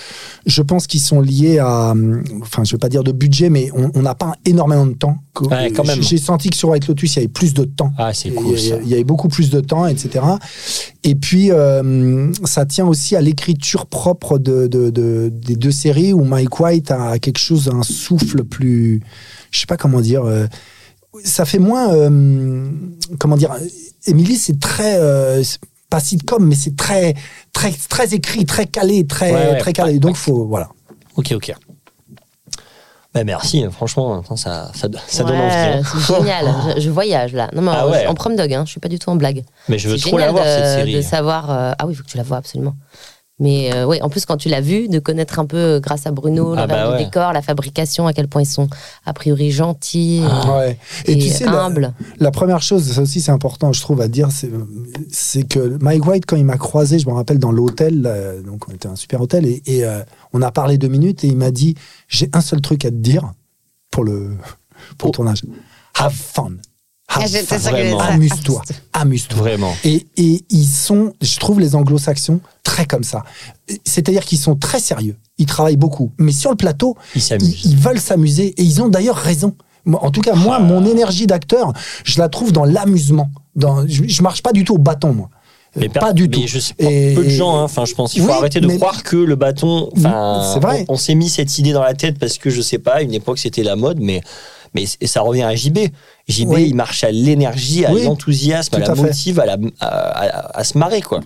Speaker 5: je pense qui sont liées à, hum, enfin, je vais pas dire de budget, mais on on n'a pas énormément de temps. Que-
Speaker 1: Ouais, quand même.
Speaker 5: J'ai senti que sur White Lotus, il y avait plus de temps.
Speaker 1: Ah, c'est
Speaker 5: Il y
Speaker 1: cool. Ça.
Speaker 5: avait- il y avait beaucoup plus de temps, etc. Et puis, euh, ça tient aussi à l'écriture propre de, de- de- des deux séries où Mike White a quelque chose, un souffle plus. Je sais pas comment dire. euh, ça fait moins. euh, comment dire Émilie, c'est très. euh, c'est pas sitcom, mais c'est très, très, très écrit, très calé, très,
Speaker 1: Ouais, ouais,
Speaker 5: très calé. Donc, faut. Voilà.
Speaker 1: Ok, ok. Bah, merci, hein, franchement, attends, ça, ça, ça donne
Speaker 4: Ouais,
Speaker 1: envie. hein.
Speaker 4: C'est génial. Je, je voyage là. Non, mais
Speaker 1: Ah
Speaker 4: en-
Speaker 1: ouais.
Speaker 4: en prom dog, hein, je suis pas du tout en blague.
Speaker 1: Mais je veux
Speaker 4: C'est
Speaker 1: trop la
Speaker 4: génial
Speaker 1: voir, cette
Speaker 4: de, de
Speaker 1: série. hein.
Speaker 4: savoir. euh, ah oui, il faut que tu la vois absolument. Mais euh, oui, en plus, quand tu l'as vue, de connaître un peu, euh, grâce à Bruno,
Speaker 1: Ah
Speaker 4: l'envers
Speaker 1: bah ouais.
Speaker 4: du décor, la fabrication, à quel point ils sont a priori gentils
Speaker 1: Ah,
Speaker 5: Ouais.
Speaker 4: et,
Speaker 5: Et, tu sais, la-
Speaker 4: humbles.
Speaker 5: La première chose, ça aussi c'est important, je trouve, à dire, c'est- c'est que Mike White, quand il m'a croisé, je me rappelle dans l'hôtel, euh, donc on était à un super hôtel, et, et, euh, on a parlé deux minutes, et il m'a dit J'ai un seul truc à te dire pour le, pour le tournage. Have fun. Have
Speaker 2: Oh. Ah, J'étais
Speaker 5: fun.
Speaker 2: sûre que
Speaker 1: vraiment.
Speaker 2: ça-
Speaker 5: Amuse-toi. Amuse-toi.
Speaker 1: Vraiment.
Speaker 5: Et, et ils sont, je trouve les anglo-saxons très comme ça. C'est-à-dire qu'ils sont très sérieux. Ils travaillent beaucoup. Mais sur le plateau,
Speaker 1: Ils
Speaker 5: ils,
Speaker 1: s'amusent.
Speaker 5: ils veulent s'amuser et ils ont d'ailleurs raison. Moi, En tout cas, moi,
Speaker 1: Ah.
Speaker 5: mon énergie d'acteur, je la trouve dans l'amusement. Dans, je, je marche pas du tout au bâton, moi. Euh,
Speaker 1: Mais per-
Speaker 5: pas du
Speaker 1: mais
Speaker 5: tout.
Speaker 1: Je sais pas,
Speaker 5: Et-
Speaker 1: peu de gens, hein, enfin, je pense. Il faut
Speaker 5: Oui,
Speaker 1: arrêter de
Speaker 5: mais-
Speaker 1: croire que le bâton. enfin,
Speaker 5: Oui, c'est vrai.
Speaker 1: On, on s'est mis cette idée dans la tête parce que je sais pas, à une époque c'était la mode, mais. Mais c- ça revient à JB. JB,
Speaker 5: Oui.
Speaker 1: il marche à l'énergie, à
Speaker 5: Oui,
Speaker 1: l'enthousiasme, à
Speaker 5: tout
Speaker 1: la
Speaker 5: à fait.
Speaker 1: motive, à, la, à, à- à se marrer, quoi.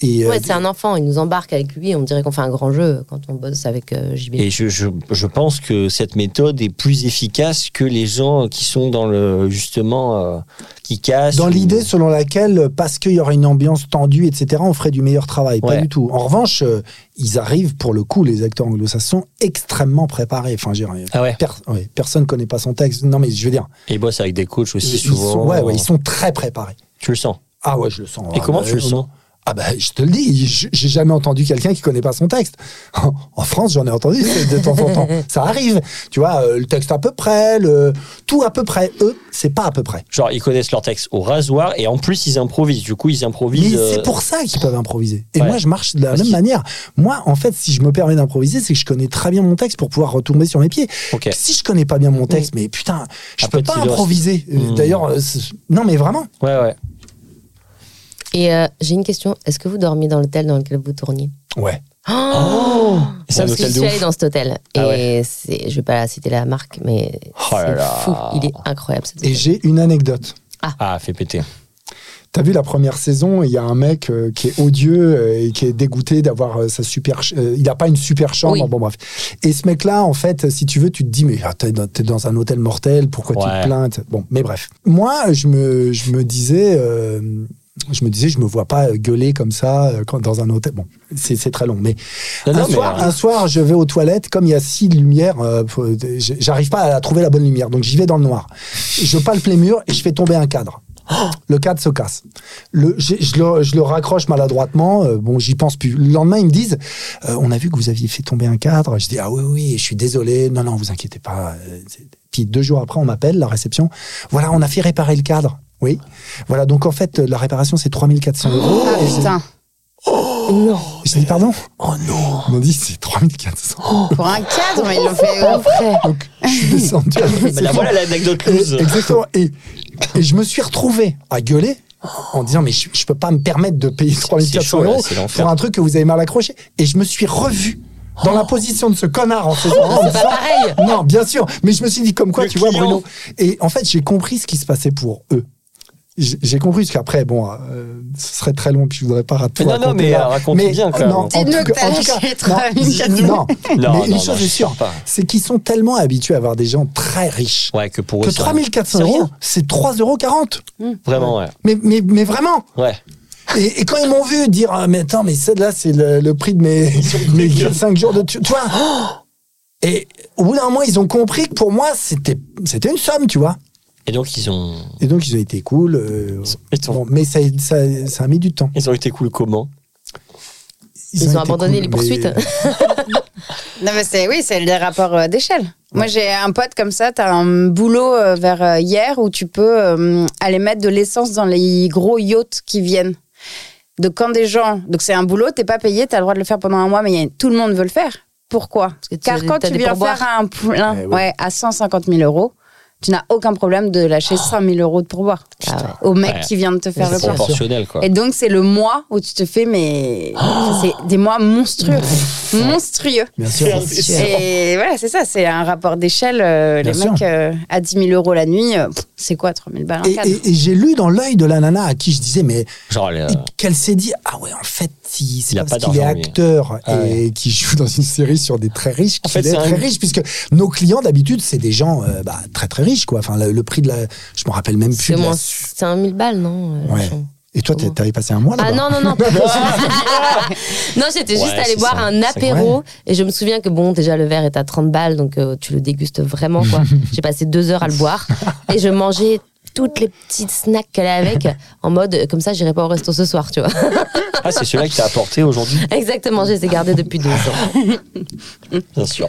Speaker 5: Et, euh,
Speaker 4: Ouais, c'est un enfant, il nous embarque avec lui, on dirait qu'on fait un grand jeu quand on bosse avec euh, JB.
Speaker 1: Et je, je, je pense que cette méthode est plus efficace que les gens qui sont dans le justement euh, qui cassent.
Speaker 5: dans
Speaker 1: ou-
Speaker 5: l'idée selon laquelle, euh, parce qu'il y aura une ambiance tendue, etc., on ferait du meilleur travail. Pas
Speaker 1: Ouais.
Speaker 5: du tout. En revanche, euh, ils arrivent, pour le coup, les acteurs anglo-saxons, extrêmement préparés. Enfin, je veux dire, euh,
Speaker 1: Ah ouais.
Speaker 5: per- ouais, personne connaît pas son texte. Non, mais je veux dire,
Speaker 1: Et ils bossent avec des coachs aussi
Speaker 5: ils,
Speaker 1: souvent.
Speaker 5: sont, ouais, ouais, ils sont très préparés.
Speaker 1: Tu le sens.
Speaker 5: Ah ouais, je le sens.
Speaker 1: Et
Speaker 5: Ah
Speaker 1: comment
Speaker 5: bah,
Speaker 1: tu le
Speaker 5: euh,
Speaker 1: sens
Speaker 5: Ah bah, je te le dis, je- j'ai jamais entendu quelqu'un qui connaît pas son texte. En France, j'en ai entendu de temps en temps. Ça arrive, tu vois, euh, le texte à peu près, le tout à peu près. Eux, c'est pas à peu près.
Speaker 1: Genre ils connaissent leur texte au rasoir et en plus ils improvisent. Du coup ils
Speaker 5: Mais
Speaker 1: improvisent. euh,
Speaker 5: c'est pour ça qu'ils peuvent improviser. Et
Speaker 1: Ouais.
Speaker 5: moi, je marche de la
Speaker 1: Parce
Speaker 5: même
Speaker 1: qu'ils-
Speaker 5: manière. Moi, en fait, si je me permets d'improviser, c'est que je connais très bien mon texte pour pouvoir retomber sur mes pieds.
Speaker 1: Ok. Mm.
Speaker 5: Si je connais pas bien mon texte, mais putain, je
Speaker 1: Un
Speaker 5: peux
Speaker 1: petit
Speaker 5: pas
Speaker 1: lost.
Speaker 5: improviser. Euh,
Speaker 1: Mmh.
Speaker 5: D'ailleurs, euh, c'est- non, mais vraiment.
Speaker 1: Ouais ouais.
Speaker 4: Et euh, j'ai une question. Est-ce que vous dormiez dans l'hôtel dans lequel vous tourniez
Speaker 5: Ouais.
Speaker 1: Oh,
Speaker 4: Parce
Speaker 1: c'est un
Speaker 4: que je
Speaker 1: hôtel de
Speaker 4: suis allée
Speaker 1: ouf.
Speaker 4: dans cet hôtel.
Speaker 1: Ah
Speaker 4: et
Speaker 1: ouais.
Speaker 4: c'est- je vais pas citer la marque, mais
Speaker 1: Oh là
Speaker 4: c'est
Speaker 1: là.
Speaker 4: fou. Il est incroyable. cet
Speaker 5: Et
Speaker 4: hôtel.
Speaker 5: j'ai une anecdote.
Speaker 1: Ah fait péter.
Speaker 5: T'as vu la première saison, il y a un mec euh, qui est odieux euh, et qui est dégoûté d'avoir euh, sa super. ch- euh, il n'a pas une super chambre,
Speaker 4: Oui.
Speaker 5: bon bref. Et ce mec-là, en fait, euh, si tu veux, tu te dis, mais ah, t'es dans, t'es dans un hôtel mortel, pourquoi tu
Speaker 1: Ouais.
Speaker 5: te plains t'es- Bon, mais bref. Moi, je me, je me disais. euh, je me disais, je me vois pas gueuler comme ça euh, quand, dans un hôtel. Bon, c'est c'est très long, mais
Speaker 1: Non,
Speaker 5: un,
Speaker 1: non, mais,
Speaker 5: soir,
Speaker 1: euh,
Speaker 5: un soir, je vais aux toilettes, comme il y a six lumières, euh, faut- j- j'arrive pas à trouver la bonne lumière, donc j'y vais dans le noir. Je palpe les murs et je fais tomber un cadre. Le cadre se casse. Le, j'ai- je, le, je le raccroche maladroitement. euh, bon, j'y pense plus. Le lendemain, ils me disent euh, On a vu que vous aviez fait tomber un cadre. Je dis Ah oui, oui, je suis désolé. Non, non, vous inquiétez pas. Euh, c'est- Puis deux jours après, on m'appelle, la réception. Voilà, on a fait réparer le cadre. Oui. Voilà, donc en fait, la réparation, c'est 3400 euros.
Speaker 2: Ah
Speaker 5: Et je-
Speaker 2: putain,
Speaker 5: Je dis Pardon Oh non Ils m'ont dit C'est 3400.
Speaker 2: pour un cadre, mais ils l'ont fait. euh,
Speaker 5: Donc, je suis descendu à la
Speaker 1: bah, là,
Speaker 5: réception.
Speaker 1: voilà l'anecdote
Speaker 5: Et-
Speaker 1: loose.
Speaker 5: Euh, Exactement. Et, et je me suis retrouvé à gueuler en disant mais je, je peux pas me permettre de payer
Speaker 1: C'est
Speaker 5: 3400
Speaker 1: chaud, hein, là,
Speaker 5: euros
Speaker 1: c'est l'enfer.
Speaker 5: pour un truc que vous avez mal accroché. Et je me suis revu dans la position de ce connard en faisant en
Speaker 4: Oh. C'est pas
Speaker 5: disant,
Speaker 4: pareil.
Speaker 5: non, bien sûr, mais je me suis dit comme quoi,
Speaker 1: Le
Speaker 5: tu vois
Speaker 1: client.
Speaker 5: Bruno. Et en fait, j'ai compris ce qui se passait pour eux. J'ai j'ai compris parce qu'après, bon, euh, ce serait très long, puis je voudrais pas raconter. hein.
Speaker 1: Mais non, non, mais, euh, raconte-le bien, quand même.
Speaker 5: non, en
Speaker 2: Dis-nous
Speaker 5: tout
Speaker 2: que
Speaker 5: cas- en
Speaker 2: t'as
Speaker 5: tout cas,
Speaker 2: lâché 3400.
Speaker 5: non,
Speaker 1: Non,
Speaker 5: mais une
Speaker 1: non,
Speaker 5: chose
Speaker 1: non, je
Speaker 5: est sûre,
Speaker 1: sais pas.
Speaker 5: c'est qu'ils sont tellement habitués à avoir des gens très riches
Speaker 1: Ouais que pour
Speaker 5: que
Speaker 1: eux. c'est-
Speaker 5: 3400
Speaker 1: c'est rien.
Speaker 5: euros, c'est 3,40 euros.
Speaker 1: Vraiment ouais.
Speaker 5: Mais, mais, mais vraiment
Speaker 1: Ouais.
Speaker 5: et, et quand ils m'ont vu dire, Ah, mais attends, mais celle-là, c'est le, le prix de mes, mes 5 jours de... Tu, tu vois Et au bout d'un moment, ils ont compris que pour moi, c'était c'était une somme, tu vois.
Speaker 1: Et donc ils ont
Speaker 5: Et donc, ils ont été cool. euh,
Speaker 1: ils ont
Speaker 5: bon, mais ça, ça, ça a mis du temps.
Speaker 1: ils ont été cool comment
Speaker 4: Ils ont
Speaker 5: été
Speaker 4: abandonné
Speaker 5: cool,
Speaker 4: les poursuites.
Speaker 5: mais-
Speaker 2: Non, mais c'est, oui, c'est des rapports euh, d'échelle. Moi, j'ai un pote comme ça, t'as un boulot euh, vers euh, hier où tu peux euh, aller mettre de l'essence dans les gros yachts qui viennent. Donc, quand des gens. Donc, c'est un boulot, t'es pas payé, t'as le droit de le faire pendant un mois, mais il y a- tout le monde veut le faire. Pourquoi
Speaker 4: que tu-
Speaker 2: Car quand
Speaker 4: t'as
Speaker 2: tu
Speaker 4: des
Speaker 2: viens
Speaker 4: pourboires.
Speaker 2: faire un plein
Speaker 5: Eh oui.
Speaker 2: ouais, à 150 000 euros, tu n'as aucun problème de lâcher 5 000 euros de pourboire
Speaker 4: Ah ouais.
Speaker 2: au mec
Speaker 1: Ouais.
Speaker 2: qui vient de te faire le
Speaker 1: C'est
Speaker 2: plein.
Speaker 1: proportionnel, quoi.
Speaker 2: Et donc, c'est le mois où tu te fais, mais c'est des mois monstrueux. monstrueux.
Speaker 5: Bien sûr.
Speaker 2: Et voilà, c'est ça, c'est un rapport d'échelle. euh,
Speaker 5: Bien
Speaker 2: les
Speaker 5: sûr.
Speaker 2: mecs, euh, à 10 000 euros la nuit, euh, pff, c'est quoi 3 000 balles un
Speaker 5: Et,
Speaker 2: cadre
Speaker 5: et- et j'ai lu dans l'œil de la nana à qui je disais, mais
Speaker 1: Genre, elle, euh,
Speaker 5: qu'elle s'est dit, ah ouais, en fait, il- c'est
Speaker 1: Il a
Speaker 5: parce
Speaker 1: pas
Speaker 5: qu'il est
Speaker 1: d'argent, lui.
Speaker 5: acteur
Speaker 1: Ah
Speaker 5: et qui joue dans une série sur des très riches,
Speaker 1: En
Speaker 5: qu'il
Speaker 1: fait,
Speaker 5: est
Speaker 1: c'est
Speaker 5: très
Speaker 1: un-
Speaker 5: riche, puisque nos clients d'habitude, c'est des gens euh, bah, très très riches, quoi. Enfin, le, le prix de la. Je me rappelle même plus.
Speaker 4: C'est
Speaker 5: de la-
Speaker 4: moins 5000 balles, non euh,
Speaker 5: Ouais.
Speaker 4: je-
Speaker 5: Et toi, t'es- t'avais passé un mois là-bas
Speaker 4: Ah non, non, non. non, j'étais
Speaker 1: bah. Ouais,
Speaker 4: juste allée
Speaker 1: c'est
Speaker 4: boire
Speaker 1: ça.
Speaker 4: un
Speaker 1: C'est-
Speaker 4: apéro et je me souviens que, bon, déjà le verre est à 30 balles, donc euh, tu le dégustes vraiment, quoi. J'ai passé deux heures à le boire et je mangeais toutes les petites snacks qu'elle avait avec en mode euh, comme ça j'irai pas au resto ce soir tu vois
Speaker 1: Ah, c'est celui-là que t'as apporté aujourd'hui,
Speaker 4: exactement je les ai gardés depuis deux ans
Speaker 1: bien sûr.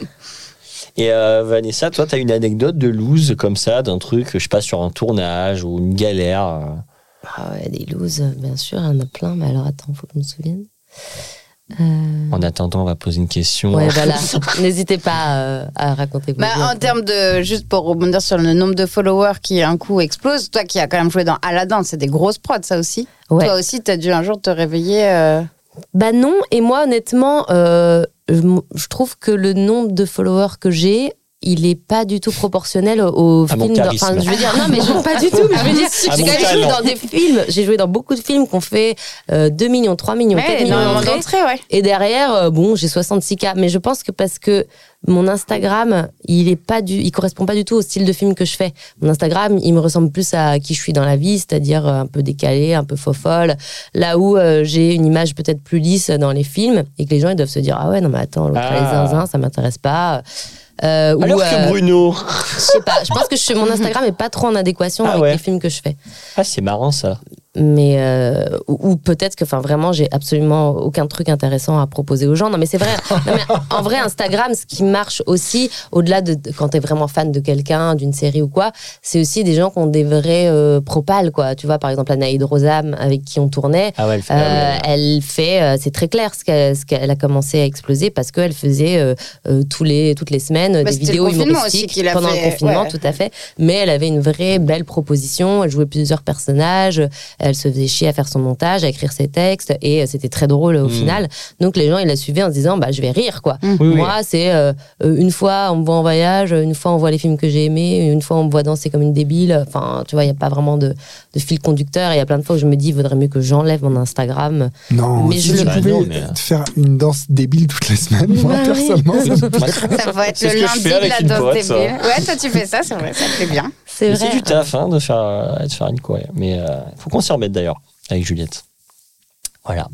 Speaker 1: Et euh, Vanessa, toi, t'as une anecdote de loose comme ça, d'un truc, je sais pas, sur un tournage ou une galère. euh.
Speaker 4: ah ouais des looses bien sûr il y en a plein mais alors attends faut que je me souvienne Euh,
Speaker 1: En attendant, on va poser une question.
Speaker 4: ouais voilà n'hésitez pas euh, à raconter vos
Speaker 2: Bah,
Speaker 4: vies.
Speaker 2: en termes de. Juste pour rebondir sur le nombre de followers qui un coup explose, toi qui as quand même joué dans Aladdin, c'est des grosses prods, ça aussi.
Speaker 4: Ouais.
Speaker 2: Toi aussi, t'as dû un jour te réveiller. euh,
Speaker 4: Bah non, et moi honnêtement, euh, je m- je trouve que le nombre de followers que j'ai, il est pas du tout proportionnel au
Speaker 1: À mon
Speaker 4: film. dans- Enfin,
Speaker 1: charisme.
Speaker 4: je veux dire, non mais je, pas du tout, mais je veux dire, j'ai quand
Speaker 1: À mon
Speaker 4: même joué
Speaker 1: talent.
Speaker 4: dans des films, j'ai joué dans beaucoup de films qu'on fait euh, 2 millions, 3 millions, 4
Speaker 2: Ouais,
Speaker 4: millions
Speaker 2: énormément
Speaker 4: d'entrées.
Speaker 2: d'entrées, ouais.
Speaker 4: Et derrière, euh, bon, j'ai 66K. Mais je pense que parce que mon Instagram, il est pas du, il correspond pas du tout au style de film que je fais. Mon Instagram, il me ressemble plus à qui je suis dans la vie, c'est-à-dire euh, un peu décalé, un peu fofolle. Là où euh, j'ai une image peut-être plus lisse dans les films et que les gens, ils doivent se dire, ah ouais, non, mais attends, l'autre,
Speaker 1: Ah.
Speaker 4: elle est zinzin, ça m'intéresse pas. Euh, ou,
Speaker 1: Alors
Speaker 4: euh,
Speaker 1: que Bruno.
Speaker 4: je sais pas, je pense que je- mon Instagram est pas trop en adéquation
Speaker 1: Ah
Speaker 4: avec
Speaker 1: ouais.
Speaker 4: les films que je fais
Speaker 1: Ah, c'est marrant ça.
Speaker 4: mais euh, ou, ou peut-être que enfin vraiment j'ai absolument aucun truc intéressant à proposer aux gens non mais c'est vrai Non, mais en vrai Instagram ce qui marche aussi au-delà de de- quand t'es vraiment fan de quelqu'un d'une série ou quoi c'est aussi des gens qui ont des vrais euh, propals quoi tu vois par exemple Anaïd Rosam avec qui on tournait
Speaker 1: Ah ouais, elle fait-
Speaker 4: euh, elle fait, euh, c'est très clair ce qu'elle ce qu'elle a commencé à exploser parce qu'elle faisait euh, euh, tous les, toutes les semaines euh,
Speaker 2: Bah,
Speaker 4: des
Speaker 2: c'était le
Speaker 4: vidéos
Speaker 2: confinement
Speaker 4: humoristiques
Speaker 2: aussi qui l'a
Speaker 4: pendant
Speaker 2: fait,
Speaker 4: le confinement,
Speaker 2: ouais.
Speaker 4: tout à fait. Mais elle avait une vraie belle proposition. Elle jouait plusieurs personnages. Elle se faisait chier à faire son montage, à écrire ses textes et euh, c'était très drôle euh, au
Speaker 1: Mm.
Speaker 4: final. Donc les gens ils la suivaient en se disant bah je vais rire quoi.
Speaker 1: Oui, oui.
Speaker 4: Moi, c'est euh, euh, une fois on me voit en voyage, une fois on voit les films que j'ai aimés, une fois on me voit danser comme une débile. Enfin, tu vois, il n'y a pas vraiment de, de fil conducteur. Et il y a plein de fois où je me dis, il vaudrait mieux que j'enlève mon Instagram.
Speaker 5: Non,
Speaker 4: Mais
Speaker 5: si
Speaker 4: je
Speaker 5: tu
Speaker 4: le-
Speaker 5: pouvais
Speaker 1: Bah non, mais-
Speaker 5: te faire une danse débile toutes les semaines, moi,
Speaker 4: Bah oui.
Speaker 5: personnellement, ça me plaît.
Speaker 2: Ça va être
Speaker 1: C'est
Speaker 2: le
Speaker 1: ce que je
Speaker 2: lundi
Speaker 1: fais
Speaker 2: de
Speaker 1: avec
Speaker 2: la
Speaker 1: une
Speaker 2: danse
Speaker 1: pote,
Speaker 2: débile.
Speaker 1: ça.
Speaker 2: Ouais, toi, tu fais ça, c'est vrai, ça te plaît bien.
Speaker 4: C'est
Speaker 1: Mais
Speaker 4: vrai.
Speaker 1: C'est du taf hein, de, faire, euh, de faire une quoi. Mais il faut qu'on s'y remette d'ailleurs avec Juliette. Voilà.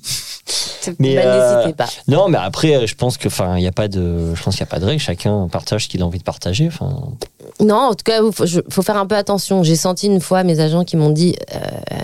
Speaker 2: C'est-
Speaker 1: Mais,
Speaker 4: Bah,
Speaker 1: euh,
Speaker 4: N'hésitez pas.
Speaker 1: Non, mais après, euh, je pense que, enfin, il y a pas de, je pense qu'il y a pas de règle. Chacun partage ce qu'il a envie de partager. Enfin,
Speaker 4: Non, en tout cas, il faut, je- faut faire un peu attention. J'ai senti une fois mes agents qui m'ont dit euh,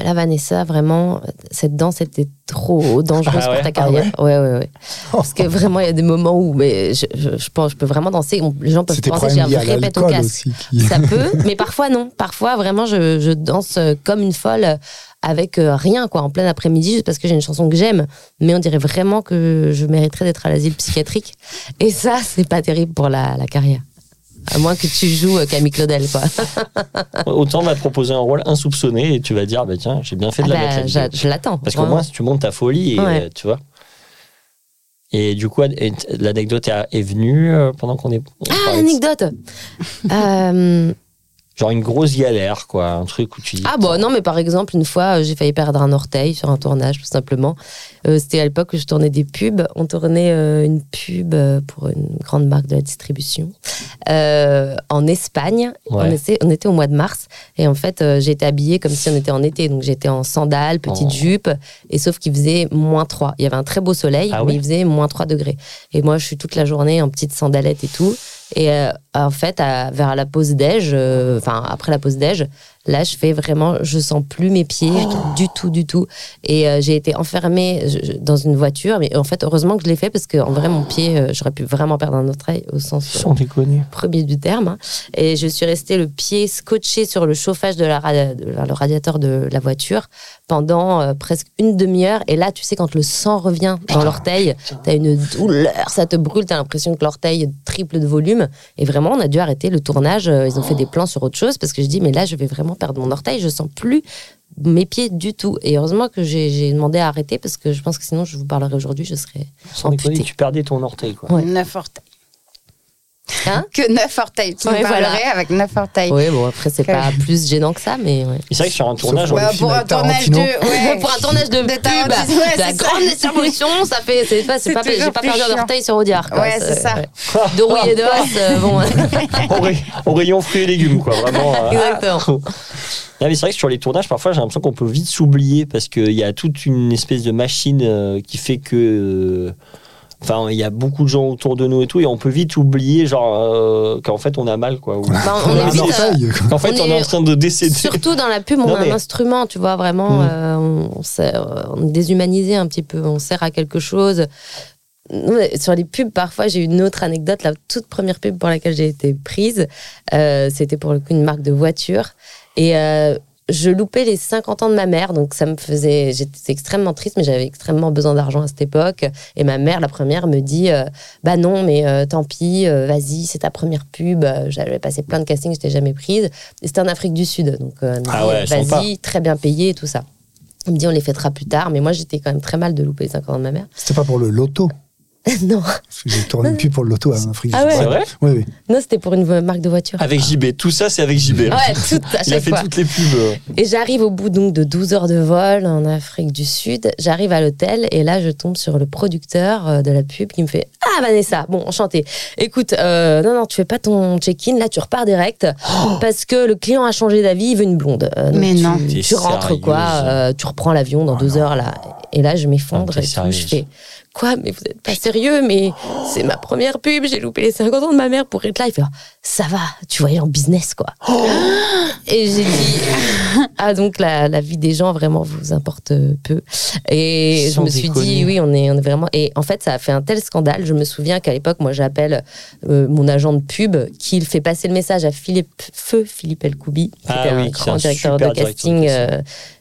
Speaker 4: Là, Vanessa, vraiment, cette danse était trop dangereuse
Speaker 1: Ah ouais
Speaker 4: pour ta
Speaker 1: Ah
Speaker 4: carrière. ouais, ouais, ouais. Parce que vraiment, il y a des moments où mais je, je, je pense, je peux vraiment danser. On- Les gens peuvent
Speaker 5: C'était
Speaker 4: penser que j'ai
Speaker 5: probablement
Speaker 4: un
Speaker 5: lié à
Speaker 4: vrai pète au
Speaker 5: l'alcool
Speaker 4: casque. Bah,
Speaker 5: aussi. qui-
Speaker 4: Ça peut, mais parfois non. Parfois, vraiment, je, je danse euh, comme une folle euh, avec euh, rien, quoi, en plein après-midi, juste parce que j'ai une chanson que j'aime. Mais on dirait vraiment que je mériterais d'être à l'asile psychiatrique. Et ça, c'est pas terrible pour la, la carrière. À moins que tu joues euh, Camille Claudel, quoi. Ah.
Speaker 1: autant on va te proposer un rôle insoupçonné et tu vas dire, bah tiens, j'ai bien fait de la
Speaker 4: Ah bah,
Speaker 1: mettre. la
Speaker 4: j'a-
Speaker 1: vidéo.
Speaker 4: je l'attends.
Speaker 1: Parce qu'au
Speaker 4: vraiment.
Speaker 1: moins, tu montes ta folie, et,
Speaker 4: Ouais.
Speaker 1: euh, tu vois. Et du coup, et t- l'anecdote est est venue euh, pendant qu'on est. on
Speaker 4: Ah,
Speaker 1: parlait de-
Speaker 4: anecdote Euh,
Speaker 1: Genre une grosse galère, quoi. Un truc où tu dis.
Speaker 4: Ah bon, non, mais par exemple, une fois, euh, j'ai failli perdre un orteil sur un tournage, tout simplement. Euh, C'était à l'époque où je tournais des pubs. On tournait euh, une pub euh, pour une grande marque de la distribution euh, en Espagne.
Speaker 1: Ouais.
Speaker 4: On, était, on était au mois de mars. Et en fait, euh, j'étais habillée comme si on était en été. Donc j'étais en sandales, petite
Speaker 1: Oh.
Speaker 4: jupe. Et sauf qu'il faisait moins 3. Il y avait un très beau soleil,
Speaker 1: Ah
Speaker 4: mais
Speaker 1: oui
Speaker 4: il faisait moins 3 degrés. Et moi, je suis toute la journée en petite sandalette et tout. Et euh, en fait, à- vers la pause déj, euh, enfin après la pause déj, Là, je fais vraiment, je sens plus mes pieds du tout, du tout. Et euh, j'ai été enfermée je- je- dans une voiture, mais en fait, heureusement que je l'ai fait parce qu'en vrai, mon pied, euh, j'aurais pu vraiment perdre un autre œil au sens euh,
Speaker 1: Sans déconner.
Speaker 4: premier du terme. hein. Et je suis restée le pied scotché sur le chauffage de la radia- de la- le radiateur de la voiture pendant euh, presque une demi-heure. Et là, tu sais, quand le sang revient dans l'orteil, t'as une douleur, ça te brûle, t'as l'impression que l'orteil triple de volume. Et vraiment, on a dû arrêter le tournage. Euh, Ils ont fait des plans sur autre chose parce que je dis, mais là, je vais vraiment perdre mon orteil, je sens plus mes pieds du tout. Et heureusement que j'ai j'ai demandé à arrêter parce que je pense que sinon, je vous parlerai aujourd'hui, je serais
Speaker 1: Sans déconner,
Speaker 4: Amputé.
Speaker 1: tu perdais ton orteil, quoi.
Speaker 4: Ouais.
Speaker 2: Neuf orteils.
Speaker 4: Hein
Speaker 2: Que neuf orteils. Tu
Speaker 4: Ouais,
Speaker 2: me
Speaker 4: voilà.
Speaker 2: parlerais avec neuf orteils.
Speaker 4: Oui, bon, après, c'est pas plus gênant que ça, mais ouais.
Speaker 1: Et C'est vrai que sur un tournage,
Speaker 5: Sauf
Speaker 2: Bah,
Speaker 5: que-
Speaker 1: on-
Speaker 5: le film
Speaker 2: pour un
Speaker 5: avec
Speaker 2: tournage de.
Speaker 5: Tarantino.
Speaker 2: Ouais.
Speaker 4: pour un tournage de,
Speaker 2: De
Speaker 4: pub,
Speaker 2: Tarantino, ouais,
Speaker 4: la
Speaker 2: c'est ça.
Speaker 4: grande distribution, ça fait, c'est pas, c'est
Speaker 2: C'est
Speaker 4: pas, j'ai
Speaker 2: toujours
Speaker 4: pas
Speaker 2: plus
Speaker 4: perdu un
Speaker 2: chiant.
Speaker 4: orteil sur Audiard. quoi.
Speaker 2: Ouais, c'est ça.
Speaker 4: De rouille et de os, euh, bon,
Speaker 1: au ray- au rayon fruits et légumes, quoi. Vraiment. euh,
Speaker 4: exactement.
Speaker 1: Non, mais c'est vrai que sur les tournages, parfois, j'ai l'impression qu'on peut vite s'oublier parce qu'il y a toute une espèce de machine euh, qui fait que. euh, Enfin, il y a beaucoup de gens autour de nous et tout, et on peut vite oublier, genre, euh, qu'en fait, on a mal, quoi. Ou
Speaker 4: Bah, on
Speaker 5: On
Speaker 4: est
Speaker 5: a un
Speaker 4: vite, euh,
Speaker 5: orteil. quoi.
Speaker 1: qu'en fait,
Speaker 4: on
Speaker 1: on est en
Speaker 4: est-
Speaker 1: train de décéder.
Speaker 4: Surtout dans la pub, on
Speaker 1: Non,
Speaker 4: a
Speaker 1: mais-
Speaker 4: un instrument, tu vois, vraiment,
Speaker 1: Mm.
Speaker 4: euh, on, on sert- on est déshumanisé un petit peu, on sert à quelque chose. Non, mais Sur les pubs, parfois, j'ai une autre anecdote. La toute première pub pour laquelle j'ai été prise, euh, c'était pour le coup une marque de voiture. Et euh, je loupais les 50 ans de ma mère, donc ça me faisait. J'étais extrêmement triste, mais j'avais extrêmement besoin d'argent à cette époque. Et ma mère, la première, me dit euh, Bah non, mais euh, tant pis, euh, vas-y, c'est ta première pub. Euh, J'avais passé plein de castings, je t'ai jamais prise. Et c'était en Afrique du Sud, donc euh, elle me
Speaker 1: Ah
Speaker 4: dit,
Speaker 1: ouais, elles sont
Speaker 4: vas-y, très bien payé et tout ça. Elle me dit On les fêtera plus tard, mais moi j'étais quand même très mal de louper les 50 ans de ma mère.
Speaker 5: C'était pas pour le loto.
Speaker 4: non,
Speaker 5: Parce que J'ai tourné une pub pour le loto à Afrique.
Speaker 4: Ah ouais.
Speaker 1: C'est vrai
Speaker 5: Oui, oui.
Speaker 4: non c'était pour une vo- marque de voiture.
Speaker 1: Avec JB. Tout ça, c'est avec JB.
Speaker 4: Ouais, tout, à
Speaker 1: Ah, Il a
Speaker 4: chaque
Speaker 1: fait
Speaker 4: fois.
Speaker 1: toutes les pubs.
Speaker 4: Et j'arrive au bout donc de 12 heures de vol en Afrique du Sud. J'arrive à l'hôtel et là je tombe sur le producteur euh, de la pub qui me fait Ah Vanessa, bon enchanté. Écoute, euh, non non tu fais pas ton check-in là, tu repars direct parce que le client a changé d'avis, il veut une blonde. Euh, donc
Speaker 2: Oh. Mais
Speaker 4: tu,
Speaker 2: non.
Speaker 1: T'es
Speaker 4: Tu rentres
Speaker 1: sérieuse. Oh
Speaker 4: quoi, euh, tu reprends l'avion dans deux heures là. Et là je m'effondre
Speaker 1: Non,
Speaker 4: et
Speaker 1: t'es
Speaker 4: tout, je
Speaker 1: sérieuse.
Speaker 4: fais Quoi mais vous êtes pas sérieux mais c'est ma première pub, j'ai loupé les 50 ans de ma mère pour être là. Il fait Ah, ça va, tu voyais en business quoi. Et j'ai dit ah donc la, la vie des gens vraiment vous importe euh, peu. Et
Speaker 1: Sans
Speaker 4: je me suis
Speaker 1: déconner.
Speaker 4: dit oui on est, on est vraiment et en fait ça a fait un tel scandale. Je me souviens qu'à l'époque moi j'appelle euh, mon agent de pub qui fait passer le message à Philippe Feu Philippe Elkoubi qui
Speaker 1: Ah
Speaker 4: était
Speaker 1: oui,
Speaker 4: un
Speaker 1: qui est
Speaker 4: grand
Speaker 1: un
Speaker 4: directeur de
Speaker 1: super directeur de
Speaker 4: casting.
Speaker 1: casting.
Speaker 4: euh,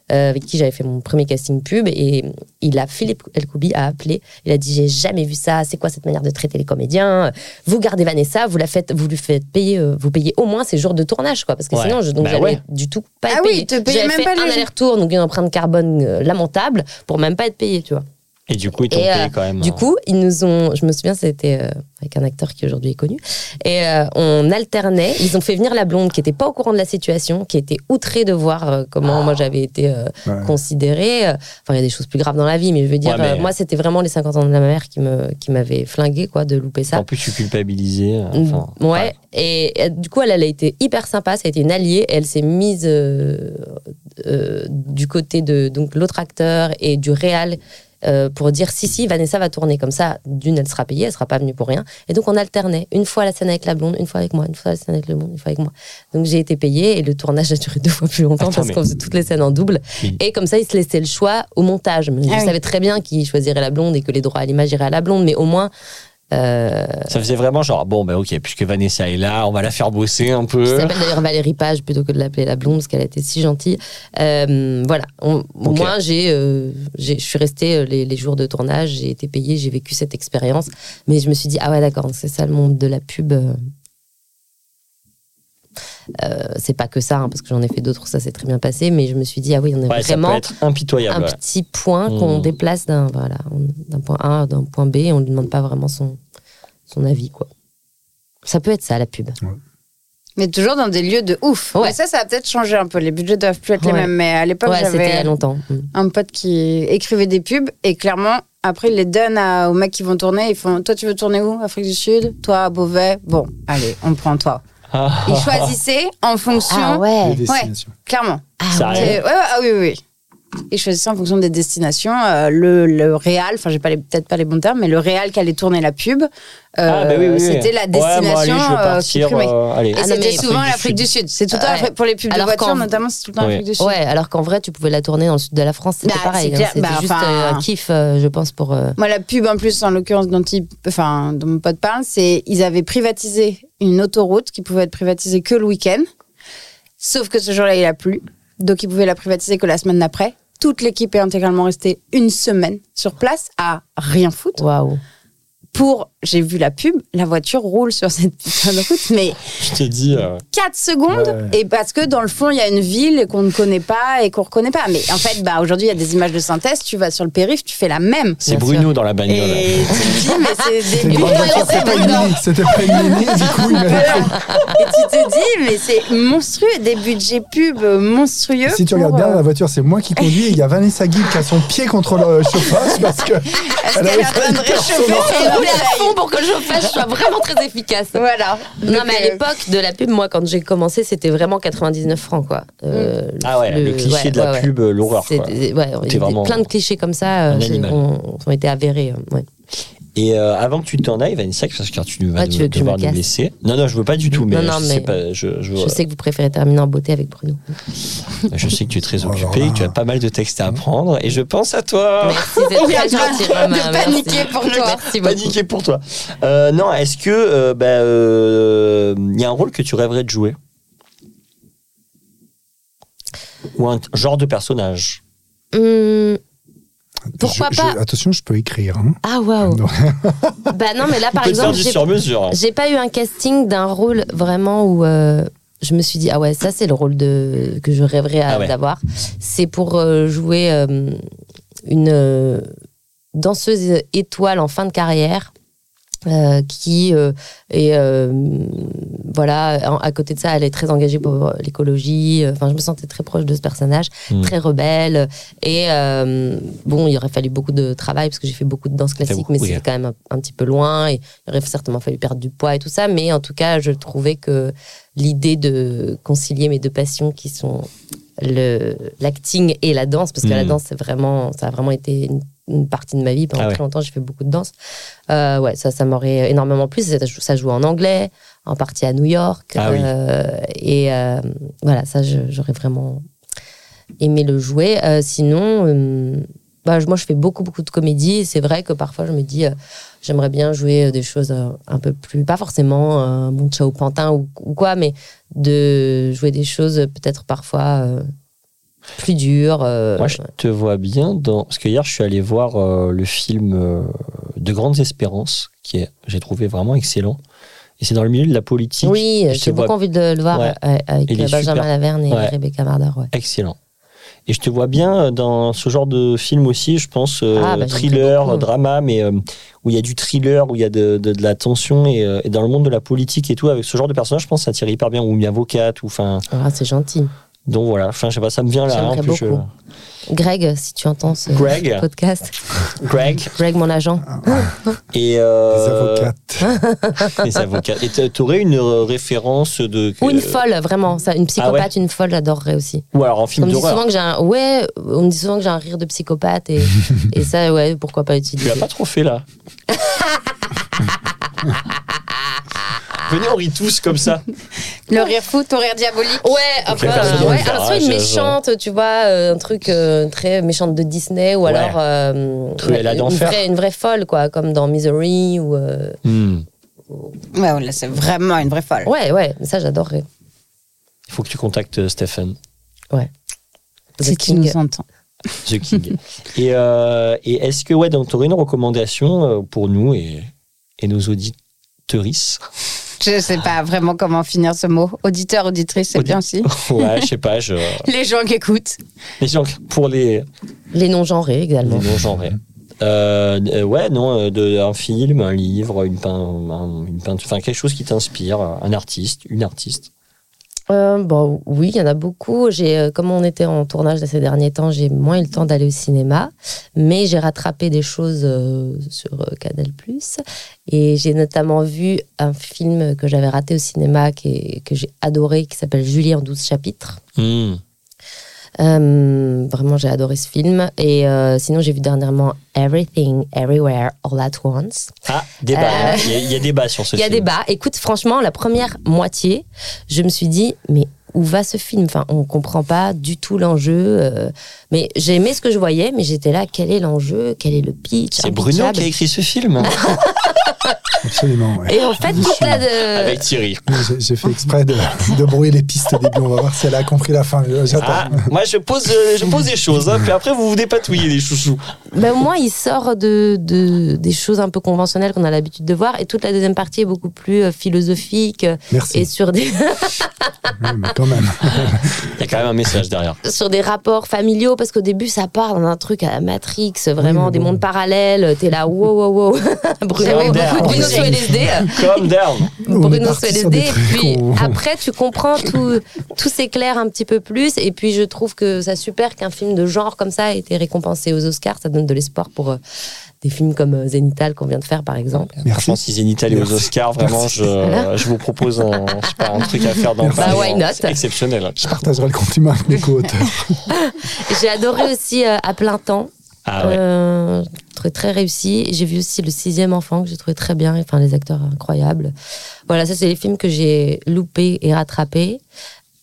Speaker 4: euh, avec qui j'avais fait mon premier casting pub et il a Philippe Elkoubi a appelé il a dit j'ai jamais vu ça c'est quoi cette manière de traiter les comédiens vous gardez Vanessa vous la faites vous lui faites payer euh, vous payez au moins ses jours de tournage quoi parce que
Speaker 1: Ouais.
Speaker 4: sinon je, donc
Speaker 1: Bah
Speaker 4: j'allais
Speaker 1: ouais.
Speaker 4: du tout pas
Speaker 2: Ah
Speaker 4: être
Speaker 2: oui,
Speaker 4: payée.
Speaker 2: te payais
Speaker 4: J'avais
Speaker 2: même
Speaker 4: fait
Speaker 2: pas les
Speaker 4: un
Speaker 2: jours.
Speaker 4: aller-retour donc une empreinte carbone euh, lamentable pour même pas être payé tu vois
Speaker 1: Et du coup, ils t'ont
Speaker 4: Et, euh,
Speaker 1: payé quand même. hein.
Speaker 4: du coup, ils nous ont. Je me souviens, c'était euh, avec un acteur qui aujourd'hui est connu. Et euh, on alternait. Ils ont fait venir la blonde qui n'était pas au courant de la situation, qui était outrée de voir euh, comment moi j'avais été euh,
Speaker 5: Ouais.
Speaker 4: considérée. Euh, Enfin, il y a des choses plus graves dans la vie, mais je veux dire,
Speaker 1: Ouais, mais-
Speaker 4: euh, moi, c'était vraiment les 50 ans de ma mère qui me qui m'avait flingué quoi, de louper ça.
Speaker 1: En plus, je suis culpabilisé. euh,
Speaker 2: Mmh.
Speaker 1: enfin,
Speaker 4: Mm, ouais,
Speaker 1: enfin,
Speaker 4: et euh, du coup, elle, elle a été hyper sympa, ça a été une alliée. Elle s'est mise euh, euh, du côté de donc l'autre acteur et du réal euh, pour dire si, si, Vanessa va tourner. Comme ça, d'une, elle sera payée, elle sera pas venue pour rien. Et donc, on alternait. Une fois la scène avec la blonde, une fois avec moi, une fois la scène avec le blonde, une fois avec moi. Donc, j'ai été payée et le tournage a duré deux fois plus longtemps
Speaker 1: Attends,
Speaker 4: parce
Speaker 1: Ah, mais-
Speaker 4: qu'on faisait toutes les scènes en double.
Speaker 1: Mais-
Speaker 4: Et comme ça, ils se laissaient le choix au montage. Mais Je
Speaker 2: Ah oui.
Speaker 4: savais très bien qui choisirait la blonde et que les droits à l'image iraient à la blonde, mais au moins. euh,
Speaker 1: Ça faisait vraiment genre, bon, bah ok, puisque Vanessa est là, on va la faire bosser un
Speaker 4: qui
Speaker 1: peu.
Speaker 4: s'appelle d'ailleurs Valérie Page plutôt que de l'appeler la blonde parce qu'elle a été si gentille. Euh, voilà, On- au
Speaker 1: Ok.
Speaker 4: moins j'ai, euh, j'ai- je suis restée euh, les, les jours de tournage, j'ai été payée, j'ai vécu cette expérience, mais je me suis dit ah ouais d'accord, donc c'est ça le monde de la pub. euh. Euh, c'est pas que ça, hein, parce que j'en ai fait d'autres où ça s'est très bien passé, mais je me suis dit ah oui on est
Speaker 1: Ouais, ça peut
Speaker 4: vraiment
Speaker 1: être impitoyable.
Speaker 4: un
Speaker 1: ouais.
Speaker 4: petit point qu'on
Speaker 1: Mm.
Speaker 4: déplace d'un voilà on- d'un point A à d'un point B et on lui demande pas vraiment son son avis quoi. Ça peut être ça la pub.
Speaker 2: Mais toujours dans des lieux de ouf.
Speaker 4: Ouais.
Speaker 2: Mais ça, ça a peut-être changé un peu. Les budgets doivent plus être les
Speaker 4: Ouais.
Speaker 2: mêmes. Mais à l'époque,
Speaker 4: Ouais, c'était il y a
Speaker 2: j'avais
Speaker 4: longtemps. Mm.
Speaker 2: un pote qui écrivait des pubs et clairement, après, il les donne à- aux mecs qui vont tourner. Ils font Toi, tu veux tourner où Afrique du Sud Toi, à Beauvais Bon, allez, on prend toi.
Speaker 1: Ah,
Speaker 2: Ils choisissaient en fonction.
Speaker 4: Ah
Speaker 5: Les
Speaker 4: ouais.
Speaker 5: destinations.
Speaker 2: Clairement.
Speaker 4: Ah
Speaker 1: Ça
Speaker 4: ouais.
Speaker 1: arrive.
Speaker 2: Et- ouais, ouais, ah oui, oui, oui. et choisissait en fonction des destinations euh, le, le réal, enfin j'ai pas les- peut-être pas les bons termes, mais le réal qui allait tourner la pub, euh,
Speaker 1: Ah, bah oui, oui, oui.
Speaker 2: c'était la
Speaker 1: Ouais, moi, allez,
Speaker 2: destination
Speaker 1: je veux
Speaker 2: euh,
Speaker 1: partir.
Speaker 2: supprimée.
Speaker 1: euh, allez.
Speaker 2: Et
Speaker 4: Ah non,
Speaker 2: c'était
Speaker 4: mais-
Speaker 2: souvent l'Afrique du Sud. C'est tout le temps
Speaker 4: Ouais.
Speaker 2: l'Afrique- pour les pubs de
Speaker 4: Alors
Speaker 2: voiture,
Speaker 4: quand-
Speaker 2: notamment, c'est tout le temps
Speaker 1: Ouais.
Speaker 2: l'Afrique du Sud.
Speaker 4: Ouais, alors qu'en vrai, tu pouvais la tourner dans le sud de la France, c'était
Speaker 2: Bah, c'est
Speaker 4: pareil. hein.
Speaker 2: clair.
Speaker 4: C'était
Speaker 2: Bah,
Speaker 4: juste
Speaker 2: enfin-
Speaker 4: euh, un kiff, euh, je pense, pour. euh,
Speaker 2: Moi, la pub, en plus, en l'occurrence, dont, il- enfin, dont mon pote parle, c'est ils avaient privatisé une autoroute qui pouvait être privatisée que le week-end. Sauf que ce jour-là, il a plu. Donc, ils pouvaient la privatiser que la semaine d'après. Toute l'équipe est intégralement restée une semaine sur place à rien foutre.
Speaker 4: Waouh.
Speaker 2: Pour, j'ai vu la pub, la voiture roule sur cette putain de route, mais
Speaker 1: Je te dis. euh,
Speaker 2: 4 secondes. Et parce que dans le fond, il y a une ville qu'on ne connaît pas et qu'on ne reconnaît pas. Mais en fait, bah, aujourd'hui, il y a des images de synthèse. Tu vas sur le périph', tu fais la même.
Speaker 1: C'est
Speaker 4: Bien
Speaker 1: Bruno dans la bagnole.
Speaker 2: Et tu te dis, mais c'est
Speaker 5: C'était une
Speaker 2: débile.
Speaker 5: grande voiture, c'était pas une Mini, c'était pas une Mini, du coup, il m'avait-
Speaker 2: Et tu te dis, mais c'est monstrueux, des budgets pubs monstrueux.
Speaker 5: Si tu
Speaker 2: pour,
Speaker 5: regardes bien,
Speaker 2: euh,
Speaker 5: la voiture, c'est moi qui conduis et il y a Vanessa Guy qui a son pied contre le chauffage parce que.
Speaker 2: Parce qu'elle est en train de réchauffer
Speaker 4: Elle
Speaker 2: son
Speaker 4: roule à
Speaker 2: oreille.
Speaker 4: fond pour que le chauffage soit vraiment très efficace.
Speaker 2: Voilà.
Speaker 4: Non,
Speaker 2: Donc,
Speaker 4: mais à
Speaker 2: euh,
Speaker 4: l'époque de la pub, moi, quand j'ai commencé, c'était vraiment 99 francs, quoi. Euh,
Speaker 1: Ah ouais, le cliché
Speaker 4: ouais,
Speaker 1: de la
Speaker 4: ouais, ouais.
Speaker 1: pub, euh, l'horreur.
Speaker 4: C'est-
Speaker 1: quoi.
Speaker 4: c'est- ouais, il y a
Speaker 1: vraiment
Speaker 4: plein de clichés comme ça
Speaker 1: un
Speaker 4: euh,
Speaker 1: animal.
Speaker 4: ont, ont été avérés. euh, ouais.
Speaker 1: Et euh, avant que tu t'en ailles, Vanessa, parce que tu vas
Speaker 4: Ah,
Speaker 1: de-
Speaker 4: tu veux que je
Speaker 1: devoir
Speaker 4: me
Speaker 1: nous
Speaker 4: casse
Speaker 1: laisser. Non, non, je veux pas du tout, mais,
Speaker 4: Non, non,
Speaker 1: je, Sais
Speaker 4: mais-
Speaker 1: pas, je, je-
Speaker 4: Je sais que vous préférez terminer en beauté avec Bruno.
Speaker 1: je sais que tu es très
Speaker 5: Oh, alors
Speaker 1: occupé,
Speaker 5: là.
Speaker 1: que tu as pas mal de textes à apprendre, et je pense à toi.
Speaker 4: Merci, c'est
Speaker 2: Il y a
Speaker 4: très
Speaker 2: pas
Speaker 4: gentil,
Speaker 2: de
Speaker 4: Romain,
Speaker 2: paniquer
Speaker 4: merci.
Speaker 2: pour toi.
Speaker 4: Merci beaucoup.
Speaker 1: Paniqué pour toi. Euh, non, est-ce que euh, bah, euh, y a un rôle que tu rêverais de jouer Ou un t- genre de personnage
Speaker 4: Hum, Pourquoi
Speaker 5: Je- je-
Speaker 4: pas
Speaker 5: Attention, je peux écrire. hein.
Speaker 4: Ah, waouh.
Speaker 5: Non.
Speaker 4: Bah non, mais là,
Speaker 1: On
Speaker 4: par
Speaker 1: peut te faire
Speaker 4: exemple,
Speaker 1: du
Speaker 4: j'ai-
Speaker 1: sur-mesure. hein.
Speaker 4: j'ai pas eu un casting d'un rôle vraiment où euh, je me suis dit, ah ouais, ça, c'est le rôle de... que je rêverais à-
Speaker 1: Ah ouais.
Speaker 4: d'avoir. C'est pour euh, jouer euh, une euh, danseuse étoile en fin de carrière. euh, qui euh, est euh, voilà en- à côté de ça elle est très engagée pour l'écologie Euh, enfin je me sentais très proche de ce personnage
Speaker 1: Mm.
Speaker 4: très rebelle et euh, bon il aurait fallu beaucoup de travail parce que j'ai fait beaucoup de danse classique
Speaker 1: beaucoup,
Speaker 4: mais
Speaker 1: oui.
Speaker 4: c'était quand même un, un petit peu loin et il aurait certainement fallu perdre du poids et tout ça mais en tout cas je trouvais que l'idée de concilier mes deux passions qui sont le l'acting et la danse parce que la
Speaker 1: Mm.
Speaker 4: danse c'est vraiment ça a vraiment été une, une partie de ma vie pendant
Speaker 1: Ah ouais.
Speaker 4: très longtemps j'ai fait beaucoup de danse euh, ouais, ça, ça m'aurait énormément plu. Ça, ça jouait en anglais, en partie à New York.
Speaker 1: Ah oui.
Speaker 4: Euh, et euh, voilà, ça, je- j'aurais vraiment aimé le jouer. Euh, sinon, euh, bah, je- moi, je fais beaucoup, beaucoup de comédies. Et c'est vrai que parfois, je me dis, euh, j'aimerais bien jouer euh, des choses euh, un peu plus, pas forcément euh, mon chat au pantin ou, ou quoi, mais de jouer des choses euh, peut-être parfois euh, plus dures. euh,
Speaker 1: Moi, je te vois bien dans. Parce que hier, je suis allé voir euh, le film euh, De Grandes Espérances, qui est, j'ai trouvé vraiment excellent. Et c'est dans le milieu de la politique.
Speaker 4: oui,
Speaker 1: je te
Speaker 4: j'ai beaucoup
Speaker 1: vois-
Speaker 4: envie de le voir
Speaker 1: Ouais.
Speaker 4: euh, avec
Speaker 1: Il est
Speaker 4: euh, Benjamin
Speaker 1: super.
Speaker 4: Laverne et
Speaker 1: Ouais.
Speaker 4: Rebecca Marder. Ouais.
Speaker 1: Excellent. Et je te vois bien euh, dans ce genre de film aussi, je pense, euh,
Speaker 4: Ah, bah, j'aime
Speaker 1: thriller,
Speaker 4: beaucoup.
Speaker 1: euh, drama, mais euh, où il y a du thriller, où il y a de, de- de la tension, et, euh, et dans le monde de la politique et tout, avec ce genre de personnage, je pense que ça tire hyper bien, ou une avocate, ou enfin.
Speaker 4: Ah, c'est gentil.
Speaker 1: Donc voilà, enfin, je sais pas, ça me vient là. hein, en
Speaker 4: J'aimerais
Speaker 1: plus, je-
Speaker 4: beaucoup. Greg, si tu entends ce
Speaker 1: Greg, Ah,
Speaker 4: podcast,
Speaker 1: Greg,
Speaker 4: Greg, mon agent.
Speaker 1: et.
Speaker 5: Les
Speaker 1: euh,
Speaker 5: avocates.
Speaker 1: les avocats. Et t'a- t'aurais une euh, référence de.
Speaker 4: Ou une
Speaker 1: euh,
Speaker 4: folle, vraiment. Ça, une psychopathe, une folle, j'adorerais aussi.
Speaker 1: Ou alors en
Speaker 4: On
Speaker 1: film
Speaker 4: me, dit souvent
Speaker 1: d'horreur.
Speaker 4: que j'ai un... ouais, on me dit souvent que j'ai un rire de psychopathe et, et ça, ouais, pourquoi pas
Speaker 1: Tu
Speaker 4: utiliser.
Speaker 1: l'as pas trop fait là. Venez, on rit tous comme ça.
Speaker 2: Le rire fou, ton rire diabolique.
Speaker 4: Ouais, enfin,
Speaker 1: personne
Speaker 4: ouais,
Speaker 1: ne le
Speaker 4: alors
Speaker 1: fera,
Speaker 4: soit une
Speaker 1: je-
Speaker 4: méchante, tu vois, euh, un truc euh, très méchante de Disney, ou
Speaker 1: Ouais.
Speaker 4: alors euh,
Speaker 1: Cruella
Speaker 4: une,
Speaker 1: d'enfer.
Speaker 4: vraie, une vraie folle, quoi, comme dans Misery, ou. euh,
Speaker 1: Hmm.
Speaker 2: Ouais, oh là, c'est vraiment une vraie folle.
Speaker 4: Ouais, ouais, ça, j'adorerais.
Speaker 1: Il faut que tu contactes euh, Stephen,
Speaker 4: The
Speaker 2: C'est qui
Speaker 4: King.
Speaker 2: nous entend.
Speaker 1: The King. et euh, et est-ce que, ouais, donc tu aurais une recommandation euh, pour nous et, et nos auditrices
Speaker 2: Je sais pas vraiment comment finir ce mot. Auditeur, auditrice, c'est
Speaker 1: Audi-
Speaker 2: bien aussi.
Speaker 1: Ouais, je sais pas, je.
Speaker 2: Les gens qui écoutent.
Speaker 1: Les gens, pour les,
Speaker 4: Les non-genrés
Speaker 1: les
Speaker 4: également.
Speaker 1: non-genrés. Euh, euh, ouais, non, euh, de, un film, un livre, une, pein, un- une peinture, enfin quelque chose qui t'inspire, un artiste, une artiste.
Speaker 4: Euh, bon, oui, il y en a beaucoup. J'ai, euh, comme on était en tournage ces derniers temps, j'ai moins eu le temps d'aller au cinéma, mais j'ai rattrapé des choses euh, sur euh, Canal+. Et j'ai notamment vu un film que j'avais Hmm. raté au cinéma, qui est- que j'ai adoré, qui s'appelle Julie en 12 chapitres. Euh, vraiment, j'ai adoré ce film. Et euh, sinon, j'ai vu dernièrement Everything, Everywhere, All at Once.
Speaker 1: Ah, débat.
Speaker 4: Euh.
Speaker 1: hein. Il y a- il y, a débat sur ce
Speaker 4: Il y a
Speaker 1: film.
Speaker 4: débat. Écoute, franchement, la première moitié, je me suis dit, mais où va ce film Enfin, on comprend pas du tout l'enjeu. euh, mais j'ai aimé ce que je voyais, mais j'étais là, quel est l'enjeu Quel est le pitch
Speaker 1: C'est Bruno
Speaker 4: Impeccable.
Speaker 1: qui a écrit ce film hein,
Speaker 5: Absolument, ouais.
Speaker 4: Et en fait, toute la de-
Speaker 1: avec Thierry.
Speaker 5: Oui, j'ai- J'ai fait exprès de, de brouiller les pistes au début. On va voir si elle a compris la fin. Euh, J'attends.
Speaker 1: Ah, moi je pose, euh, je pose des choses, hein, puis après vous vous dépatouillez les chouchous.
Speaker 4: Ben, au moins, il sort de, de- des choses un peu conventionnelles qu'on a l'habitude de voir. Et toute la deuxième partie est beaucoup plus euh, philosophique euh,
Speaker 5: Merci.
Speaker 4: et sur des,
Speaker 5: Oui, mais quand même.
Speaker 1: Il y a quand même un message derrière.
Speaker 4: sur des rapports familiaux. Parce qu'au début, ça part dans un truc à la Matrix, vraiment
Speaker 5: mais
Speaker 4: des
Speaker 5: bon.
Speaker 4: mondes parallèles. T'es là, wow, wow, wow. Bruno,
Speaker 1: Secondaire.
Speaker 4: Bruno sur LSD. euh,
Speaker 1: Calm down.
Speaker 5: On est
Speaker 4: Bruno
Speaker 5: parti sur des
Speaker 4: Suélesdé.
Speaker 5: trucs
Speaker 4: Puis
Speaker 5: où-
Speaker 4: après, tu comprends tout, tout s'éclaire un petit peu plus. Et puis, je trouve que ça super qu'un film de genre comme ça ait été récompensé aux Oscars. Ça donne de l'espoir pour euh, des films comme euh, Zénithal qu'on vient de faire, par exemple.
Speaker 5: Merci.
Speaker 1: Franchement, si Zénithal est aux
Speaker 5: Merci.
Speaker 1: Oscars, vraiment,
Speaker 5: Merci.
Speaker 1: je, je vous propose un, je sais pas, un truc à faire dans
Speaker 5: Merci.
Speaker 1: le
Speaker 4: Bah,
Speaker 1: genre.
Speaker 4: why not
Speaker 1: C'est exceptionnel. hein.
Speaker 5: Je partagerai le compliment avec mes co-auteurs.
Speaker 4: J'ai adoré aussi euh, à plein temps.
Speaker 1: Ah ouais.
Speaker 4: Euh, trouvé très réussi. J'ai vu aussi Le Sixième Enfant que j'ai trouvé très bien. Enfin, les acteurs incroyables. Voilà, ça, c'est les films que j'ai loupés et rattrapés.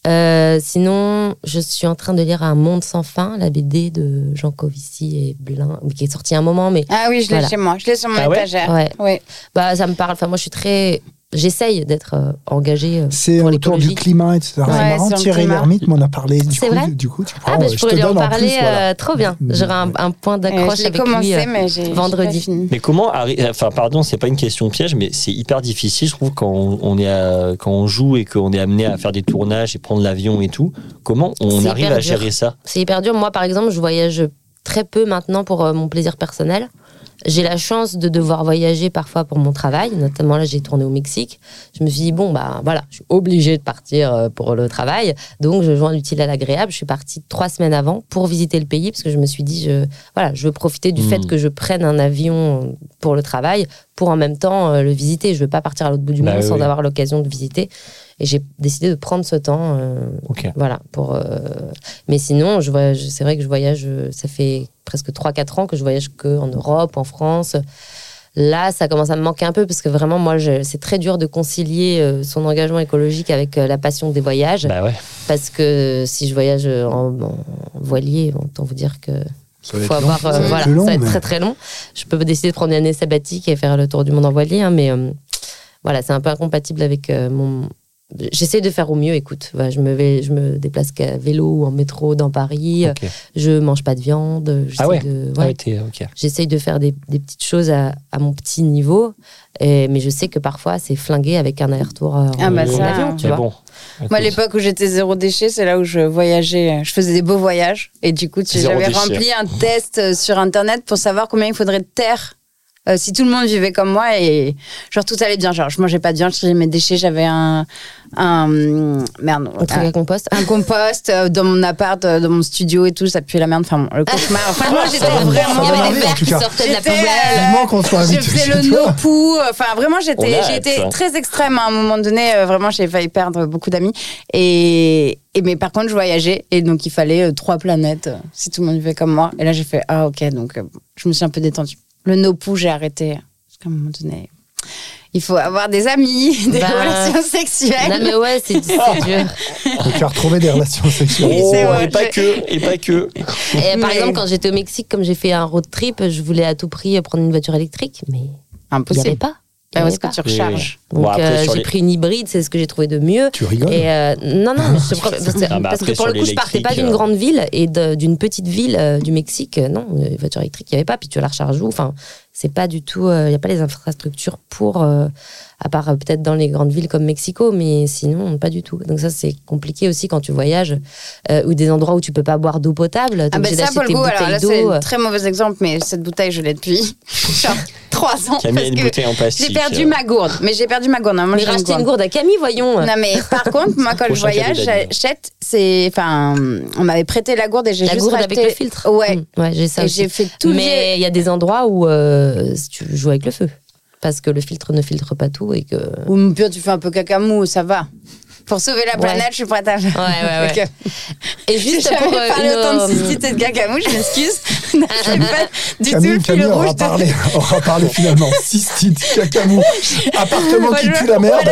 Speaker 4: Euh, sinon, je suis en train de lire Un monde sans fin, la BD de Jean Covici et Blin, qui est sorti à un moment, mais
Speaker 2: Ah oui, je l'ai
Speaker 4: Voilà.
Speaker 2: chez moi. Je l'ai sur mon
Speaker 1: Ah ouais
Speaker 2: étagère.
Speaker 4: Ouais.
Speaker 2: Oui.
Speaker 4: bah, ça me parle. Enfin, moi, je suis très. J'essaye d'être euh, engagée. euh.
Speaker 5: C'est
Speaker 4: Pour
Speaker 5: autour du
Speaker 4: l'écologie.
Speaker 5: climat, etc. c'est
Speaker 2: Ouais,
Speaker 5: marrant,
Speaker 2: sur le
Speaker 5: Thierry
Speaker 2: climat.
Speaker 5: Lhermitte m'en a parlé. Du
Speaker 4: C'est
Speaker 5: coup,
Speaker 4: vrai
Speaker 5: du coup, tu prends.
Speaker 4: Ah, bah,
Speaker 5: euh,
Speaker 4: je, pourrais
Speaker 5: te
Speaker 4: lui en
Speaker 5: donne en
Speaker 4: parler.
Speaker 5: plus, voilà.
Speaker 4: euh, trop bien. J'aurai un, un point
Speaker 2: Euh,
Speaker 4: d'accroche
Speaker 2: Je l'ai
Speaker 4: avec
Speaker 2: commencé,
Speaker 4: lui. euh.
Speaker 2: mais j'ai j'ai
Speaker 4: vendredi.
Speaker 2: pas fini.
Speaker 1: Mais comment, arri- enfin pardon, c'est pas une question piège, mais c'est hyper difficile, je trouve, quand on, on est à- quand on joue et qu'on est amené à faire des tournages et prendre l'avion et tout. Comment on
Speaker 4: Euh, C'est
Speaker 1: arrive
Speaker 4: hyper
Speaker 1: à
Speaker 4: dur.
Speaker 1: gérer ça
Speaker 4: C'est hyper dur. Moi, par exemple, je voyage très peu maintenant pour euh, mon plaisir personnel. J'ai la chance de devoir voyager parfois pour mon travail. Notamment, là, j'ai tourné au Mexique. Je me suis dit, bon, bah voilà, je suis obligée de partir euh, pour le travail. Donc, je joins l'utile à l'agréable. Je suis partie trois semaines avant pour visiter le pays parce que je me suis dit, je, voilà, je veux profiter du
Speaker 1: Mm.
Speaker 4: fait que je prenne un avion pour le travail pour en même temps euh, le visiter. Je veux pas partir à l'autre bout du
Speaker 1: Bah
Speaker 4: monde
Speaker 1: oui,
Speaker 4: sans
Speaker 1: oui.
Speaker 4: avoir l'occasion de visiter. Et j'ai décidé de prendre ce temps euh,
Speaker 1: Ok.
Speaker 4: voilà, pour. euh, Mais sinon, je voyage. C'est vrai que je voyage. euh, Ça fait presque 3-4 ans que je voyage que en Europe, en France. Là, ça commence à me manquer un peu parce que vraiment, moi, je- c'est très dur de concilier euh, son engagement écologique avec euh, la passion des voyages.
Speaker 1: Bah ouais.
Speaker 4: Parce que si je voyage euh, en, en voilier, autant vous dire que
Speaker 5: Ça va
Speaker 4: faut
Speaker 5: être long,
Speaker 4: avoir,
Speaker 5: ça
Speaker 4: euh,
Speaker 5: va être
Speaker 4: voilà,
Speaker 5: plus long,
Speaker 4: ça va être
Speaker 5: mais-
Speaker 4: très très long. Je peux décider de prendre une année sabbatique et faire le tour du monde en voilier, hein, mais euh, voilà, c'est un peu incompatible avec euh, mon. J'essaie de faire au mieux. Écoute, Voilà, je me vais, je me déplace qu'à vélo ou en métro dans Paris.
Speaker 1: Ok.
Speaker 4: Je mange pas de viande. J'essaie
Speaker 1: Ah ouais.
Speaker 4: de,
Speaker 1: Ah
Speaker 4: ouais.
Speaker 1: ouais, t'es- ok.
Speaker 4: J'essaye de faire des, des petites choses à, à mon petit niveau, et- mais je sais que parfois c'est flingué avec un aller-retour euh,
Speaker 2: Ah,
Speaker 4: en,
Speaker 2: bah
Speaker 4: en
Speaker 2: ça.
Speaker 4: avion, tu
Speaker 1: Mais
Speaker 4: vois.
Speaker 1: bon.
Speaker 2: Moi, à
Speaker 1: Écoute.
Speaker 2: l'époque où j'étais zéro déchet, c'est là où je voyageais. Je faisais des beaux voyages. Et du coup, tu-
Speaker 1: Zéro
Speaker 2: j'avais
Speaker 1: déchet.
Speaker 2: rempli un test euh, sur Internet pour savoir combien il faudrait de terre. euh, si tout le monde vivait comme moi et genre tout allait bien, genre je mangeais pas de viande, je triais mes déchets, j'avais un, un merde,
Speaker 4: Un truc
Speaker 2: un-
Speaker 4: à compost.
Speaker 2: un Ah. compost euh, dans mon appart, euh, dans mon studio et tout, ça puait la merde. Enfin bon, le cauchemar.
Speaker 4: Ah,
Speaker 2: Franchement, j'étais
Speaker 5: va,
Speaker 2: vraiment.
Speaker 5: ça
Speaker 4: Il y avait des
Speaker 5: en
Speaker 4: vers
Speaker 5: tout
Speaker 4: qui
Speaker 5: cas.
Speaker 4: sortaient de la
Speaker 2: J'étais,
Speaker 4: poubelle.
Speaker 2: euh,
Speaker 5: Vivement qu'on soit
Speaker 2: je
Speaker 5: invité
Speaker 2: faisais
Speaker 5: chez
Speaker 2: le
Speaker 5: toi.
Speaker 2: no-pou. Enfin, vraiment,
Speaker 1: On a
Speaker 2: j'étais,
Speaker 1: hâte,
Speaker 2: j'étais
Speaker 1: hein.
Speaker 2: très extrême à un moment donné. Euh, Vraiment, j'ai failli perdre beaucoup d'amis. Et, et- mais par contre, je voyageais et donc il fallait euh, trois planètes euh, si tout le monde vivait comme moi. Et là, j'ai fait ah ok, donc euh, je me suis un peu détendue. Le no-pou, j'ai arrêté parce qu'à un moment donné. Il faut avoir des amis, des
Speaker 4: Bah,
Speaker 2: relations sexuelles.
Speaker 4: Non mais ouais, c'est c'est dur.
Speaker 5: Donc, tu as retrouvé des relations sexuelles.
Speaker 2: Oui, c'est
Speaker 1: Oh,
Speaker 2: vrai,
Speaker 1: et pas
Speaker 2: je-
Speaker 1: que, et pas que.
Speaker 4: Et Euh, par
Speaker 2: Mais-
Speaker 4: exemple, quand j'étais au Mexique, comme j'ai fait un road trip, je voulais à tout prix prendre une voiture électrique, mais il n'y
Speaker 2: Impossible.
Speaker 4: avait pas. Il y
Speaker 2: Ah, où
Speaker 4: avait
Speaker 2: est-ce que
Speaker 4: pas.
Speaker 2: tu
Speaker 1: Oui, oui.
Speaker 2: recharges
Speaker 1: Bon,
Speaker 4: Donc
Speaker 1: après,
Speaker 4: euh,
Speaker 1: sur
Speaker 4: j'ai
Speaker 1: les-
Speaker 4: pris une hybride, c'est ce que j'ai trouvé de mieux.
Speaker 5: Tu rigoles
Speaker 4: Et euh, non, non, mais je te promets, parce que,
Speaker 1: Ah bah
Speaker 4: parce que
Speaker 1: après,
Speaker 4: pour
Speaker 1: sur
Speaker 4: le coup, je partais pas
Speaker 1: l'électrique,
Speaker 4: d'une
Speaker 1: euh,
Speaker 4: grande ville et de- d'une petite ville euh, du Mexique. euh, Non, euh, voiture électrique, il n'y avait pas. Puis tu as la recharge où Enfin, c'est pas du tout. euh, Il n'y a pas les infrastructures pour, euh, à part euh, peut-être dans les grandes villes comme Mexico, mais sinon, pas du tout. Donc ça, c'est compliqué aussi quand tu voyages euh, ou des endroits où tu peux pas boire d'eau potable. T'es
Speaker 2: Ah ben
Speaker 4: obligé
Speaker 2: ça,
Speaker 4: d'acheter
Speaker 2: pour le
Speaker 4: tes
Speaker 2: coup, alors
Speaker 4: bouteilles
Speaker 2: là,
Speaker 4: d'eau,
Speaker 2: c'est
Speaker 4: euh.
Speaker 2: un très mauvais exemple, mais cette bouteille, je l'ai depuis genre 3 ans.
Speaker 1: Camille a une
Speaker 2: parce que
Speaker 1: bouteille en plastique. euh,
Speaker 2: j'ai perdu ma gourde, mais j'ai perdu ma gourde. Normalement,
Speaker 4: Mais
Speaker 2: j'ai une
Speaker 4: racheter une
Speaker 2: gourde.
Speaker 4: gourde à Camille, voyons.
Speaker 2: Non mais par contre moi quand je
Speaker 1: Prochain
Speaker 2: voyage
Speaker 1: cadeau d'Annie.
Speaker 2: j'achète c'est enfin on m'avait prêté la gourde et j'ai
Speaker 4: La
Speaker 2: juste
Speaker 4: gourde
Speaker 2: racheté
Speaker 4: avec le filtre.
Speaker 2: ouais
Speaker 4: Mmh, ouais, j'ai ça.
Speaker 2: et
Speaker 4: aussi.
Speaker 2: j'ai fait tout mais...
Speaker 4: Mais il y a des endroits où euh, tu joues avec le feu. Parce que le filtre ne filtre pas tout et que.
Speaker 2: ou pire tu fais un peu caca mou ça va Pour sauver la
Speaker 4: Ouais.
Speaker 2: planète, je suis prête à euh, faire.
Speaker 4: Ouais, ouais, ouais.
Speaker 2: Ok.
Speaker 4: Et
Speaker 2: J'ai
Speaker 4: juste
Speaker 2: jamais
Speaker 4: pour euh,
Speaker 2: parlé
Speaker 4: une,
Speaker 2: autant de
Speaker 4: euh,
Speaker 2: cystite et de cacamouche, je m'excuse. Je n'ai pas du tout
Speaker 5: Camille,
Speaker 2: le fil
Speaker 5: Camille
Speaker 2: rouge
Speaker 5: aura
Speaker 2: de-
Speaker 5: parlé, aura parlé finalement. Cystite, cacamou, appartement qui
Speaker 2: Moi, je-
Speaker 5: pue la merde.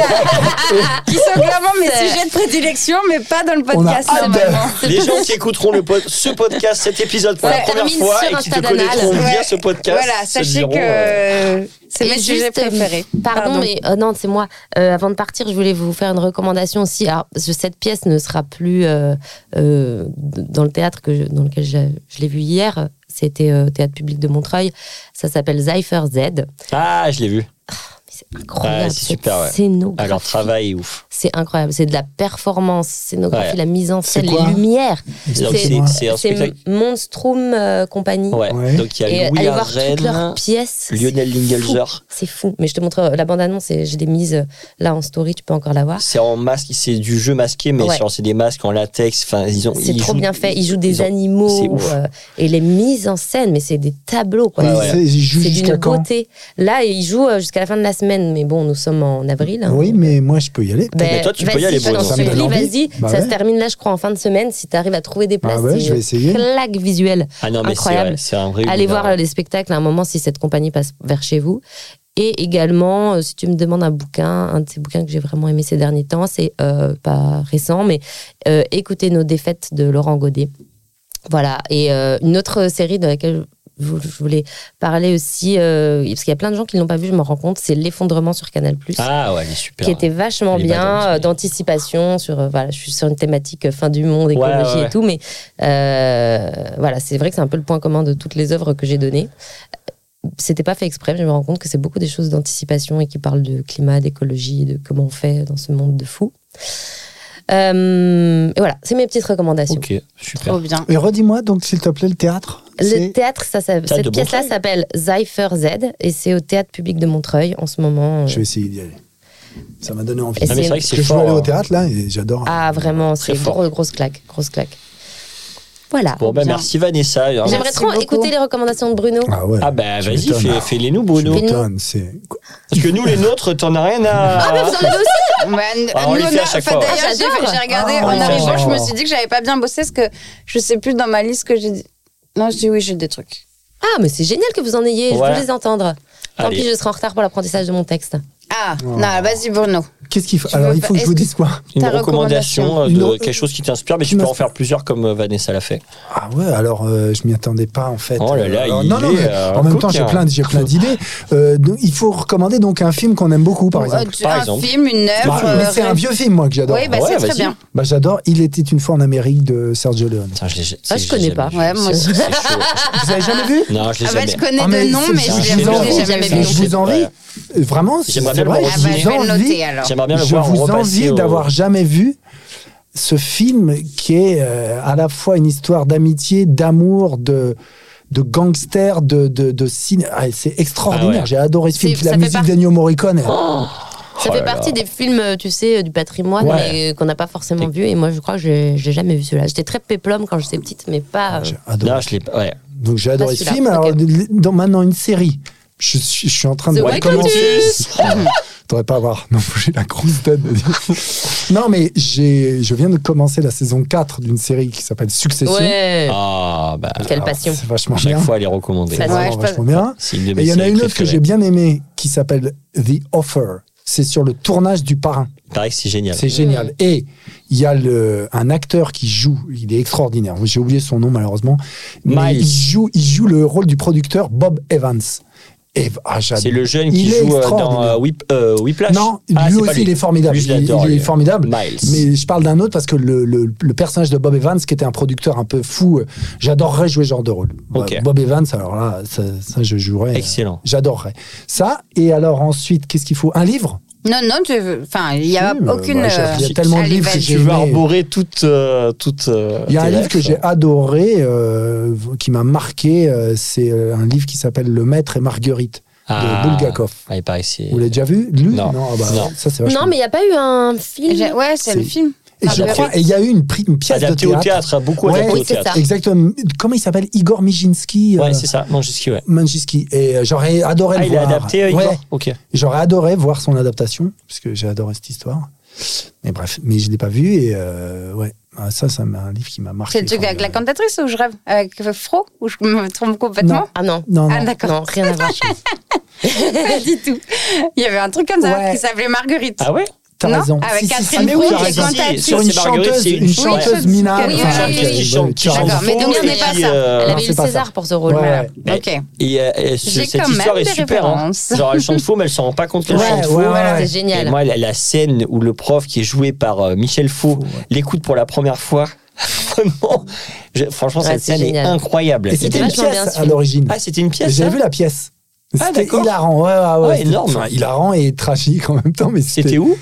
Speaker 2: qui sont clairement mes
Speaker 4: C'est-
Speaker 2: sujets de prédilection, mais pas dans le
Speaker 5: On a
Speaker 2: podcast.
Speaker 5: hâte de-
Speaker 2: normalement.
Speaker 1: Les gens qui écouteront le pod- ce podcast, cet épisode pour la
Speaker 4: Ouais,
Speaker 1: première
Speaker 4: termine
Speaker 1: fois
Speaker 4: sur
Speaker 1: et
Speaker 4: un
Speaker 1: qui te
Speaker 4: stade anal.
Speaker 1: connaîtront via
Speaker 2: Ouais.
Speaker 1: ce podcast,
Speaker 2: Voilà,
Speaker 1: se
Speaker 2: sachez
Speaker 1: diront,
Speaker 2: que
Speaker 1: euh,
Speaker 2: euh, c'est
Speaker 4: Et
Speaker 2: mes sujets
Speaker 4: juste, euh,
Speaker 2: préférés.
Speaker 4: Pardon, mais euh, non, c'est moi. Euh, avant de partir, je voulais vous faire une recommandation aussi. Alors, je- cette pièce ne sera plus euh, euh, d- dans le théâtre que je- dans lequel je, je l'ai vue hier. C'était euh, au théâtre public de Montreuil. Ça s'appelle Zypher Z. Mais
Speaker 1: Ah, je l'ai vu.
Speaker 4: C'est incroyable.
Speaker 1: Ouais, c'est
Speaker 4: cette
Speaker 1: super, ouais. Ah,
Speaker 4: scénographie.
Speaker 1: leur travail est ouf.
Speaker 4: C'est incroyable. C'est de la performance, scénographie,
Speaker 1: Ouais.
Speaker 4: la mise en scène,
Speaker 5: quoi
Speaker 4: les lumières.
Speaker 1: Donc,
Speaker 4: C'est-
Speaker 1: C'est c'est un
Speaker 4: C'est
Speaker 1: spectacle.
Speaker 4: Monstrum euh, Compagnie.
Speaker 1: Ouais.
Speaker 5: Ouais.
Speaker 1: Donc il y
Speaker 4: Et
Speaker 1: a
Speaker 4: euh,
Speaker 1: Louis
Speaker 4: allez voir toutes
Speaker 1: Arène,
Speaker 4: leurs pièces. C'est
Speaker 1: Lionel
Speaker 4: fou.
Speaker 1: Lingelzer.
Speaker 4: C'est fou. Mais je te montre euh, la bande-annonce, et je l'ai mise euh, là en story, tu peux encore la voir.
Speaker 1: C'est en masque, c'est du jeu masqué, mais
Speaker 4: Ouais.
Speaker 1: genre, c'est des masques en latex. Enfin, ils ont.
Speaker 4: C'est
Speaker 1: ils
Speaker 4: trop
Speaker 1: jouent-
Speaker 4: bien fait. Ils jouent des
Speaker 1: ont- c'est
Speaker 4: animaux
Speaker 1: ouf.
Speaker 4: euh, et les mises en scène, mais c'est des tableaux. quoi.
Speaker 1: Ouais,
Speaker 5: Mais
Speaker 1: ouais.
Speaker 5: c'est- Ils jouent
Speaker 4: C'est d'une
Speaker 5: jusqu'à quand
Speaker 4: beauté. Là, ils jouent euh, jusqu'à la fin de la semaine, mais bon, nous sommes en avril. hein.
Speaker 5: Oui, mais moi, je peux y aller.
Speaker 4: Ben,
Speaker 1: Mais toi, tu peux y
Speaker 4: vas-y,
Speaker 1: aller,
Speaker 4: je t'en
Speaker 1: Bruno.
Speaker 5: Ça me donne
Speaker 4: supplie,
Speaker 5: envie.
Speaker 4: Vas-y,
Speaker 5: Bah
Speaker 4: ça
Speaker 5: ouais.
Speaker 4: se termine là, je crois, en fin de semaine. Si tu arrives à trouver des places,
Speaker 5: Ah ouais,
Speaker 4: c'est
Speaker 5: je vais essayer.
Speaker 4: claque visuelle.
Speaker 1: Ah non, mais c'est
Speaker 4: Incroyable.
Speaker 1: ouais, c'est un vrai.
Speaker 4: Allez voir euh,
Speaker 1: bonheur.
Speaker 4: les spectacles à un moment si cette compagnie passe vers chez vous. Et également, euh, si tu me demandes un bouquin, un de ces bouquins que j'ai vraiment aimé ces derniers temps, c'est euh, pas récent, mais euh, Écoutez nos défaites de Laurent Godet. Voilà. Et euh, une autre série de laquelle je vou- je voulais parler aussi, euh, parce qu'il y a plein de gens qui ne l'ont pas vu, je m'en rends compte, c'est L'effondrement sur Canal
Speaker 1: Ah ouais, il est super.
Speaker 4: qui était vachement
Speaker 1: Elle est
Speaker 4: bien
Speaker 1: badante.
Speaker 4: euh, d'anticipation sur euh, voilà je suis sur une thématique euh, fin du monde
Speaker 1: Ouais,
Speaker 4: écologie
Speaker 1: ouais, ouais.
Speaker 4: et tout mais euh, voilà c'est vrai que c'est un peu le point commun de toutes les œuvres que j'ai données c'était pas fait exprès mais je me rends compte que c'est beaucoup des choses d'anticipation et qui parlent de climat d'écologie et de comment on fait dans ce monde de fou Euh, et voilà c'est mes petites recommandations
Speaker 1: Ok, super.
Speaker 2: Trop bien.
Speaker 5: Et redis-moi donc, s'il te plaît, le théâtre.
Speaker 4: le
Speaker 5: c'est-
Speaker 4: théâtre ça, ça-
Speaker 1: Théâtre de
Speaker 4: cette pièce là
Speaker 1: Montreuil.
Speaker 4: s'appelle Zypher Z et c'est au théâtre public de Montreuil en ce moment euh,
Speaker 5: Je vais essayer d'y aller. Ça m'a donné envie.
Speaker 4: Et
Speaker 1: Ah,
Speaker 5: Parce
Speaker 1: mais
Speaker 4: c'est-
Speaker 1: c'est vrai que
Speaker 5: que
Speaker 1: c'est
Speaker 5: je veux
Speaker 1: fort.
Speaker 5: aller au
Speaker 1: hein.
Speaker 5: théâtre, là, et j'adore.
Speaker 4: Ah, vraiment,
Speaker 1: Très
Speaker 4: c'est
Speaker 1: fort.
Speaker 4: gros- grosse claque, grosse claque. Voilà.
Speaker 1: Bon, ben
Speaker 4: Bien.
Speaker 1: merci Vanessa. Alors,
Speaker 4: J'aimerais
Speaker 2: Merci
Speaker 4: trop
Speaker 2: beaucoup.
Speaker 4: écouter les recommandations de Bruno.
Speaker 5: Ah bah, ouais.
Speaker 1: Ah bah
Speaker 5: Tu
Speaker 1: vas-y,
Speaker 5: m'étonnes.
Speaker 1: fais- fais-les nous,
Speaker 5: Je
Speaker 1: Bruno.
Speaker 5: m'étonne, c'est.
Speaker 1: Parce que nous, les nôtres, t'en as rien à.
Speaker 4: Vous en avez aussi
Speaker 2: Ouais,
Speaker 1: Ah, on
Speaker 2: nous,
Speaker 1: les fait à chaque
Speaker 2: enfin,
Speaker 1: fois, ouais.
Speaker 2: D'ailleurs, j'ai
Speaker 4: J'adore.
Speaker 2: j'ai regardé
Speaker 5: Ah,
Speaker 2: en
Speaker 1: on les fait à
Speaker 2: arrivant,
Speaker 5: chaque
Speaker 2: je me
Speaker 5: fois.
Speaker 2: suis dit que j'avais pas bien bossé parce que je sais plus dans ma liste que j'ai dit. Non, je dis oui, j'ai des trucs.
Speaker 4: Ah, mais c'est génial que vous en ayez,
Speaker 1: Ouais.
Speaker 4: je veux les entendre. Tant
Speaker 1: Allez.
Speaker 4: pis, je serai en retard pour l'apprentissage de mon texte.
Speaker 2: Ah,
Speaker 5: Oh.
Speaker 2: non, vas-y, Bruno.
Speaker 5: Qu'est-ce qu'il faut
Speaker 2: Tu
Speaker 5: Alors,
Speaker 2: veux
Speaker 5: il faut que je vous
Speaker 2: pas-
Speaker 5: dise quoi
Speaker 1: Une
Speaker 2: Ta
Speaker 1: recommandation euh,
Speaker 5: recommandation.
Speaker 1: de
Speaker 5: Une-
Speaker 1: quelque chose qui t'inspire, mais
Speaker 5: qui
Speaker 1: tu peux en
Speaker 5: m'inspire.
Speaker 1: faire plusieurs comme euh, Vanessa l'a fait.
Speaker 5: Ah ouais, alors euh, je m'y attendais pas en fait.
Speaker 1: Oh là là,
Speaker 5: Alors,
Speaker 1: il
Speaker 5: non, non,
Speaker 1: est,
Speaker 5: mais
Speaker 1: euh,
Speaker 5: en même temps, j'ai
Speaker 1: coquin.
Speaker 5: plein, j'ai plein d'idées. Euh, donc, il faut recommander donc un film qu'on aime beaucoup, par exemple.
Speaker 2: Euh,
Speaker 1: Par
Speaker 2: un
Speaker 1: exemple.
Speaker 2: film, une
Speaker 5: Bah,
Speaker 2: œuvre.
Speaker 5: mais
Speaker 2: euh,
Speaker 5: c'est un vieux film, moi, que j'adore.
Speaker 2: Oui, bah,
Speaker 1: Ouais,
Speaker 2: c'est très
Speaker 1: vas-y.
Speaker 2: bien.
Speaker 5: Bah, j'adore. Il était une fois en Amérique de Sergio Leone.
Speaker 1: Putain, je l'ai-
Speaker 4: Ah,
Speaker 1: c'est-
Speaker 4: je connais
Speaker 1: j'ai
Speaker 4: pas.
Speaker 1: jamais vu.
Speaker 2: Ouais, moi aussi.
Speaker 1: C'est chaud.
Speaker 5: Vous avez jamais vu
Speaker 1: Non, je l'ai
Speaker 2: Ah bah,
Speaker 1: jamais.
Speaker 2: je connais
Speaker 5: Ah,
Speaker 2: de
Speaker 5: mais
Speaker 2: nom,
Speaker 5: c'est-
Speaker 2: mais
Speaker 5: c'est
Speaker 2: je
Speaker 5: un
Speaker 2: l'ai je
Speaker 5: film
Speaker 2: l'ai
Speaker 5: d'horreur.
Speaker 2: jamais
Speaker 1: C'est un
Speaker 2: vu.
Speaker 5: Mais je
Speaker 1: film
Speaker 5: vous envie.
Speaker 1: Ouais.
Speaker 5: Euh, Vraiment, c'est
Speaker 1: J'aimerais bien le
Speaker 5: vrai,
Speaker 1: voir
Speaker 2: Ah
Speaker 1: aussi.
Speaker 2: bah,
Speaker 5: je
Speaker 2: je vais
Speaker 5: vous
Speaker 2: le
Speaker 5: envie.
Speaker 2: noter alors.
Speaker 1: J'aimerais bien le
Speaker 5: je
Speaker 1: voir
Speaker 5: vous
Speaker 1: repasser
Speaker 5: envie
Speaker 1: au-
Speaker 5: d'avoir jamais vu ce film qui est euh, à la fois une histoire d'amitié, d'amour, de de gangsters, de de, de ciné. Ah, c'est extraordinaire.
Speaker 1: Ah ouais.
Speaker 5: J'ai adoré ce film.
Speaker 4: C'est-
Speaker 5: Puis la
Speaker 4: ça fait
Speaker 5: musique
Speaker 4: partie-
Speaker 5: d'Ennio Morricone.
Speaker 4: Ça
Speaker 1: Oh
Speaker 4: fait
Speaker 1: là là.
Speaker 4: partie des films, euh, tu sais, euh, du patrimoine
Speaker 1: Ouais.
Speaker 4: mais, euh, qu'on n'a pas forcément vu. Et moi, je crois que j'ai j'ai jamais vu celui-là. J'étais très péplum quand j'étais petite, mais pas. euh,
Speaker 5: Ah, J'ai adoré.
Speaker 1: Non, je l'ai pas. Ouais.
Speaker 5: Donc j'ai adoré ce
Speaker 4: celui-là.
Speaker 5: film. Alors, dans maintenant une série. Je, suis- je suis en train de
Speaker 4: The White
Speaker 5: recommencer. T'aurais pas à voir. Non, j'ai la grosse tête. de dire. non, mais j'ai, je viens de commencer la saison 4 d'une série qui s'appelle Succession.
Speaker 4: euh, Ouais.
Speaker 1: Ah, bah.
Speaker 4: Quelle
Speaker 5: Alors,
Speaker 4: passion.
Speaker 5: C'est vachement
Speaker 1: Chaque
Speaker 5: bien.
Speaker 1: fois, elle est recommandée.
Speaker 4: Ça
Speaker 5: C'est
Speaker 4: Ouais,
Speaker 5: vraiment
Speaker 2: je peux-
Speaker 5: vachement bien.
Speaker 1: Eh ben, C'est une de
Speaker 5: Et
Speaker 1: mes
Speaker 5: il y en a
Speaker 1: séries
Speaker 5: une autre que
Speaker 1: préférées.
Speaker 5: j'ai bien aimée qui s'appelle The Offer. C'est sur le tournage du parrain.
Speaker 1: Il paraît que c'est génial.
Speaker 5: C'est génial. Et il y a le, un acteur qui joue, il est extraordinaire. J'ai oublié son nom malheureusement. Mais
Speaker 1: Miles.
Speaker 5: il joue, il joue le rôle du producteur Bob Evans. Et, ah, j'adore.
Speaker 1: C'est le jeune qui
Speaker 5: Il est
Speaker 1: joue euh, dans
Speaker 5: extraordinaire.
Speaker 1: euh, Whip, euh, Whiplash.
Speaker 5: Non,
Speaker 1: Ah,
Speaker 5: lui
Speaker 1: c'est pas
Speaker 5: aussi, il est formidable.
Speaker 1: Lui, je
Speaker 5: il,
Speaker 1: l'adore,
Speaker 5: il est
Speaker 1: lui.
Speaker 5: formidable.
Speaker 1: Miles.
Speaker 5: Mais je parle d'un autre parce que le, le- le personnage de Bob Evans, qui était un producteur un peu fou, euh, j'adorerais jouer ce genre de rôle.
Speaker 1: Ok.
Speaker 5: Euh, Bob Evans, alors là, ça, ça, je jouerais. euh,
Speaker 1: Excellent.
Speaker 5: J'adorerais. Ça, et alors ensuite, qu'est-ce qu'il faut Un livre
Speaker 2: Non, non, tu veux. Enfin, il n'y a
Speaker 5: Oui, bah,
Speaker 2: aucune.
Speaker 5: bah, j'ai
Speaker 2: euh,
Speaker 5: appris, il y a tellement de
Speaker 2: allez,
Speaker 5: livres que
Speaker 2: vas-y.
Speaker 5: j'ai-
Speaker 1: Tu veux
Speaker 5: aimé.
Speaker 1: arborer toute. euh, toute euh,
Speaker 5: Il y a un
Speaker 1: tes
Speaker 5: livre
Speaker 1: lives.
Speaker 5: que j'ai adoré, euh, qui m'a marqué, euh, c'est euh, un livre qui s'appelle Le Maître et Marguerite
Speaker 1: Ah.
Speaker 5: de Bulgakov.
Speaker 1: Ah, il paraît que c'est.
Speaker 5: Vous l'avez déjà vu lu
Speaker 1: Non.
Speaker 5: ah bah,
Speaker 1: Non.
Speaker 5: ça c'est vachement
Speaker 4: Non, mais il n'y a pas eu un
Speaker 2: J'ai-
Speaker 4: film.
Speaker 2: Ouais, c'est le
Speaker 5: C'est-
Speaker 2: film.
Speaker 5: bien. et je
Speaker 1: adapté.
Speaker 5: crois, et il y a eu une, pri- une pièce
Speaker 1: Adapté
Speaker 5: de
Speaker 1: au
Speaker 5: théâtre.
Speaker 1: théâtre, hein, beaucoup
Speaker 5: Ouais,
Speaker 1: adapté
Speaker 4: oui,
Speaker 1: au
Speaker 4: c'est
Speaker 1: théâtre.
Speaker 4: ça.
Speaker 5: Exactement. Comment il s'appelle Igor Mijinski euh,
Speaker 1: Ouais, c'est ça. Mangiski, ouais.
Speaker 5: Manjinski. Et euh, j'aurais adoré
Speaker 1: Ah,
Speaker 5: le
Speaker 1: il est
Speaker 5: voir.
Speaker 1: adapté, euh, Igor
Speaker 5: Ouais.
Speaker 1: Ok.
Speaker 5: J'aurais adoré voir son adaptation, parce que j'ai adoré cette histoire. Mais bref, mais je l'ai pas vu et euh, ouais. Ah, ça, c'est un livre qui m'a marqué.
Speaker 2: C'est le truc
Speaker 5: quand
Speaker 2: avec
Speaker 5: je-
Speaker 2: la cantatrice ou je rêve Avec euh, Fro Ou je me trompe complètement
Speaker 4: Ah non.
Speaker 5: Non, non.
Speaker 2: Ah, d'accord.
Speaker 4: Non, rien à voir.
Speaker 2: Pas du tout. Il y avait un truc comme ça
Speaker 5: Ouais.
Speaker 2: qui s'appelait Marguerite.
Speaker 1: Ah ouais
Speaker 5: T'as
Speaker 2: Non,
Speaker 5: raison.
Speaker 2: avec
Speaker 5: Si, si,
Speaker 2: Catherine
Speaker 5: si, mais
Speaker 2: Fou,
Speaker 5: oui,
Speaker 2: qui
Speaker 5: t'as
Speaker 2: est
Speaker 5: raison.
Speaker 2: cantatrice.
Speaker 5: Sur
Speaker 1: C'est
Speaker 5: une
Speaker 1: Marguerite,
Speaker 5: chanteuse,
Speaker 1: c'est une
Speaker 5: une
Speaker 1: chanteuse.
Speaker 5: chanteuse minable.
Speaker 2: Oui,
Speaker 5: Enfin,
Speaker 2: oui,
Speaker 5: qui-
Speaker 2: oui,
Speaker 1: oui.
Speaker 5: chante- qui chante
Speaker 2: D'accord, mais
Speaker 5: faux
Speaker 2: donc, on n'est
Speaker 5: et-
Speaker 2: pas
Speaker 1: qui,
Speaker 2: ça.
Speaker 4: Elle
Speaker 1: euh,
Speaker 5: Ah, Non,
Speaker 4: avait eu
Speaker 5: c'est
Speaker 4: le
Speaker 5: pas
Speaker 4: César
Speaker 5: ça.
Speaker 4: pour ce rôle.
Speaker 5: Ouais,
Speaker 4: voilà.
Speaker 5: ouais.
Speaker 1: Ouais.
Speaker 2: Ok.
Speaker 1: Et euh, et ce-
Speaker 2: J'ai
Speaker 1: cette
Speaker 2: quand même
Speaker 1: histoire
Speaker 2: des
Speaker 1: est super. hein.
Speaker 2: références.
Speaker 1: Genre, elle chante faux, mais elle s'en rend pas compte qu'elle
Speaker 5: Ouais,
Speaker 1: chante faux.
Speaker 5: ouais,
Speaker 4: Voilà,
Speaker 5: ouais.
Speaker 4: c'est génial.
Speaker 1: Et moi, la, la scène où le prof qui est joué par euh, Michel Faux l'écoute pour la première fois, vraiment, je- franchement,
Speaker 4: Ouais,
Speaker 1: cette
Speaker 4: c'est
Speaker 1: scène
Speaker 4: génial.
Speaker 1: est incroyable.
Speaker 5: Et c'était
Speaker 1: Et-
Speaker 5: une
Speaker 4: vachement bien, ce
Speaker 5: pièce à
Speaker 4: film.
Speaker 5: l'origine.
Speaker 1: Ah, c'était une pièce.
Speaker 5: J'avais
Speaker 1: ça
Speaker 5: vu la pièce.
Speaker 1: Ah,
Speaker 5: C'était
Speaker 1: d'accord.
Speaker 5: hilarant, ouais, ouais, ouais.
Speaker 1: Ouais,
Speaker 5: C'était-
Speaker 1: énorme.
Speaker 5: enfin, hilarant et tragique en même temps, mais
Speaker 1: C'était
Speaker 5: c'était.
Speaker 1: où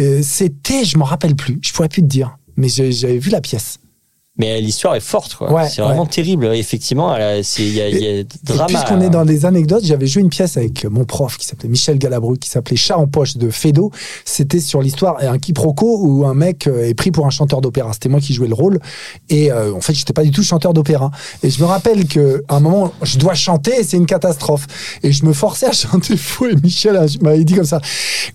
Speaker 5: euh, C'était, je m'en rappelle plus. Je pourrais plus te dire, mais j'ai- j'avais vu la pièce.
Speaker 1: Mais l'histoire est forte, quoi.
Speaker 5: Ouais,
Speaker 1: c'est vraiment terrible. Effectivement, elle a- c'est- il y a, il y a
Speaker 5: Et
Speaker 1: drama. hein.
Speaker 5: Puisqu'on est dans des anecdotes, j'avais joué une pièce avec mon prof qui s'appelait Michel Galabru, qui s'appelait Chat en poche de Fedo. C'était sur l'histoire un quiproquo où un mec euh, est pris pour un chanteur d'opéra. C'était moi qui jouais le rôle. Et euh, en fait, j'étais pas du tout chanteur d'opéra. Et je me rappelle que à un moment, je dois chanter et c'est une catastrophe. Et je me forçais à chanter faux. Et Michel euh, m'avait dit comme ça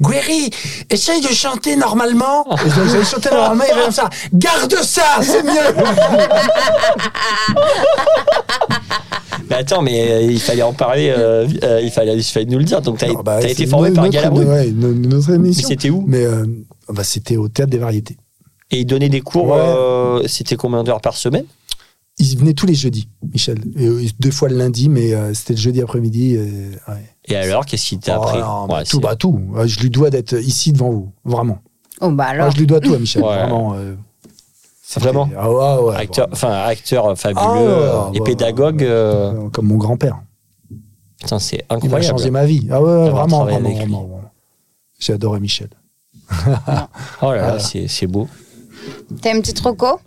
Speaker 5: Guéry, essaye de chanter normalement. Et donc, j'avais chanté normalement. Il avait comme ça Garde ça, c'est mieux.
Speaker 1: Mais attends, mais euh, il fallait en parler. euh, euh, il, fallait, il fallait nous le dire. Donc, t'as
Speaker 5: Non, bah,
Speaker 1: t'as
Speaker 5: c'est
Speaker 1: été formé
Speaker 5: une
Speaker 1: par
Speaker 5: autre-
Speaker 1: Galabru.
Speaker 5: ouais, une- une autre
Speaker 1: Mais
Speaker 5: émission.
Speaker 1: c'était où
Speaker 5: Mais euh, bah, c'était au théâtre des variétés.
Speaker 1: Et il donnait des cours.
Speaker 5: Ouais.
Speaker 1: euh, c'était combien d'heures par semaine
Speaker 5: Il venait tous les jeudis, Michel. Et, euh, deux fois le lundi, mais euh, c'était le jeudi après-midi. euh, ouais.
Speaker 1: Et alors, qu'est-ce qu'il t'a
Speaker 5: Oh,
Speaker 1: appris
Speaker 5: non, mais
Speaker 1: Ouais,
Speaker 5: tout,
Speaker 1: c'est-
Speaker 5: bah, tout. Euh, Je lui dois d'être ici devant vous, vraiment.
Speaker 2: Oh, bah
Speaker 5: Moi,
Speaker 2: alors.
Speaker 5: je lui dois tout à Michel,
Speaker 1: Ouais.
Speaker 5: vraiment. euh, c'était-
Speaker 1: Vraiment
Speaker 5: Ah ouais, ouais,
Speaker 1: Acteur,
Speaker 5: vraiment.
Speaker 1: enfin acteur fabuleux
Speaker 5: Ah, ouais,
Speaker 1: euh, et
Speaker 5: ouais,
Speaker 1: pédagogue.
Speaker 5: ouais.
Speaker 1: euh,
Speaker 5: Euh, Comme mon grand-père.
Speaker 1: putain, c'est
Speaker 5: Il m'a changé
Speaker 1: incroyable.
Speaker 5: ma vie. Ah ouais, ouais,
Speaker 1: D'avoir
Speaker 5: vraiment,
Speaker 1: travaillé
Speaker 5: vraiment,
Speaker 1: avec lui.
Speaker 5: vraiment, vraiment. J'ai adoré Michel.
Speaker 1: Oh là là,
Speaker 5: Voilà.
Speaker 1: c'est c'est beau.
Speaker 2: T'as une petite roco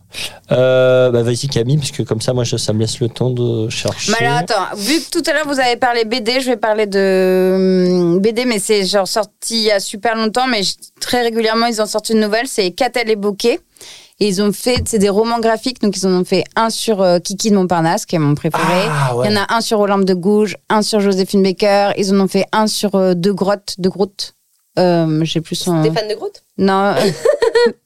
Speaker 1: Euh, bah vas-y Camille, parce que comme ça, moi, je- ça me laisse le temps de chercher.
Speaker 2: Mais alors attends, vu que tout à l'heure vous avez parlé BD, je vais parler de hum, BD, mais c'est genre sorti il y a super longtemps, mais je- très régulièrement ils ont sorti une nouvelle, c'est Catel et Bokeh. Et ils ont fait, c'est des romans graphiques, donc ils en ont fait un sur euh, Kiki de Montparnasse, qui est mon préféré.
Speaker 5: Ah
Speaker 2: Il y en a un sur Olympe de Gouges, un sur Joséphine Baker, ils en ont fait un sur euh, Deux Grottes, Deux Grottes. Euh, j'ai plus son.
Speaker 4: Stéphane de Groot
Speaker 2: Non, euh,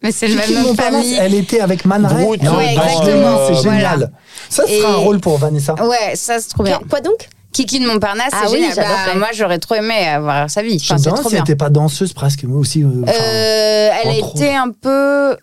Speaker 2: mais c'est le
Speaker 5: Kiki
Speaker 2: même nom de
Speaker 5: Montparnasse,
Speaker 2: famille.
Speaker 5: Elle était avec Man Ray.
Speaker 1: Groot,
Speaker 5: Non,
Speaker 2: Ouais,
Speaker 5: mais
Speaker 2: exactement.
Speaker 5: C'est
Speaker 2: Voilà.
Speaker 5: génial. Ça
Speaker 2: Et-
Speaker 5: sera un rôle pour Vanessa.
Speaker 2: Ouais, ça c'est trop bien.
Speaker 4: Quoi donc
Speaker 2: Kiki de Montparnasse,
Speaker 4: Ah
Speaker 2: c'est
Speaker 4: oui,
Speaker 2: génial. Bah,
Speaker 4: j'adorerais.
Speaker 2: moi, j'aurais trop aimé avoir sa vie.
Speaker 5: Je
Speaker 2: Enfin,
Speaker 5: me
Speaker 2: c'est
Speaker 5: demande
Speaker 2: trop
Speaker 5: si elle
Speaker 2: bien.
Speaker 5: n'était pas danseuse presque, moi aussi. euh, enfin,
Speaker 2: Euh, elle a
Speaker 5: Entre
Speaker 2: été un peu.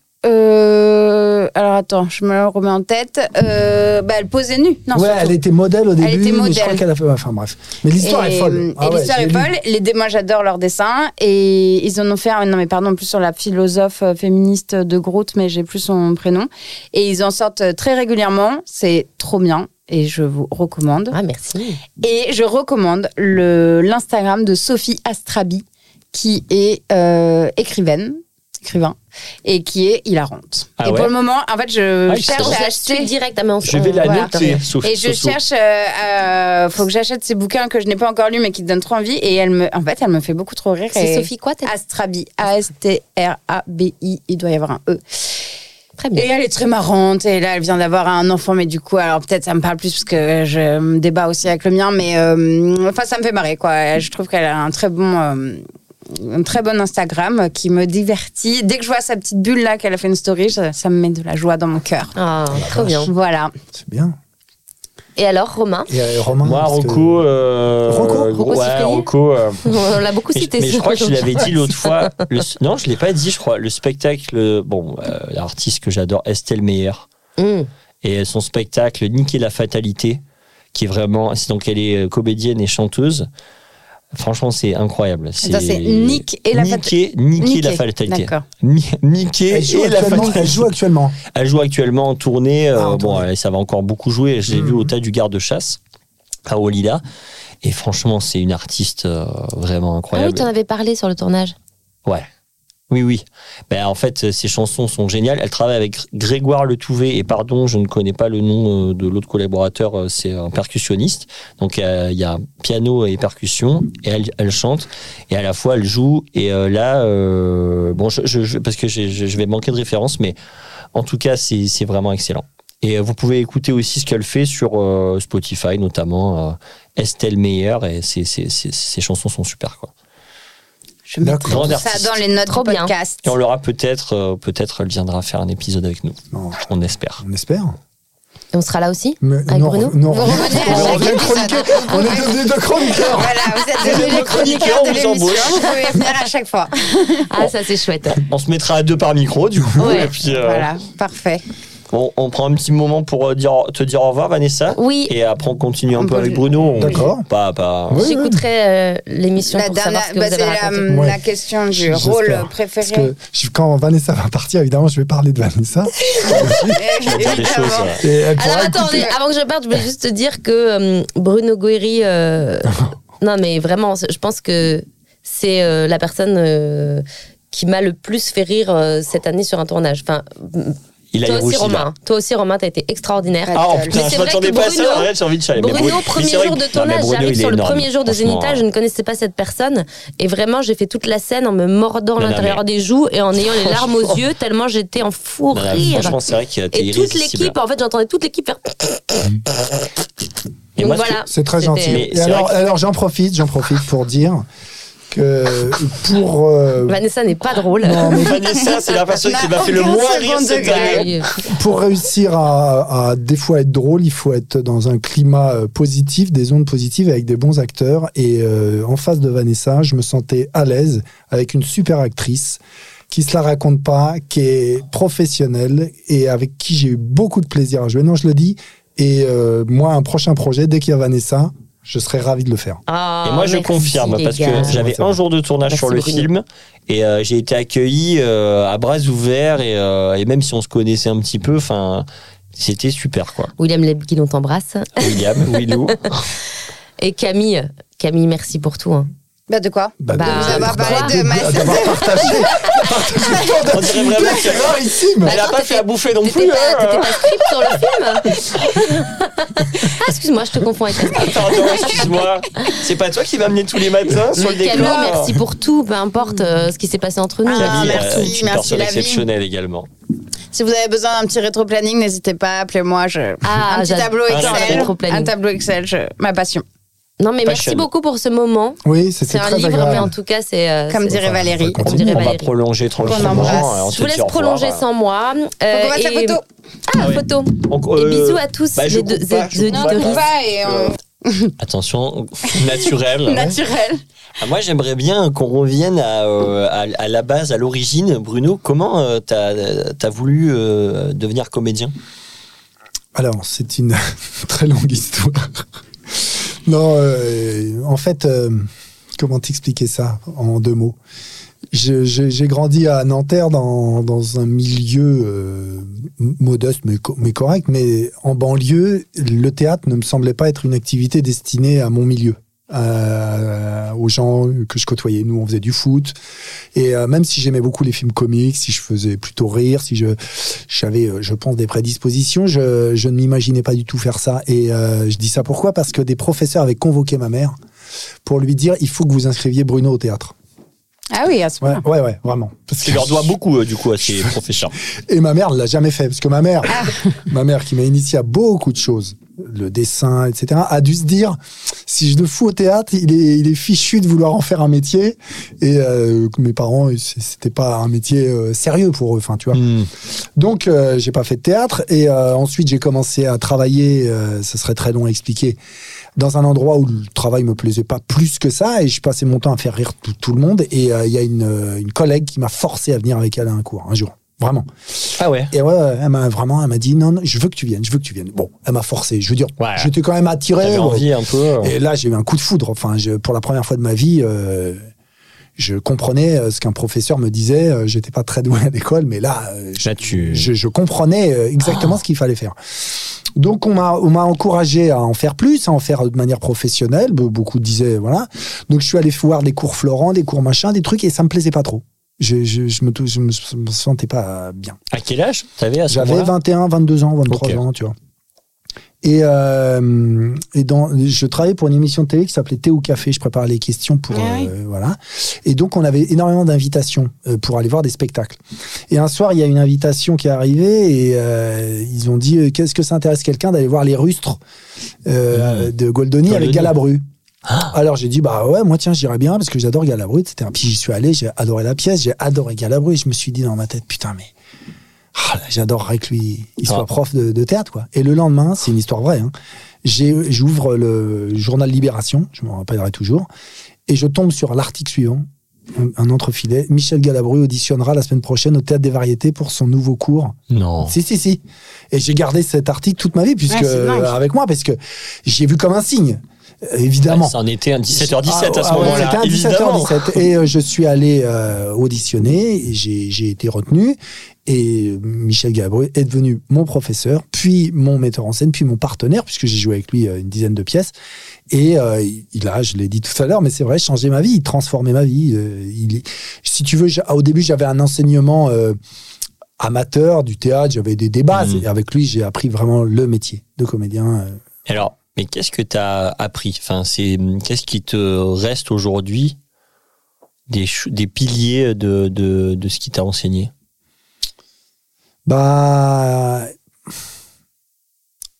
Speaker 2: euh, alors attends, je me le remets en tête. Euh, bah, elle posait nue. Non,
Speaker 5: ouais,
Speaker 2: surtout.
Speaker 5: elle était modèle au début,
Speaker 2: était
Speaker 5: mais je crois
Speaker 2: modèle.
Speaker 5: qu'elle a fait. Enfin bref. Mais l'histoire
Speaker 2: Et-
Speaker 5: est folle. Ah
Speaker 2: et
Speaker 5: ouais,
Speaker 2: l'histoire
Speaker 5: j'ai
Speaker 2: est
Speaker 5: lu.
Speaker 2: folle. Les dé- moi, j'adore leurs dessins. Et ils en ont fait un, non, mais pardon, en plus sur la philosophe euh, féministe de Groot, mais j'ai plus son prénom. Et ils en sortent euh, très régulièrement. C'est trop bien. Et je vous recommande.
Speaker 4: Ah merci.
Speaker 2: Et je recommande le- l'Instagram de Sophie Astrabi, qui est euh, écrivaine, écrivain, et qui est hilarante.
Speaker 1: Ah
Speaker 2: et
Speaker 1: ouais
Speaker 2: pour le moment, en fait, je
Speaker 1: Ah, il
Speaker 2: cherche
Speaker 1: s'en-
Speaker 2: à
Speaker 4: Je
Speaker 2: acheter.
Speaker 4: suis direct. Ah, mais on-
Speaker 1: Je vais
Speaker 4: on-
Speaker 1: la
Speaker 4: voilà.
Speaker 1: noter. Sophie,
Speaker 2: Et je
Speaker 1: Soso.
Speaker 2: cherche, euh, euh, faut que j'achète ces bouquins que je n'ai pas encore lus mais qui te donnent trop envie. Et elle me, en fait, elle me fait beaucoup trop rire.
Speaker 4: C'est
Speaker 2: et-
Speaker 4: Sophie quoi t'as dit
Speaker 2: Astrabi, A-S-T-R-A-B-I, il doit y avoir un E.
Speaker 4: Très
Speaker 2: Et
Speaker 4: bien.
Speaker 2: elle est très marrante, et là elle vient d'avoir un enfant, mais du coup, alors peut-être ça me parle plus parce que je me débat aussi avec le mien, mais euh, enfin ça me fait marrer quoi. Je trouve qu'elle a un très bon. euh, un très bon Instagram qui me divertit. Dès que je vois sa petite bulle là qu'elle a fait une story, ça, ça me met de la joie dans mon cœur.
Speaker 4: Ah, trop bien.
Speaker 2: Voilà.
Speaker 5: C'est bien.
Speaker 4: Et alors, Romain
Speaker 5: Et euh, Romain.
Speaker 1: Moi,
Speaker 5: parce que-
Speaker 1: Rocco. euh,
Speaker 5: Rocco
Speaker 1: gros-
Speaker 4: Rocco
Speaker 1: Ouais,
Speaker 4: Siffrier
Speaker 1: Rocco. euh,
Speaker 4: On l'a beaucoup
Speaker 1: mais je-
Speaker 4: cité.
Speaker 1: mais je
Speaker 4: ça,
Speaker 1: crois que je
Speaker 4: donc.
Speaker 1: l'avais dit l'autre fois. Le s- non, je l'ai pas dit, je crois. Le spectacle, bon, euh, l'artiste que j'adore, Estelle Meyer,
Speaker 4: Mmh.
Speaker 1: et son spectacle Niquer la fatalité, qui est vraiment. c'est- Donc, elle est euh, comédienne et chanteuse. Franchement, c'est incroyable.
Speaker 2: Attends, c'est Nick et la
Speaker 1: Niquer- Niquer
Speaker 2: Niquer,
Speaker 1: la fatalité.
Speaker 2: D'accord.
Speaker 1: Ni- Niquer
Speaker 5: Elle joue,
Speaker 1: et la
Speaker 5: actuellement, elle
Speaker 1: fatalité.
Speaker 5: joue actuellement.
Speaker 1: Elle joue actuellement en tournée. euh,
Speaker 5: Ah, en
Speaker 1: bon,
Speaker 5: tournée.
Speaker 1: elle- ça va encore beaucoup jouer. Je l'ai
Speaker 5: Mhm.
Speaker 1: vu au tas du garde-chasse à Olila. Et franchement, c'est une artiste euh, vraiment
Speaker 4: Ah oui,
Speaker 1: incroyable.
Speaker 4: t'en avais parlé sur le tournage.
Speaker 1: oui, oui. Ben, en fait, euh, ses chansons sont géniales. Elle travaille avec Gr- Grégoire Letouvé. Et pardon, je ne connais pas le nom euh, de l'autre collaborateur. euh, C'est un percussionniste. Donc, euh, il y a piano et percussion. Et elle, elle chante. Et à la fois, elle joue. Et euh, là, euh, bon, je, je- je- parce que j'ai- je je vais manquer de référence, mais en tout cas, c'est c'est vraiment excellent. Et euh, vous pouvez écouter aussi ce qu'elle fait sur euh, Spotify, notamment euh, Estelle Meyer, et ses, ses- ses- ses chansons sont super. Quoi.
Speaker 2: Je mettrai
Speaker 5: D'accord.
Speaker 2: tout
Speaker 1: Grand
Speaker 2: ça
Speaker 1: artiste.
Speaker 2: dans les notes
Speaker 4: Trop
Speaker 2: du
Speaker 4: bien.
Speaker 2: podcast.
Speaker 1: Et on l'aura peut-être, euh, peut-être elle viendra faire un épisode avec nous.
Speaker 5: Non.
Speaker 1: On espère.
Speaker 5: On espère.
Speaker 4: Et on sera là aussi
Speaker 5: Mais
Speaker 4: Avec
Speaker 5: non,
Speaker 4: Bruno
Speaker 5: non,
Speaker 2: Vous
Speaker 5: on
Speaker 2: revenez à
Speaker 5: est
Speaker 2: chaque
Speaker 5: devenus
Speaker 2: épisode.
Speaker 5: chroniqueurs. On est devenus deux chroniqueurs.
Speaker 2: Voilà, vous êtes devenus
Speaker 1: Vous
Speaker 2: les
Speaker 1: êtes
Speaker 2: chroniqueurs de
Speaker 1: chroniqueurs, on vous
Speaker 2: l'émission. Vous pouvez venir à chaque fois.
Speaker 4: Ah, ça c'est chouette.
Speaker 1: On se mettra à deux par micro, du coup.
Speaker 4: Ouais.
Speaker 1: Et puis, euh,
Speaker 2: Voilà, parfait.
Speaker 1: on, on prend un petit moment pour euh, dire, te dire au revoir, Vanessa.
Speaker 4: Oui,
Speaker 1: Et après, on continue un
Speaker 2: On
Speaker 1: peu
Speaker 2: peut-
Speaker 1: avec Bruno. On-
Speaker 5: D'accord.
Speaker 1: Pas, pas.
Speaker 5: Oui, oui.
Speaker 4: j'écouterai euh, l'émission
Speaker 2: La
Speaker 4: pour savoir
Speaker 2: dernière,
Speaker 4: ce que
Speaker 2: bah,
Speaker 4: vous
Speaker 2: c'est
Speaker 4: avez
Speaker 2: la,
Speaker 4: raconté.
Speaker 5: raconté.
Speaker 2: la question du
Speaker 5: J'espère.
Speaker 2: rôle
Speaker 5: Parce
Speaker 2: préféré.
Speaker 5: que je- quand Vanessa va partir, évidemment, je vais parler de Vanessa.
Speaker 1: On va dire des choses.
Speaker 2: Évidemment.
Speaker 1: euh,
Speaker 5: Et elle pourra
Speaker 4: Alors attendez,
Speaker 5: écouter.
Speaker 4: avant que je parte, je voulais juste te dire que euh, Bruno Guéry. euh, non, mais vraiment, je pense que c'est euh, la personne euh, qui m'a le plus fait rire euh, cette année sur un tournage. Enfin,
Speaker 1: Il a
Speaker 4: toi
Speaker 1: les
Speaker 4: aussi,
Speaker 1: rouges, il a-
Speaker 4: Romain. Toi aussi, Romain, t'as été extraordinaire.
Speaker 2: Ouais.
Speaker 1: Ah, oh,
Speaker 2: Mais
Speaker 1: putain,
Speaker 4: c'est
Speaker 1: je
Speaker 4: vrai
Speaker 1: m'attendais
Speaker 4: que
Speaker 1: pas à ça,
Speaker 4: Bruno-
Speaker 1: en vrai, j'ai envie de chialer. Mais
Speaker 4: Bruno,
Speaker 1: Bruno- mais
Speaker 4: premier
Speaker 1: c'est vrai
Speaker 4: jour
Speaker 1: que-
Speaker 4: de
Speaker 1: non, mais
Speaker 4: tournage,
Speaker 1: Bruno,
Speaker 4: j'arrive
Speaker 1: il est
Speaker 4: sur le
Speaker 1: énorme,
Speaker 4: premier jour de
Speaker 1: franchement. hein. euh,
Speaker 4: Zénithal, je ne connaissais pas cette personne. Et vraiment, j'ai fait toute la scène en me mordant
Speaker 1: Non, non,
Speaker 4: l'intérieur des joues et en ayant les larmes aux yeux, tellement j'étais en fou
Speaker 1: Non,
Speaker 4: rire.
Speaker 1: Franchement, c'est vrai qu'il a été
Speaker 4: Et toute
Speaker 1: irrésistible.
Speaker 4: l'équipe, en fait, j'entendais toute l'équipe faire.
Speaker 1: Et
Speaker 4: Donc
Speaker 1: moi, ce que-
Speaker 4: voilà.
Speaker 5: C'est très
Speaker 4: C'était-
Speaker 5: gentil.
Speaker 1: Mais
Speaker 5: Et
Speaker 1: c'est
Speaker 5: alors,
Speaker 1: vrai
Speaker 5: alors j'en profite, j'en profite pour dire que pour euh,
Speaker 4: Vanessa n'est pas drôle.
Speaker 5: non, mais
Speaker 1: Vanessa, c'est la personne qui m'a fait le
Speaker 2: Aucun
Speaker 1: moins
Speaker 2: second
Speaker 1: rire cette
Speaker 2: degré.
Speaker 1: année.
Speaker 4: Ouais.
Speaker 5: pour réussir à, à des fois être drôle, il faut être dans un climat euh, positif, des ondes positives avec des bons acteurs. Et euh, en face de Vanessa, je me sentais à l'aise avec une super actrice qui se la raconte pas, qui est professionnelle et avec qui j'ai eu beaucoup de plaisir à jouer. Non, je le dis. Et euh, moi, un prochain projet, dès qu'il y a Vanessa, je serais ravi de le faire.
Speaker 4: Ah,
Speaker 1: Et moi, je
Speaker 4: merci,
Speaker 1: confirme,
Speaker 4: les
Speaker 1: parce
Speaker 4: gars.
Speaker 1: que j'avais
Speaker 5: C'est vrai.
Speaker 1: un jour de tournage
Speaker 4: Merci,
Speaker 1: sur le
Speaker 4: Bruno.
Speaker 1: film et euh, j'ai été accueilli euh, à bras ouverts et, euh, et même si on se connaissait un petit peu, enfin. C'était super quoi.
Speaker 4: William Lebkin, on t'embrasse.
Speaker 1: William, Willou.
Speaker 4: Et Camille, Camille, merci pour tout. hein.
Speaker 2: Bah, de quoi
Speaker 5: Bah,
Speaker 4: Bah,
Speaker 5: de-
Speaker 4: vous
Speaker 2: avez parlé de ma-
Speaker 5: d'avoir partagé, partagé tant
Speaker 1: On dirait vraiment
Speaker 5: d'activités,
Speaker 1: que-
Speaker 5: c'est rarissime.
Speaker 1: Elle a
Speaker 4: Attends,
Speaker 1: pas
Speaker 4: t'étais-
Speaker 1: fait à bouffer non
Speaker 4: T'étais
Speaker 1: plus.
Speaker 4: pas,
Speaker 2: euh.
Speaker 1: hein.
Speaker 4: t'étais pas script sur le film Ah, Excuse-moi, je te confonds avec la
Speaker 1: Attends, attends, excuse-moi. C'est pas toi qui m'amenais tous les matins sur le
Speaker 4: Camille,
Speaker 1: décor.
Speaker 4: merci pour tout, peu importe euh, ce qui s'est passé entre nous.
Speaker 2: Ah,
Speaker 1: Camille, euh,
Speaker 2: merci, merci,
Speaker 1: une personne
Speaker 2: la vie.
Speaker 1: exceptionnelle également.
Speaker 2: Si vous avez besoin d'un petit rétro-planning, n'hésitez pas, appelez-moi. Je...
Speaker 4: Ah,
Speaker 2: un petit
Speaker 4: j'adore
Speaker 2: tableau
Speaker 1: le
Speaker 2: Excel.
Speaker 4: rétro-planning.
Speaker 2: Un tableau Excel, je- ma passion.
Speaker 4: Non, mais
Speaker 1: Passion.
Speaker 4: merci beaucoup pour ce moment.
Speaker 5: Oui, c'était
Speaker 4: C'est un
Speaker 5: très
Speaker 4: livre, mais en
Speaker 5: agréable.
Speaker 4: tout cas, c'est. euh,
Speaker 2: Comme
Speaker 4: c'est-
Speaker 2: dirait Valérie.
Speaker 5: On
Speaker 1: On,
Speaker 4: dirait
Speaker 1: va
Speaker 4: Valérie.
Speaker 1: prolonger tranquillement.
Speaker 2: embrasse.
Speaker 1: et on
Speaker 4: Je
Speaker 1: se
Speaker 4: vous
Speaker 1: dit
Speaker 4: laisse
Speaker 1: au revoir.
Speaker 4: prolonger sans moi.
Speaker 2: Faut
Speaker 4: Euh,
Speaker 2: qu'on fasse la
Speaker 4: et-
Speaker 2: photo.
Speaker 4: Ah,
Speaker 1: Ah oui.
Speaker 4: photo.
Speaker 1: Donc,
Speaker 4: Et
Speaker 1: euh,
Speaker 4: bisous à tous,
Speaker 1: bah, je
Speaker 4: les deux
Speaker 1: coupe pas, je
Speaker 4: les
Speaker 1: coupe
Speaker 2: Non, on coupe
Speaker 4: auditeurs.
Speaker 2: pas et euh,
Speaker 1: Euh, ah
Speaker 2: on...
Speaker 1: Attention, naturel. hein.
Speaker 2: naturel.
Speaker 1: Ah, moi, j'aimerais bien qu'on revienne à, euh, à- à la base, à l'origine. Bruno, comment euh, t'as as voulu euh, devenir comédien
Speaker 5: Alors, c'est une très longue histoire. Non, euh, en fait, euh, comment t'expliquer ça en deux mots Je- je- J'ai grandi à Nanterre dans, dans un milieu euh, modeste mais, co- mais correct, mais en banlieue, le théâtre ne me semblait pas être une activité destinée à mon milieu, à- aux gens que je côtoyais. Nous, on faisait du foot, et euh, même si j'aimais beaucoup les films comiques, si je faisais plutôt rire, si je j'avais, euh, je pense, des prédispositions, je, je ne m'imaginais pas du tout faire ça. Et euh, je dis ça pourquoi Parce que des professeurs avaient convoqué ma mère pour lui dire il faut que vous inscriviez Bruno au théâtre.
Speaker 2: Ah oui, à ce
Speaker 5: Ouais,
Speaker 2: moment.
Speaker 5: ouais, ouais, vraiment. Parce
Speaker 1: Tu leur dois beaucoup, euh, du coup, à ces professeurs.
Speaker 5: et ma mère ne l'a jamais fait, parce que ma mère, ma mère qui m'a initié à beaucoup de choses, le dessin, etc., a dû se dire, si je le fous au théâtre, il est, il est fichu de vouloir en faire un métier. Et euh, mes parents, c- c'était pas un métier euh, sérieux pour eux, enfin, tu vois. Donc, euh, j'ai pas fait de théâtre. Et euh, ensuite, j'ai commencé à travailler, euh, ce serait très long à expliquer, dans un endroit où le travail me plaisait pas plus que ça. Et je passais mon temps à faire rire tout, tout le monde. Et euh, il y a une, euh, une collègue qui m'a forcé à venir avec elle à un cours, un jour. Vraiment.
Speaker 1: Ah ouais
Speaker 5: Et ouais, ouais, elle m'a vraiment, elle m'a dit non, non, je veux que tu viennes, je veux que tu viennes. Bon, elle m'a forcé. Je veux dire,
Speaker 1: Ouais.
Speaker 5: j'étais quand même attiré.
Speaker 1: T'avais
Speaker 5: ouais.
Speaker 1: envie un peu. euh,
Speaker 5: Et là, j'ai eu un coup de foudre. Enfin, je- pour la première fois de ma vie, euh, je comprenais euh, ce qu'un professeur me disait. Euh, J'étais pas très doué à l'école, mais là, euh, je,
Speaker 1: Là, tu. Ah.
Speaker 5: je, je comprenais euh, exactement ce qu'il fallait faire. Donc, on m'a, on m'a encouragé à en faire plus, à en faire de manière professionnelle. Be- Beaucoup disaient, voilà. Donc, je suis allé voir des cours Florent, des cours machin, des trucs, et ça me plaisait pas trop. Je, je, je me, tou- je me je me sentais pas bien.
Speaker 1: À quel âge T'avais à ce
Speaker 5: J'avais
Speaker 1: moment-là
Speaker 5: 21, 22 ans, 23
Speaker 1: Ok.
Speaker 5: ans, tu vois. Et, euh, et dans, je travaillais pour une émission de télé qui s'appelait Thé ou Café. Je préparais les questions pour.
Speaker 2: Ah oui.
Speaker 5: euh, voilà. Et donc, on avait énormément d'invitations euh, pour aller voir des spectacles. Et un soir, il y a une invitation qui est arrivée et euh, ils ont
Speaker 1: Ah.
Speaker 5: dit euh, Qu'est-ce que ça intéresse quelqu'un d'aller voir les rustres euh, de Goldoni
Speaker 1: Goldoni.
Speaker 5: avec Galabru Alors j'ai dit bah ouais moi tiens j'irais bien parce que j'adore Galabru etc. Puis j'y suis allé, j'ai adoré la pièce, j'ai adoré Galabru et je me suis dit dans ma tête putain mais ah, là, j'adorerais que lui il soit
Speaker 1: Ah.
Speaker 5: prof de, de théâtre quoi. Et le lendemain c'est une histoire vraie. hein, j'ai- J'ouvre le journal Libération, je m'en rappellerai toujours, et je tombe sur l'article suivant, un, un entrefilet. Michel Galabru auditionnera la semaine prochaine au Théâtre des Variétés pour son nouveau cours
Speaker 6: Non.
Speaker 5: si, si, si. Et j'ai gardé cet article toute ma vie, puisque
Speaker 2: Ouais, Ah, c'est dingue.
Speaker 5: avec moi, parce que j'ai vu comme un signe, euh, évidemment.
Speaker 1: Ça en était un 17h17
Speaker 5: Ah,
Speaker 1: à ce
Speaker 5: ah, ouais,
Speaker 1: moment-là.
Speaker 5: c'était un
Speaker 1: évidemment.
Speaker 5: 17h17. Et euh, je suis allé euh, auditionner, et j'ai j'ai été retenu. Et euh, Michel Gabriel est devenu mon professeur, puis mon metteur en scène, puis mon partenaire, puisque j'ai joué avec lui euh, une dizaine de pièces. Et euh, il a, je l'ai dit tout à l'heure, mais c'est vrai, changé ma vie, il transformait ma vie. Euh, il, si tu veux, j'a- au début, j'avais un enseignement euh, amateur du théâtre, j'avais des débats.
Speaker 1: Mhm.
Speaker 5: Et avec lui, j'ai appris vraiment le métier de comédien. euh,
Speaker 1: Alors, mais qu'est-ce que tu as appris enfin, c'est, Qu'est-ce qui te reste aujourd'hui des, ch- des piliers de, de, de ce qui t'a enseigné
Speaker 5: Bah.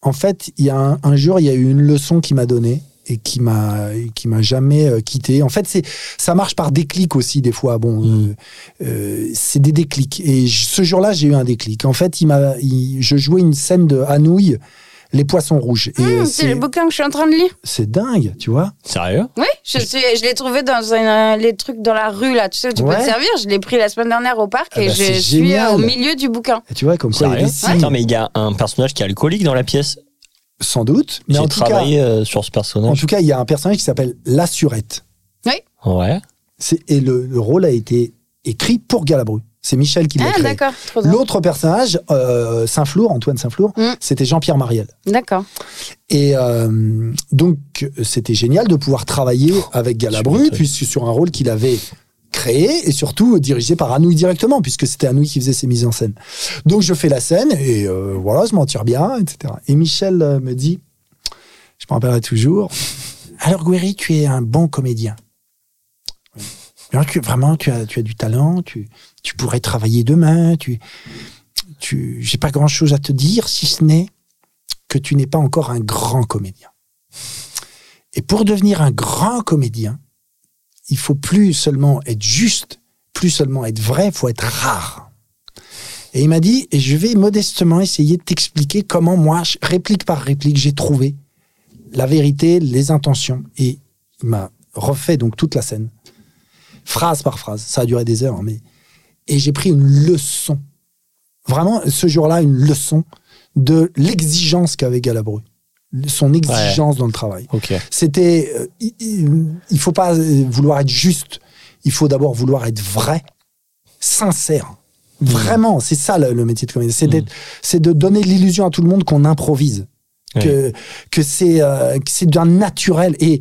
Speaker 5: En fait, il y a un, un jour, il y a eu une leçon qui m'a donnée et qui m'a et qui m'a jamais euh, quitté. En fait, c'est ça marche par déclic aussi des fois. Bon,
Speaker 1: Mm.
Speaker 5: euh, euh, c'est des déclics. Et je- ce jour-là, j'ai eu un déclic. En fait, il m'a, il- je jouais une scène de Hanouille, les poissons rouges. Et euh,
Speaker 2: Hum, c'est
Speaker 5: c'est,
Speaker 2: le bouquin que je suis en train de lire.
Speaker 5: c'est dingue, tu vois.
Speaker 1: Sérieux
Speaker 2: Oui, je, suis- je l'ai trouvé dans un- euh, les trucs dans la rue, là. Tu sais, où tu peux
Speaker 5: Ouais.
Speaker 2: te servir. Je l'ai pris la semaine dernière au parc
Speaker 5: Ah
Speaker 2: et
Speaker 5: bah,
Speaker 2: je
Speaker 5: c'est
Speaker 2: suis
Speaker 5: génial.
Speaker 2: au milieu du bouquin.
Speaker 5: Et tu vois comme quoi il y a
Speaker 1: Sérieux
Speaker 5: des signes,
Speaker 1: Attends, mais il y a un personnage qui est alcoolique dans la pièce.
Speaker 5: sans doute. Mais en
Speaker 1: J'ai
Speaker 5: tout cas,
Speaker 1: travaillé euh, sur ce
Speaker 5: en
Speaker 1: personnage.
Speaker 5: tout cas, il y a un personnage qui s'appelle la Surette.
Speaker 1: Ouais.
Speaker 5: C'est- et le, le rôle a été écrit pour Galabru. C'est Michel qui l'a
Speaker 2: Ah,
Speaker 5: créé.
Speaker 2: d'accord. Trop drôle.
Speaker 5: L'autre personnage, euh, Saint-Flour, Antoine Saint-Flour,
Speaker 2: Mm.
Speaker 5: c'était Jean-Pierre Mariel.
Speaker 2: D'accord.
Speaker 5: Et euh, donc, c'était génial de pouvoir travailler avec
Speaker 1: super
Speaker 5: Galabru,
Speaker 1: truc.
Speaker 5: puisque sur un rôle qu'il avait créé et surtout dirigé par Anouilh directement, puisque c'était Anouilh qui faisait ses mises en scène. Donc, je fais la scène et euh, voilà, je m'en tire bien, etc. Et Michel euh, me dit, je m'en rappellerai toujours, alors Guéry, tu es un bon comédien. Alors, tu- vraiment, tu as, tu as du talent, tu, tu pourrais travailler demain, tu, tu, j'ai pas grand chose à te dire si ce n'est que tu n'es pas encore un grand comédien. Et pour devenir un grand comédien, il faut plus seulement être juste, plus seulement être vrai, il faut être rare. Et il m'a dit, et je vais modestement essayer de t'expliquer comment moi, je- réplique par réplique, j'ai trouvé la vérité, les intentions. Et il m'a refait donc toute la scène, phrase par phrase. Ça a duré des heures, hein, mais et j'ai pris une leçon, vraiment ce jour-là, une leçon de l'exigence qu'avait Galabru, son exigence dans le travail
Speaker 1: Ok.
Speaker 5: c'était euh, il- il il faut pas euh, vouloir être juste il faut d'abord vouloir être vrai sincère vraiment c'est ça le, le métier de comédien c'est d'être- c'est de donner l'illusion à tout le monde qu'on improvise
Speaker 1: Ouais.
Speaker 5: que que c'est euh, que c'est d'un naturel et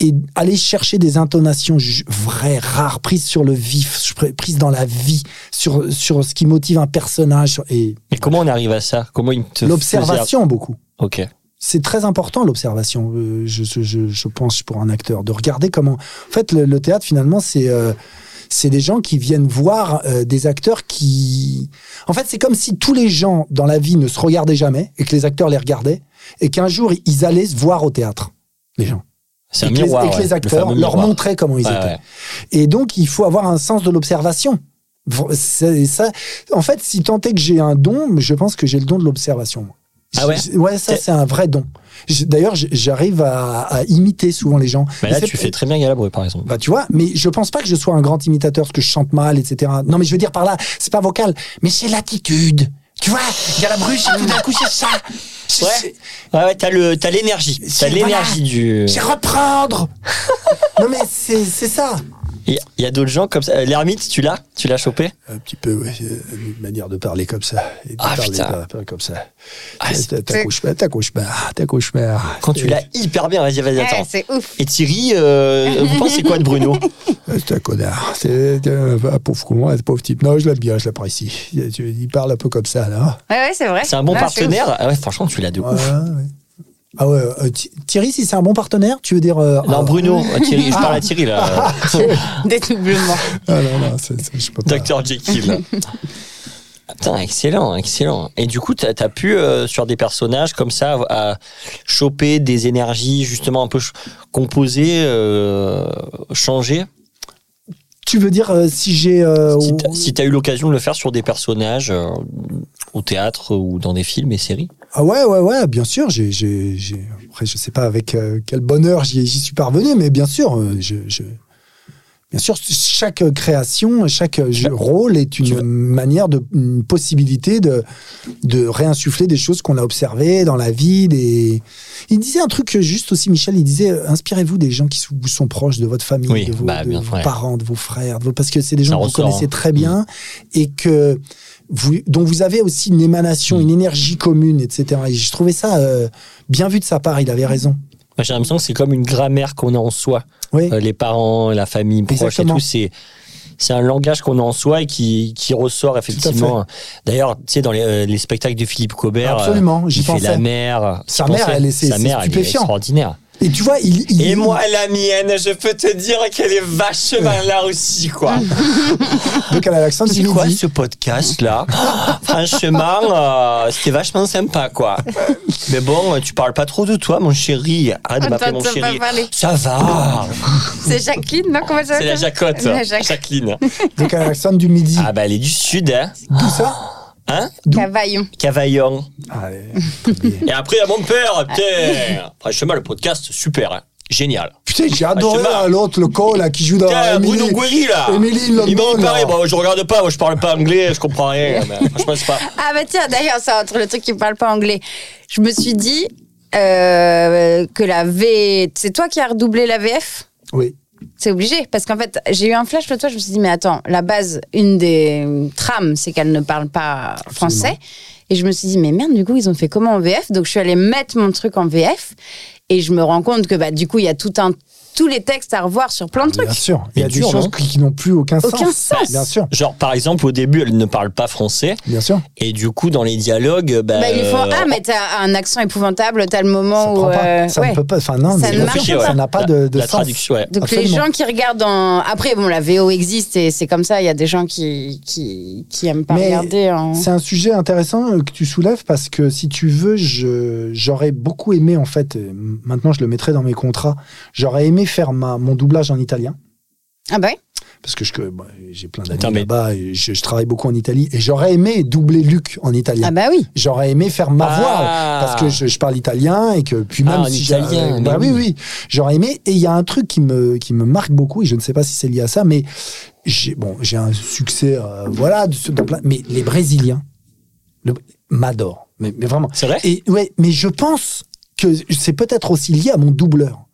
Speaker 5: et aller chercher des intonations ju- vraies, rares, prises sur le vif, pr- prises dans la vie, sur, sur ce qui motive un personnage, sur- et
Speaker 1: Mais comment on arrive à ça Comment il te
Speaker 5: l'observation beaucoup
Speaker 1: faisait- Ok.
Speaker 5: c'est très important l'observation, euh, je, je- je- je pense, pour un acteur, de regarder comment... En fait, le, le théâtre, finalement, c'est... euh, c'est des gens qui viennent voir euh, des acteurs qui... En fait, c'est comme si tous les gens dans la vie ne se regardaient jamais et que les acteurs les regardaient et qu'un jour, ils allaient se voir au théâtre, les gens.
Speaker 1: C'est un
Speaker 5: et que les-
Speaker 1: miroir.
Speaker 5: et que
Speaker 1: ouais,
Speaker 5: les
Speaker 1: le
Speaker 5: acteurs
Speaker 1: fameux
Speaker 5: leur
Speaker 1: miroir.
Speaker 5: montraient comment ils
Speaker 1: Ouais,
Speaker 5: étaient.
Speaker 1: ouais.
Speaker 5: Et donc, il faut avoir un sens de l'observation. Vr- c'est ça. En fait, si tant est que j'ai un don, je pense que j'ai le don de l'observation. moi.
Speaker 1: Ah ouais
Speaker 5: J- Ouais, ça,
Speaker 1: T'es-
Speaker 5: c'est un vrai don. J- D'ailleurs, j- j'arrive à, à imiter souvent les gens.
Speaker 1: Bah
Speaker 5: Et
Speaker 1: là,
Speaker 5: c'est-
Speaker 1: tu fais très bien Galabru, par exemple.
Speaker 5: Bah, tu vois, mais je pense pas que je sois un grand imitateur, parce que je chante mal, etc. Non, mais je veux dire par là, c'est pas vocal, mais c'est l'attitude. Tu vois, Galabru, c'est tout d'un coup, c'est ça. C'est-
Speaker 1: Ouais.
Speaker 5: c'est-
Speaker 1: Ouais, ouais, t'as le- t'as l'énergie. T'as
Speaker 5: C'est-
Speaker 1: l'énergie du.
Speaker 5: C'est reprendre. non, mais c'est c'est ça.
Speaker 1: Il y- il y a d'autres gens comme ça. Euh, L'ermite, tu l'as Tu l'as chopé
Speaker 5: Un petit peu, ouais, euh, une manière de parler comme ça. Et de
Speaker 1: Ah,
Speaker 5: parler
Speaker 1: putain.
Speaker 5: pas- pas comme ça.
Speaker 1: Ah, c'est-
Speaker 5: Ta- ta cauchemar, ta cauchemar, ta cauchemar.
Speaker 1: Ah, Quand tu
Speaker 5: Et-
Speaker 1: l'as hyper bien, vas-y, vas-y,
Speaker 2: Ouais,
Speaker 1: attends.
Speaker 2: Eh, c'est ouf.
Speaker 1: Et Thierry, euh, vous pensez quoi de Bruno
Speaker 5: C'est un connard. C'est c'est un un pauvre con, un pauvre type. Non, je l'aime bien, je l'apprécie. Il il parle un peu comme ça, là.
Speaker 2: Ouais, ouais, c'est vrai.
Speaker 1: C'est un bon
Speaker 2: Non, c'est ouf.
Speaker 1: partenaire Ah ouais, franchement, tu l'as de
Speaker 5: Ouais,
Speaker 1: ouf.
Speaker 5: ouais. Ah ouais, euh, Thi- Thierry, si c'est un bon partenaire, tu veux dire. euh,
Speaker 1: Non,
Speaker 5: ah,
Speaker 1: Bruno, euh, Thierry, je parle à Thierry là.
Speaker 2: Dédoublement.
Speaker 5: Ah non, non, c'est- c'est- je peux pas.
Speaker 1: Docteur Jekyll. Putain, excellent, excellent. Et du coup, t'as as pu, euh, sur des personnages comme ça, à, à choper des énergies justement un peu ch- composées, euh, changées
Speaker 5: Tu veux dire euh, si j'ai. euh,
Speaker 1: Si
Speaker 5: ou-
Speaker 1: t'as si t'as eu l'occasion de le faire sur des personnages euh, au théâtre ou dans des films et séries
Speaker 5: Ah ouais, ouais, ouais, bien sûr. J'ai, j'ai, j'ai- Après, je sais pas avec euh, quel bonheur j'y, j'y suis parvenu, mais bien sûr, euh, je, je- bien sûr, chaque euh, création, chaque euh, jeu- rôle est une manière de, une possibilité de, de réinsuffler des choses qu'on a observées dans la vie. Des... Il disait un truc euh, juste aussi, Michel. Il disait, euh, inspirez-vous des gens qui sou- vous sont proches de votre famille,
Speaker 1: Oui,
Speaker 5: de vos,
Speaker 1: bah,
Speaker 5: de
Speaker 1: bien
Speaker 5: vos
Speaker 1: vrai.
Speaker 5: parents, de vos frères, de vos- parce que c'est des
Speaker 1: Ça
Speaker 5: gens que
Speaker 1: ressort,
Speaker 5: vous
Speaker 1: hein.
Speaker 5: connaissez très bien et que vous, dont vous avez aussi une
Speaker 1: Mm.
Speaker 5: émanation, une énergie commune, etc. Et je trouvais ça euh, bien vu de sa part, il avait raison.
Speaker 1: Moi, J'ai l'impression que c'est comme une grammaire qu'on a en soi.
Speaker 5: Oui.
Speaker 1: Euh, les parents, la famille proche
Speaker 5: Exactement.
Speaker 1: et tout, c'est c'est un langage qu'on a en soi et qui, qui ressort effectivement. D'ailleurs, tu sais, dans les, euh, les spectacles de Philippe Colbert, euh,
Speaker 5: Absolument, j'y
Speaker 1: il fait la
Speaker 5: pensais.
Speaker 1: mère.
Speaker 5: Sa
Speaker 1: j'y
Speaker 5: mère,
Speaker 1: pensais.
Speaker 5: elle est- c'est-
Speaker 1: Sa
Speaker 5: c'est
Speaker 1: mère, elle est
Speaker 5: stupéfiant.
Speaker 1: extraordinaire.
Speaker 5: Et tu vois, il. Euh. il-
Speaker 1: Et moi, la mienne, je peux te dire qu'elle est vachement là aussi,
Speaker 5: Euh,
Speaker 1: quoi.
Speaker 5: Donc elle a l'accent du
Speaker 1: Ah, C'est quoi
Speaker 5: midi.
Speaker 1: ce podcast-là Franchement, euh, c'était vachement sympa, quoi. Mais bon, tu parles pas trop de toi, mon chéri. Arrête de m'appeler
Speaker 2: Attends,
Speaker 1: mon
Speaker 2: ça va
Speaker 1: chéri.
Speaker 2: pas aller.
Speaker 1: Ça va
Speaker 2: C'est Jacqueline, non Comment ça
Speaker 1: C'est la
Speaker 2: s'appelle
Speaker 1: Jacotte,
Speaker 2: La Jac-
Speaker 1: Jacqueline.
Speaker 5: Donc elle a l'accent du midi.
Speaker 1: Ah bah elle est du sud, hein,
Speaker 5: Tout ça
Speaker 1: hein
Speaker 2: Cavaillon.
Speaker 1: Cavaillon.
Speaker 5: Allez, très bien.
Speaker 1: Et après, il y a mon père, putain Franchement, le podcast, super, hein. génial.
Speaker 5: Putain, j'ai
Speaker 1: Ah,
Speaker 5: adoré
Speaker 1: je sais pas.
Speaker 5: là, l'autre, le con, là, qui joue dans.
Speaker 1: Putain,
Speaker 5: Emily.
Speaker 1: Bruno Guéry, là
Speaker 5: Emily in
Speaker 1: Il m'a
Speaker 5: London,
Speaker 1: parlé,
Speaker 5: là.
Speaker 1: bon, je regarde pas, moi, je parle pas anglais, je comprends rien. mais franchement, c'est pas...
Speaker 2: Ah bah tiens, d'ailleurs, ça entre le truc qui parle pas anglais. Je me suis dit euh, que la V... C'est toi qui as redoublé la VF
Speaker 5: Oui.
Speaker 2: C'est obligé, parce qu'en fait, j'ai eu un flash l'autre fois, je me suis dit, mais attends, la base, une des euh, trames, c'est qu'elle ne parle pas français. Et je me suis dit, mais merde, du coup, ils ont fait comment en VF Donc, je suis allée mettre mon truc en VF, et je me rends compte que, bah, du coup, il y a tout un, tous les textes à revoir sur plein de trucs.
Speaker 5: Bien sûr.
Speaker 1: Mais
Speaker 5: Il y a des
Speaker 1: dur,
Speaker 5: choses
Speaker 1: non
Speaker 5: qui, qui n'ont plus aucun,
Speaker 2: Aucun sens.
Speaker 5: Bien sûr.
Speaker 1: Genre, par exemple, au début, elle ne parle pas français,
Speaker 5: Bien sûr.
Speaker 1: et du coup, dans les dialogues, bah,
Speaker 2: Bah, ils font,
Speaker 1: euh,
Speaker 2: ah, mais t'as un accent épouvantable, t'as le
Speaker 5: Ça
Speaker 2: moment
Speaker 5: prend
Speaker 2: où.
Speaker 5: pas.
Speaker 2: euh,
Speaker 5: Ça
Speaker 2: ouais.
Speaker 5: ne peut pas. Enfin, non,
Speaker 2: Ça
Speaker 5: mais
Speaker 2: ne
Speaker 5: bien
Speaker 2: marche
Speaker 5: sûr,
Speaker 1: pas.
Speaker 5: ça n'a pas de, de
Speaker 1: la
Speaker 5: sens.
Speaker 1: traduction, ouais.
Speaker 2: Donc les
Speaker 5: Absolument.
Speaker 2: gens qui regardent en... Après, bon, la VO existe et c'est comme ça, il y a des gens qui, qui, qui aiment pas
Speaker 5: Mais
Speaker 2: regarder en...
Speaker 5: C'est un sujet intéressant euh, que tu soulèves parce que si tu veux, je- j'aurais beaucoup aimé, en fait, euh, maintenant je le mettrai dans mes contrats, j'aurais aimé faire ma, mon doublage en italien.
Speaker 2: Ah bah oui
Speaker 5: Parce que je- que bah, j'ai plein
Speaker 1: Attends,
Speaker 5: d'amis
Speaker 1: mais-
Speaker 5: là-bas, et je, je travaille beaucoup en Italie. Et j'aurais aimé doubler Luc en italien.
Speaker 2: Ah bah oui
Speaker 5: J'aurais aimé faire ma
Speaker 1: Ah.
Speaker 5: voix parce que je, je parle italien et que puis
Speaker 1: Ah,
Speaker 5: même
Speaker 1: en
Speaker 5: si
Speaker 1: italien,
Speaker 5: j'ai-
Speaker 1: mais
Speaker 5: bah
Speaker 1: oui.
Speaker 5: oui oui, j'aurais aimé et il y a un truc qui me qui me marque beaucoup et je ne sais pas si c'est lié à ça mais j'ai bon j'ai un succès euh, voilà de ce- dans plein- mais les Brésiliens le- m'adorent mais, mais vraiment
Speaker 1: C'est vrai
Speaker 5: et ouais mais je pense que c'est peut-être aussi lié à mon doubleur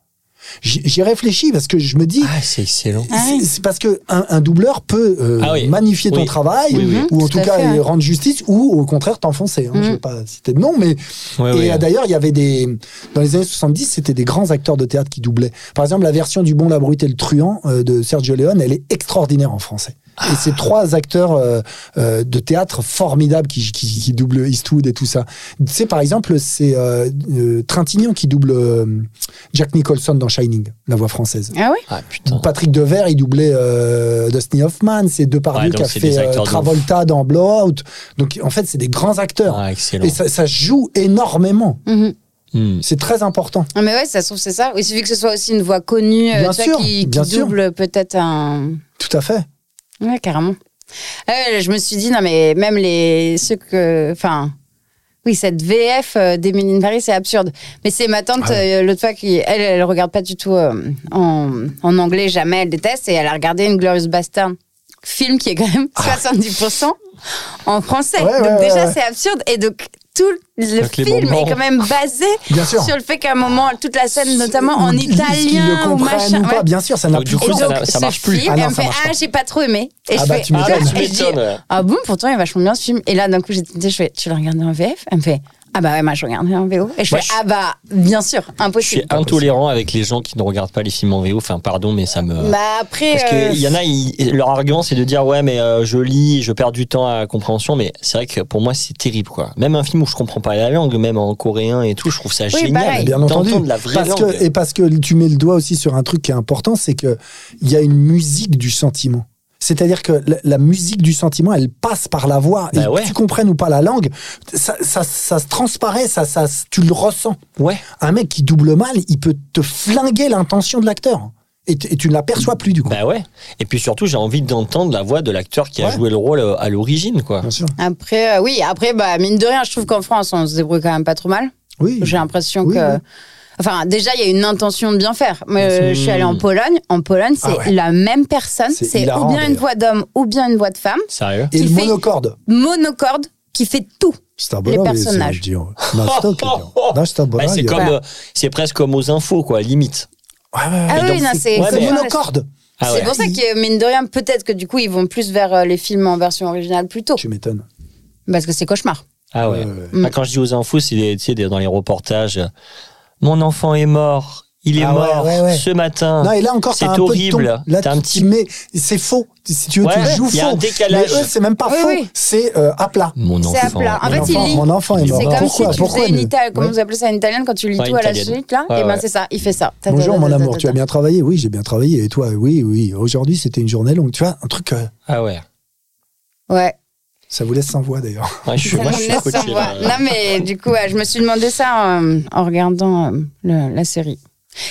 Speaker 5: J'y j'y réfléchis parce que je me dis
Speaker 1: Ah, c'est excellent.
Speaker 5: c'est- C'est parce que un, un doubleur peut euh,
Speaker 1: Ah oui.
Speaker 5: magnifier ton
Speaker 1: Oui.
Speaker 5: travail
Speaker 1: Oui, oui.
Speaker 5: ou en
Speaker 2: Tout
Speaker 5: tout,
Speaker 2: à
Speaker 5: cas
Speaker 2: fait,
Speaker 5: euh,
Speaker 2: ouais. Mm.
Speaker 5: rendre justice ou au contraire t'enfoncer. Hein. Je vais pas citer de nom, mais
Speaker 1: Ouais,
Speaker 5: et
Speaker 1: ouais.
Speaker 5: euh, d'ailleurs il y avait des dans les années 70 c'était des grands acteurs de théâtre qui doublaient. Par exemple la version du Bon la brute et le truand euh, de Sergio Leone, elle est extraordinaire en français. Et
Speaker 1: Ah.
Speaker 5: ces trois acteurs euh, euh, de théâtre formidables qui, qui, qui doublent Eastwood et tout ça. Tu sais, par exemple, c'est euh, euh, Trintignant qui double euh, Jack Nicholson dans Shining, la voix française.
Speaker 2: Ah oui
Speaker 1: Ah, putain.
Speaker 5: Patrick Devers, il doublait euh, Dustin Hoffman, c'est
Speaker 1: Ouais,
Speaker 5: Depardieu
Speaker 1: donc
Speaker 5: qui a
Speaker 1: c'est des
Speaker 5: fait euh,
Speaker 1: acteurs de
Speaker 5: Travolta dans Blowout. Donc en fait, c'est des grands acteurs.
Speaker 1: Ah, excellent.
Speaker 5: Et ça, ça joue énormément.
Speaker 2: Mhm.
Speaker 1: Hmm.
Speaker 5: C'est très important.
Speaker 2: Ah, Mais ouais, ça se trouve, c'est ça. Il suffit que ce soit aussi une voix connue, euh,
Speaker 5: Bien
Speaker 2: tu vois,
Speaker 5: sûr,
Speaker 2: qui, qui
Speaker 5: bien sûr.
Speaker 2: double peut-être un.
Speaker 5: Tout à fait.
Speaker 2: Ouais, carrément. Ah ouais, je me suis dit, non, mais même les. ceux que. Enfin. Oui, cette VF euh, d'Emily in Paris, c'est absurde. Mais c'est ma tante,
Speaker 5: Ah ouais.
Speaker 2: euh, l'autre fois, qui, elle, elle regarde pas du tout euh, en, en anglais, jamais, elle déteste, et elle a regardé Inglorious Bastard, film qui est quand même 70% en français.
Speaker 5: Ah. Ouais, ouais,
Speaker 2: donc
Speaker 5: ouais,
Speaker 2: déjà,
Speaker 5: ouais.
Speaker 2: c'est absurde. Et donc, tout le
Speaker 1: Donc, les
Speaker 2: film
Speaker 1: bonbons.
Speaker 2: est quand même basé
Speaker 5: Bien sûr.
Speaker 2: sur le fait qu'à un moment, toute la scène, notamment en
Speaker 5: Ou- qu'ils le
Speaker 2: italien ou
Speaker 5: comprennent
Speaker 2: machin.
Speaker 5: ou pas,
Speaker 2: ouais.
Speaker 5: bien sûr, ça n'a
Speaker 1: Donc,
Speaker 5: plus
Speaker 1: du
Speaker 5: de
Speaker 2: Et
Speaker 1: coup,
Speaker 5: sens.
Speaker 1: ça
Speaker 2: donc,
Speaker 1: n'a-
Speaker 2: ce
Speaker 1: ça marche plus.
Speaker 2: film,
Speaker 5: Ah
Speaker 2: et
Speaker 5: non,
Speaker 2: elle me
Speaker 5: ça
Speaker 2: fait
Speaker 5: marche
Speaker 2: Ah,
Speaker 5: pas.
Speaker 2: j'ai pas trop aimé. Et
Speaker 5: Ah
Speaker 2: je
Speaker 5: bah,
Speaker 2: fais,
Speaker 5: tu m'étonnes.
Speaker 2: Ah,
Speaker 5: tu
Speaker 2: et je dis, Ah bon, pourtant, il est vachement bien ce film. Et là, d'un coup, j'étais je fais Tu l'as regardé en VF Elle me fait Ah bah ouais, moi, je regardais en VO. Et je
Speaker 1: Moi,
Speaker 2: fais
Speaker 1: je-
Speaker 2: Ah bah, bien sûr,
Speaker 1: Je suis
Speaker 2: impossible.
Speaker 1: intolérant avec les gens qui ne regardent pas les films en VO. Enfin, pardon, mais ça me.
Speaker 2: Bah après.
Speaker 1: Parce
Speaker 2: euh,
Speaker 1: qu'il y en a, ils- leur argument, c'est de dire ouais, mais euh, je lis, je perds du temps à la compréhension. Mais c'est vrai que pour moi, c'est terrible, quoi. Même un film où je comprends pas la langue, même en coréen et tout, je trouve ça génial.
Speaker 2: pareil.
Speaker 5: Bien entendu.
Speaker 1: D'entendre la vraie
Speaker 5: parce
Speaker 1: langue.
Speaker 5: que, et parce que tu mets le doigt aussi sur un truc qui est important, c'est que il y a une musique du sentiment. C'est-à-dire que la, la musique du sentiment, elle passe par la voix.
Speaker 1: Bah
Speaker 5: et
Speaker 1: ouais.
Speaker 5: que tu comprennes ou pas la langue, ça, ça, ça se transparaît, ça, ça, tu le ressens.
Speaker 1: Ouais.
Speaker 5: Un mec qui double mal, il peut te flinguer l'intention de l'acteur. Et, t- et tu ne l'aperçois plus du coup.
Speaker 1: Bah ouais. Et puis surtout, j'ai envie d'entendre la voix de l'acteur qui a
Speaker 5: Ouais.
Speaker 1: joué le rôle euh, à l'origine, quoi.
Speaker 5: Bien sûr.
Speaker 2: Après, euh, oui, après, bah, mine de rien, je trouve qu'en France, on se débrouille quand même pas trop mal.
Speaker 5: Oui.
Speaker 2: J'ai l'impression
Speaker 5: Oui,
Speaker 2: que.
Speaker 5: oui.
Speaker 2: Enfin, déjà, il y a une intention de bien faire. Mais euh,
Speaker 1: Mhm.
Speaker 2: je suis allée en Pologne. En Pologne, c'est
Speaker 5: Ah ouais.
Speaker 2: la même personne.
Speaker 5: C'est
Speaker 2: C'est
Speaker 5: hilarant,
Speaker 2: ou bien une
Speaker 5: d'ailleurs.
Speaker 2: voix d'homme ou bien une voix de femme.
Speaker 1: Sérieux
Speaker 5: Et
Speaker 2: qui
Speaker 5: le
Speaker 2: fait-
Speaker 5: monocorde.
Speaker 2: Monocorde qui fait tout.
Speaker 5: C'est un
Speaker 2: Les
Speaker 5: bonhomme,
Speaker 2: personnages.
Speaker 5: c'est- je dis, euh, non, c'est un- non, c'est un
Speaker 1: Bah,
Speaker 5: bonhomme,
Speaker 1: c'est
Speaker 5: il y a-
Speaker 1: comme,
Speaker 2: Voilà.
Speaker 1: euh, c'est presque comme aux infos, quoi, limite.
Speaker 5: Ouais, ouais, ouais.
Speaker 2: Ah
Speaker 1: Et
Speaker 2: oui,
Speaker 1: donc,
Speaker 2: non,
Speaker 1: c'est-
Speaker 2: c'est.
Speaker 1: ouais,
Speaker 2: c'est
Speaker 1: mais-
Speaker 2: vraiment-
Speaker 5: monocorde.
Speaker 1: Ah
Speaker 2: C'est
Speaker 1: ouais.
Speaker 2: pour ça que, mine de rien, peut-être que du coup, ils vont plus vers euh, les films en version originale plutôt.
Speaker 5: Tu m'étonnes.
Speaker 2: Parce que c'est cauchemar.
Speaker 1: Ah ouais.
Speaker 5: Euh,
Speaker 2: Mm.
Speaker 1: Ah, quand je dis aux infos, c'est des- tu sais, des- dans les reportages. euh, Mon enfant est mort. Il est
Speaker 5: Ah ouais,
Speaker 1: mort
Speaker 5: ouais, ouais.
Speaker 1: ce matin.
Speaker 5: Non, et là encore,
Speaker 1: C'est
Speaker 5: t'as un peu de
Speaker 1: horrible.
Speaker 5: ton. Là,
Speaker 1: T'as un
Speaker 5: tu-
Speaker 1: petit-
Speaker 5: tu mets- C'est faux. Si tu veux,
Speaker 1: Ouais,
Speaker 5: tu joues
Speaker 1: il y a un
Speaker 5: faux.
Speaker 1: décalage.
Speaker 5: Mais eux, c'est même pas
Speaker 2: Oui,
Speaker 5: faux.
Speaker 2: oui.
Speaker 5: C'est euh, à plat.
Speaker 1: Mon
Speaker 2: C'est hein. à
Speaker 1: enfant.
Speaker 2: plat. En
Speaker 1: mon
Speaker 2: fait,
Speaker 5: mon,
Speaker 2: il
Speaker 1: enfant.
Speaker 5: enfant,
Speaker 2: lit.
Speaker 5: mon enfant est
Speaker 1: C'est
Speaker 5: mort.
Speaker 2: C'est comme
Speaker 5: pourquoi
Speaker 2: si tu
Speaker 5: pourquoi
Speaker 2: faisais une
Speaker 5: ne-
Speaker 2: Itali- comment
Speaker 5: Ouais.
Speaker 2: vous appelez ça, une italienne quand tu lis
Speaker 1: Ouais,
Speaker 2: tout à la
Speaker 1: italienne.
Speaker 2: suite, là
Speaker 1: Ouais,
Speaker 2: Et ben
Speaker 1: ouais.
Speaker 2: c'est ça, il fait ça. Ta- ta-
Speaker 5: Bonjour
Speaker 2: ta-
Speaker 5: mon
Speaker 2: ta- ta-
Speaker 5: amour,
Speaker 2: ta-
Speaker 5: tu as
Speaker 2: ta-
Speaker 5: bien travaillé Oui, j'ai bien travaillé. Et toi Oui, oui. Aujourd'hui, c'était une journée longue. Tu vois, un truc. euh,
Speaker 1: Ah ouais.
Speaker 2: Ouais.
Speaker 5: ça vous laisse sans voix d'ailleurs.
Speaker 1: Ouais, je suis,
Speaker 2: Ça
Speaker 1: moi,
Speaker 2: me
Speaker 1: je suis euh,
Speaker 2: laisse
Speaker 1: coaché,
Speaker 2: sans voix.
Speaker 1: là.
Speaker 2: Non, mais du coup, ouais, je me suis demandé ça euh, en regardant euh, le- la série.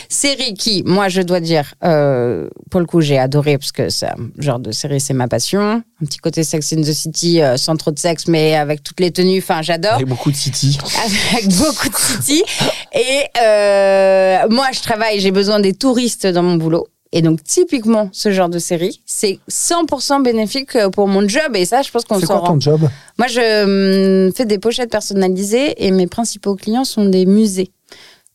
Speaker 2: Série qui, moi, je dois dire, euh, pour le coup, j'ai adoré parce que ce genre de série, c'est ma passion. Un petit côté Sex in the City, euh, sans trop de sexe, mais avec toutes les tenues, enfin, j'adore.
Speaker 1: Avec beaucoup de City.
Speaker 2: avec beaucoup de city. Et euh, moi, je travaille, j'ai besoin des touristes dans mon boulot. Et donc, typiquement, ce genre de série, c'est 100% bénéfique euh, pour mon job. Et ça, je pense qu'on
Speaker 5: C'est
Speaker 2: s'en
Speaker 5: quoi
Speaker 2: rend.
Speaker 5: ton job
Speaker 2: Moi, je hum, fais des pochettes personnalisées et mes principaux clients sont des musées.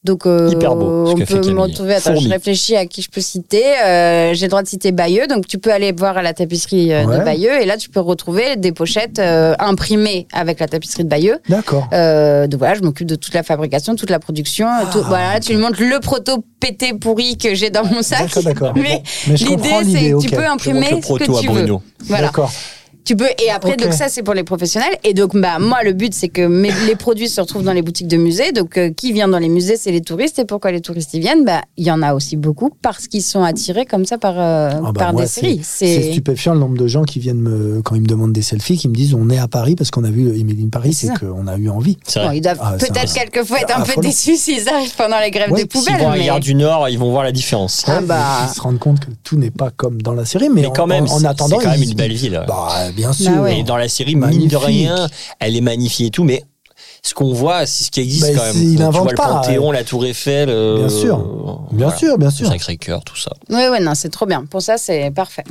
Speaker 2: Donc, euh,
Speaker 1: Hyper beau, ce
Speaker 2: on
Speaker 1: que fait
Speaker 2: peut me
Speaker 1: Camille.
Speaker 2: retrouver. Attends, je
Speaker 1: Fourmi.
Speaker 2: réfléchis à qui je peux citer. Euh, J'ai le droit de citer Bayeux, donc tu peux aller voir à la tapisserie euh,
Speaker 5: Ouais.
Speaker 2: de Bayeux et là, tu peux retrouver des pochettes euh, imprimées avec la tapisserie de Bayeux.
Speaker 5: D'accord.
Speaker 2: Euh, donc voilà, je m'occupe de toute la fabrication, toute la production.
Speaker 1: Ah.
Speaker 2: tout- voilà, là, tu lui montres le proto pété pourri que j'ai dans mon sac.
Speaker 5: D'accord, d'accord.
Speaker 2: Mais
Speaker 5: Mais je
Speaker 2: l'idée,
Speaker 5: comprends
Speaker 2: c'est
Speaker 5: l'idée.
Speaker 2: que
Speaker 5: ok.
Speaker 2: tu peux
Speaker 1: Je montre
Speaker 2: imprimer
Speaker 1: le
Speaker 2: ce
Speaker 1: proto
Speaker 2: que
Speaker 1: à
Speaker 2: tu veux.
Speaker 1: Bruno.
Speaker 2: Voilà.
Speaker 5: D'accord.
Speaker 2: Tu peux et après
Speaker 5: Ok.
Speaker 2: donc ça c'est pour les professionnels et donc bah moi le but c'est que mes- les produits se retrouvent dans les boutiques de musées donc euh, qui vient dans les musées c'est les touristes et pourquoi les touristes y viennent bah il y en a aussi beaucoup parce qu'ils sont attirés comme ça par euh,
Speaker 5: Ah bah
Speaker 2: par
Speaker 5: moi,
Speaker 2: des
Speaker 5: c'est-
Speaker 2: séries
Speaker 5: C'est
Speaker 2: c'est
Speaker 5: stupéfiant le nombre de gens qui viennent me quand ils me demandent des selfies, qui me disent on est à Paris parce qu'on a vu Emily in Paris,
Speaker 2: C'est
Speaker 5: c'est
Speaker 2: ça.
Speaker 5: qu'on a eu envie.
Speaker 1: C'est
Speaker 2: Bon,
Speaker 1: vrai.
Speaker 2: ils doivent
Speaker 5: Ah, c'est
Speaker 2: peut-être
Speaker 5: un-
Speaker 2: quelquefois être
Speaker 5: Ah,
Speaker 2: un peu
Speaker 5: affolant.
Speaker 2: déçus s'ils arrivent pendant les grèves
Speaker 5: Ouais,
Speaker 2: des
Speaker 5: s'ils
Speaker 1: S'ils vont à
Speaker 2: poubelles
Speaker 1: la
Speaker 2: mais
Speaker 1: gare du Nord, ils vont voir la différence.
Speaker 2: Ah
Speaker 5: Ouais,
Speaker 2: bah.
Speaker 5: Ils se rendent compte que tout n'est pas comme dans la série, mais,
Speaker 1: Mais quand
Speaker 5: en-
Speaker 1: même,
Speaker 5: en, en
Speaker 1: c'est-
Speaker 5: attendant,
Speaker 1: c'est quand même
Speaker 5: ils-
Speaker 1: une belle ville.
Speaker 5: Bah, bien sûr.
Speaker 2: ouais.
Speaker 1: Et dans la série, mine
Speaker 5: Magnifique.
Speaker 1: de rien, elle est magnifiée et tout, mais ce qu'on voit, c'est ce qui existe
Speaker 5: Bah,
Speaker 1: quand même.
Speaker 5: c'est- il
Speaker 1: tu
Speaker 5: invente
Speaker 1: vois
Speaker 5: pas, hein.
Speaker 1: le Panthéon, la Tour Eiffel. euh,
Speaker 5: Bien sûr. Bien
Speaker 1: voilà.
Speaker 5: sûr, bien
Speaker 1: Le
Speaker 5: sûr.
Speaker 1: Sacré-Cœur, tout ça.
Speaker 2: Oui, oui, non, c'est trop bien. Pour ça, c'est parfait.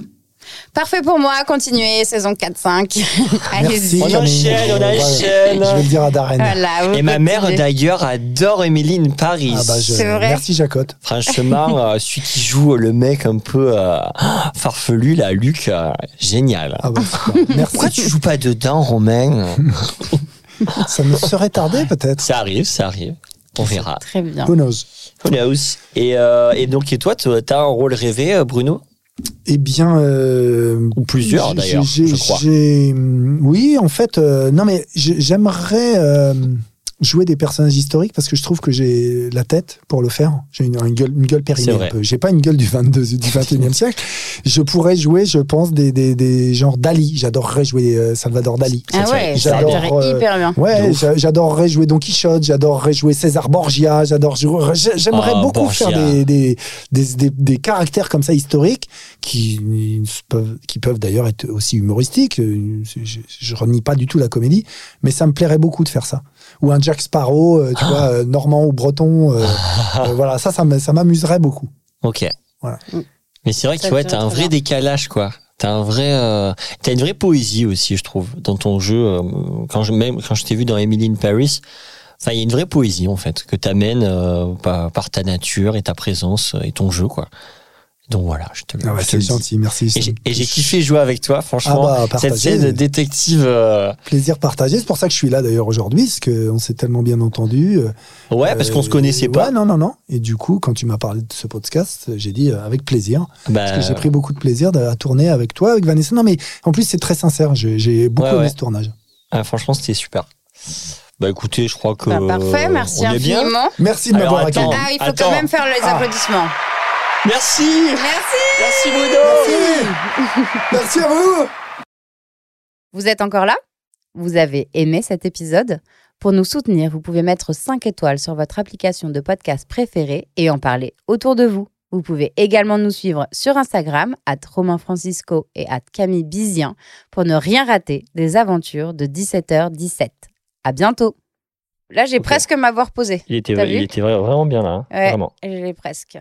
Speaker 2: Parfait pour moi, continuez, saison 4-5. Allez-y.
Speaker 5: Merci.
Speaker 1: On
Speaker 5: Camille.
Speaker 1: enchaîne, on
Speaker 5: Ouais.
Speaker 1: enchaîne.
Speaker 5: Je vais le dire à Darren.
Speaker 2: Voilà, vous
Speaker 1: Et ma mère,
Speaker 2: continuez.
Speaker 1: d'ailleurs, adore Emily in Paris.
Speaker 5: Ah bah, je-
Speaker 2: C'est vrai.
Speaker 5: Merci Jacotte.
Speaker 1: Franchement, euh, celui qui joue le mec un peu euh, farfelu, là, Luc, euh, génial.
Speaker 5: Ah bah, super. merci.
Speaker 1: Pourquoi tu joues pas dedans, Romain
Speaker 5: Ça me serait tardé peut-être.
Speaker 1: Ça arrive, ça arrive. On verra.
Speaker 2: Très bien.
Speaker 5: Who knows
Speaker 1: Who knows Et, euh, et donc, et toi, t'as t'as un rôle rêvé, euh, Bruno
Speaker 5: Eh bien, euh,
Speaker 1: Ou plusieurs,
Speaker 5: j'ai-
Speaker 1: d'ailleurs,
Speaker 5: j'ai-
Speaker 1: je crois.
Speaker 5: j'ai- oui, en fait, euh, non mais j'ai- j'aimerais euh, jouer des personnages historiques parce que je trouve que j'ai la tête pour le faire. J'ai une, une gueule, une gueule périmée.
Speaker 1: C'est
Speaker 5: un
Speaker 1: vrai.
Speaker 5: peu. J'ai pas une gueule du 22, du 21e siècle. Je pourrais jouer, je pense, des, des, des genres d'Ali. J'adorerais jouer euh, Salvador Dali.
Speaker 2: Ah
Speaker 1: Ça,
Speaker 2: ouais, ça
Speaker 5: j'adore,
Speaker 2: irait
Speaker 5: euh,
Speaker 2: hyper bien.
Speaker 5: Ouais,
Speaker 1: De
Speaker 5: j'a- j'adorerais jouer Don Quichotte, j'adorerais jouer César Borgia, j'adore jouer- j'a- J'aimerais
Speaker 1: Ah,
Speaker 5: beaucoup
Speaker 1: Borgia.
Speaker 5: faire des, des, des, des- des caractères comme ça historiques qui ne se peuvent, qui peuvent d'ailleurs être aussi humoristiques. Euh, Je, je- je renie pas du tout la comédie, mais ça me plairait beaucoup de faire ça. Ou un Jack Sparrow, euh, tu
Speaker 1: Ah.
Speaker 5: vois, euh, normand ou breton. euh, euh, voilà, ça, ça me- ça m'amuserait beaucoup.
Speaker 1: Ok.
Speaker 5: Voilà.
Speaker 1: Mais c'est vrai que
Speaker 2: Ça
Speaker 1: tu vois,
Speaker 2: tient
Speaker 1: t'as un
Speaker 2: très
Speaker 1: vrai
Speaker 2: bien.
Speaker 1: décalage, quoi. T'as un vrai, euh, t'as une vraie poésie aussi, je trouve, dans ton jeu. euh, Quand je même quand je t'ai vu dans Emily in Paris, enfin, il y a une vraie poésie en fait que t'amènes euh, par, par ta nature et ta présence euh, et ton jeu, quoi. Donc voilà, je te. le-
Speaker 5: Ah ouais,
Speaker 1: je te
Speaker 5: c'est
Speaker 1: le dis.
Speaker 5: gentil, merci.
Speaker 1: Et
Speaker 5: c'est
Speaker 1: j'ai-
Speaker 5: un
Speaker 1: Et j'ai kiffé jouer avec toi, franchement.
Speaker 5: Ah bah,
Speaker 1: cette
Speaker 5: partagez.
Speaker 1: scène de détective, euh,
Speaker 5: Plaisir partagé. C'est pour ça que je suis là d'ailleurs aujourd'hui, parce qu'on s'est tellement bien entendu. euh,
Speaker 1: ouais, parce qu'on se
Speaker 5: Euh,
Speaker 1: connaissait
Speaker 5: ouais,
Speaker 1: pas.
Speaker 5: non, non, non. Et du coup, quand tu m'as parlé de ce podcast, j'ai dit euh, avec plaisir.
Speaker 1: Bah,
Speaker 5: Parce que j'ai pris beaucoup de plaisir de- à tourner avec toi, avec Vanessa. Non, mais en plus, c'est très sincère. J'ai j'ai beaucoup
Speaker 1: Ouais,
Speaker 5: aimé
Speaker 1: ouais.
Speaker 5: ce tournage.
Speaker 1: ah, franchement, c'était super. Bah écoutez, je crois que
Speaker 2: Bah, parfait, merci
Speaker 1: on est bien.
Speaker 2: infiniment.
Speaker 5: Merci de
Speaker 1: Alors,
Speaker 5: m'avoir
Speaker 1: attends.
Speaker 5: accueilli.
Speaker 2: Ah, il faut
Speaker 1: Attends.
Speaker 2: quand même faire les
Speaker 5: Ah.
Speaker 2: applaudissements.
Speaker 1: Merci
Speaker 2: Merci
Speaker 1: Merci Bruno
Speaker 5: Merci Merci à vous
Speaker 2: Vous êtes encore là Vous avez aimé cet épisode Pour nous soutenir, vous pouvez mettre 5 étoiles sur votre application de podcast préférée et en parler autour de vous. Vous pouvez également nous suivre sur Instagram, at Romain Francisco et at Camille Bizien, pour ne rien rater des aventures de 17h17. À bientôt Là, j'ai
Speaker 1: Ok.
Speaker 2: presque m'avoir posé.
Speaker 1: Il était,
Speaker 2: T'as
Speaker 1: il
Speaker 2: vu
Speaker 1: était vra- vraiment bien là. hein.
Speaker 2: Ouais.
Speaker 1: Vraiment.
Speaker 2: Je l'ai presque.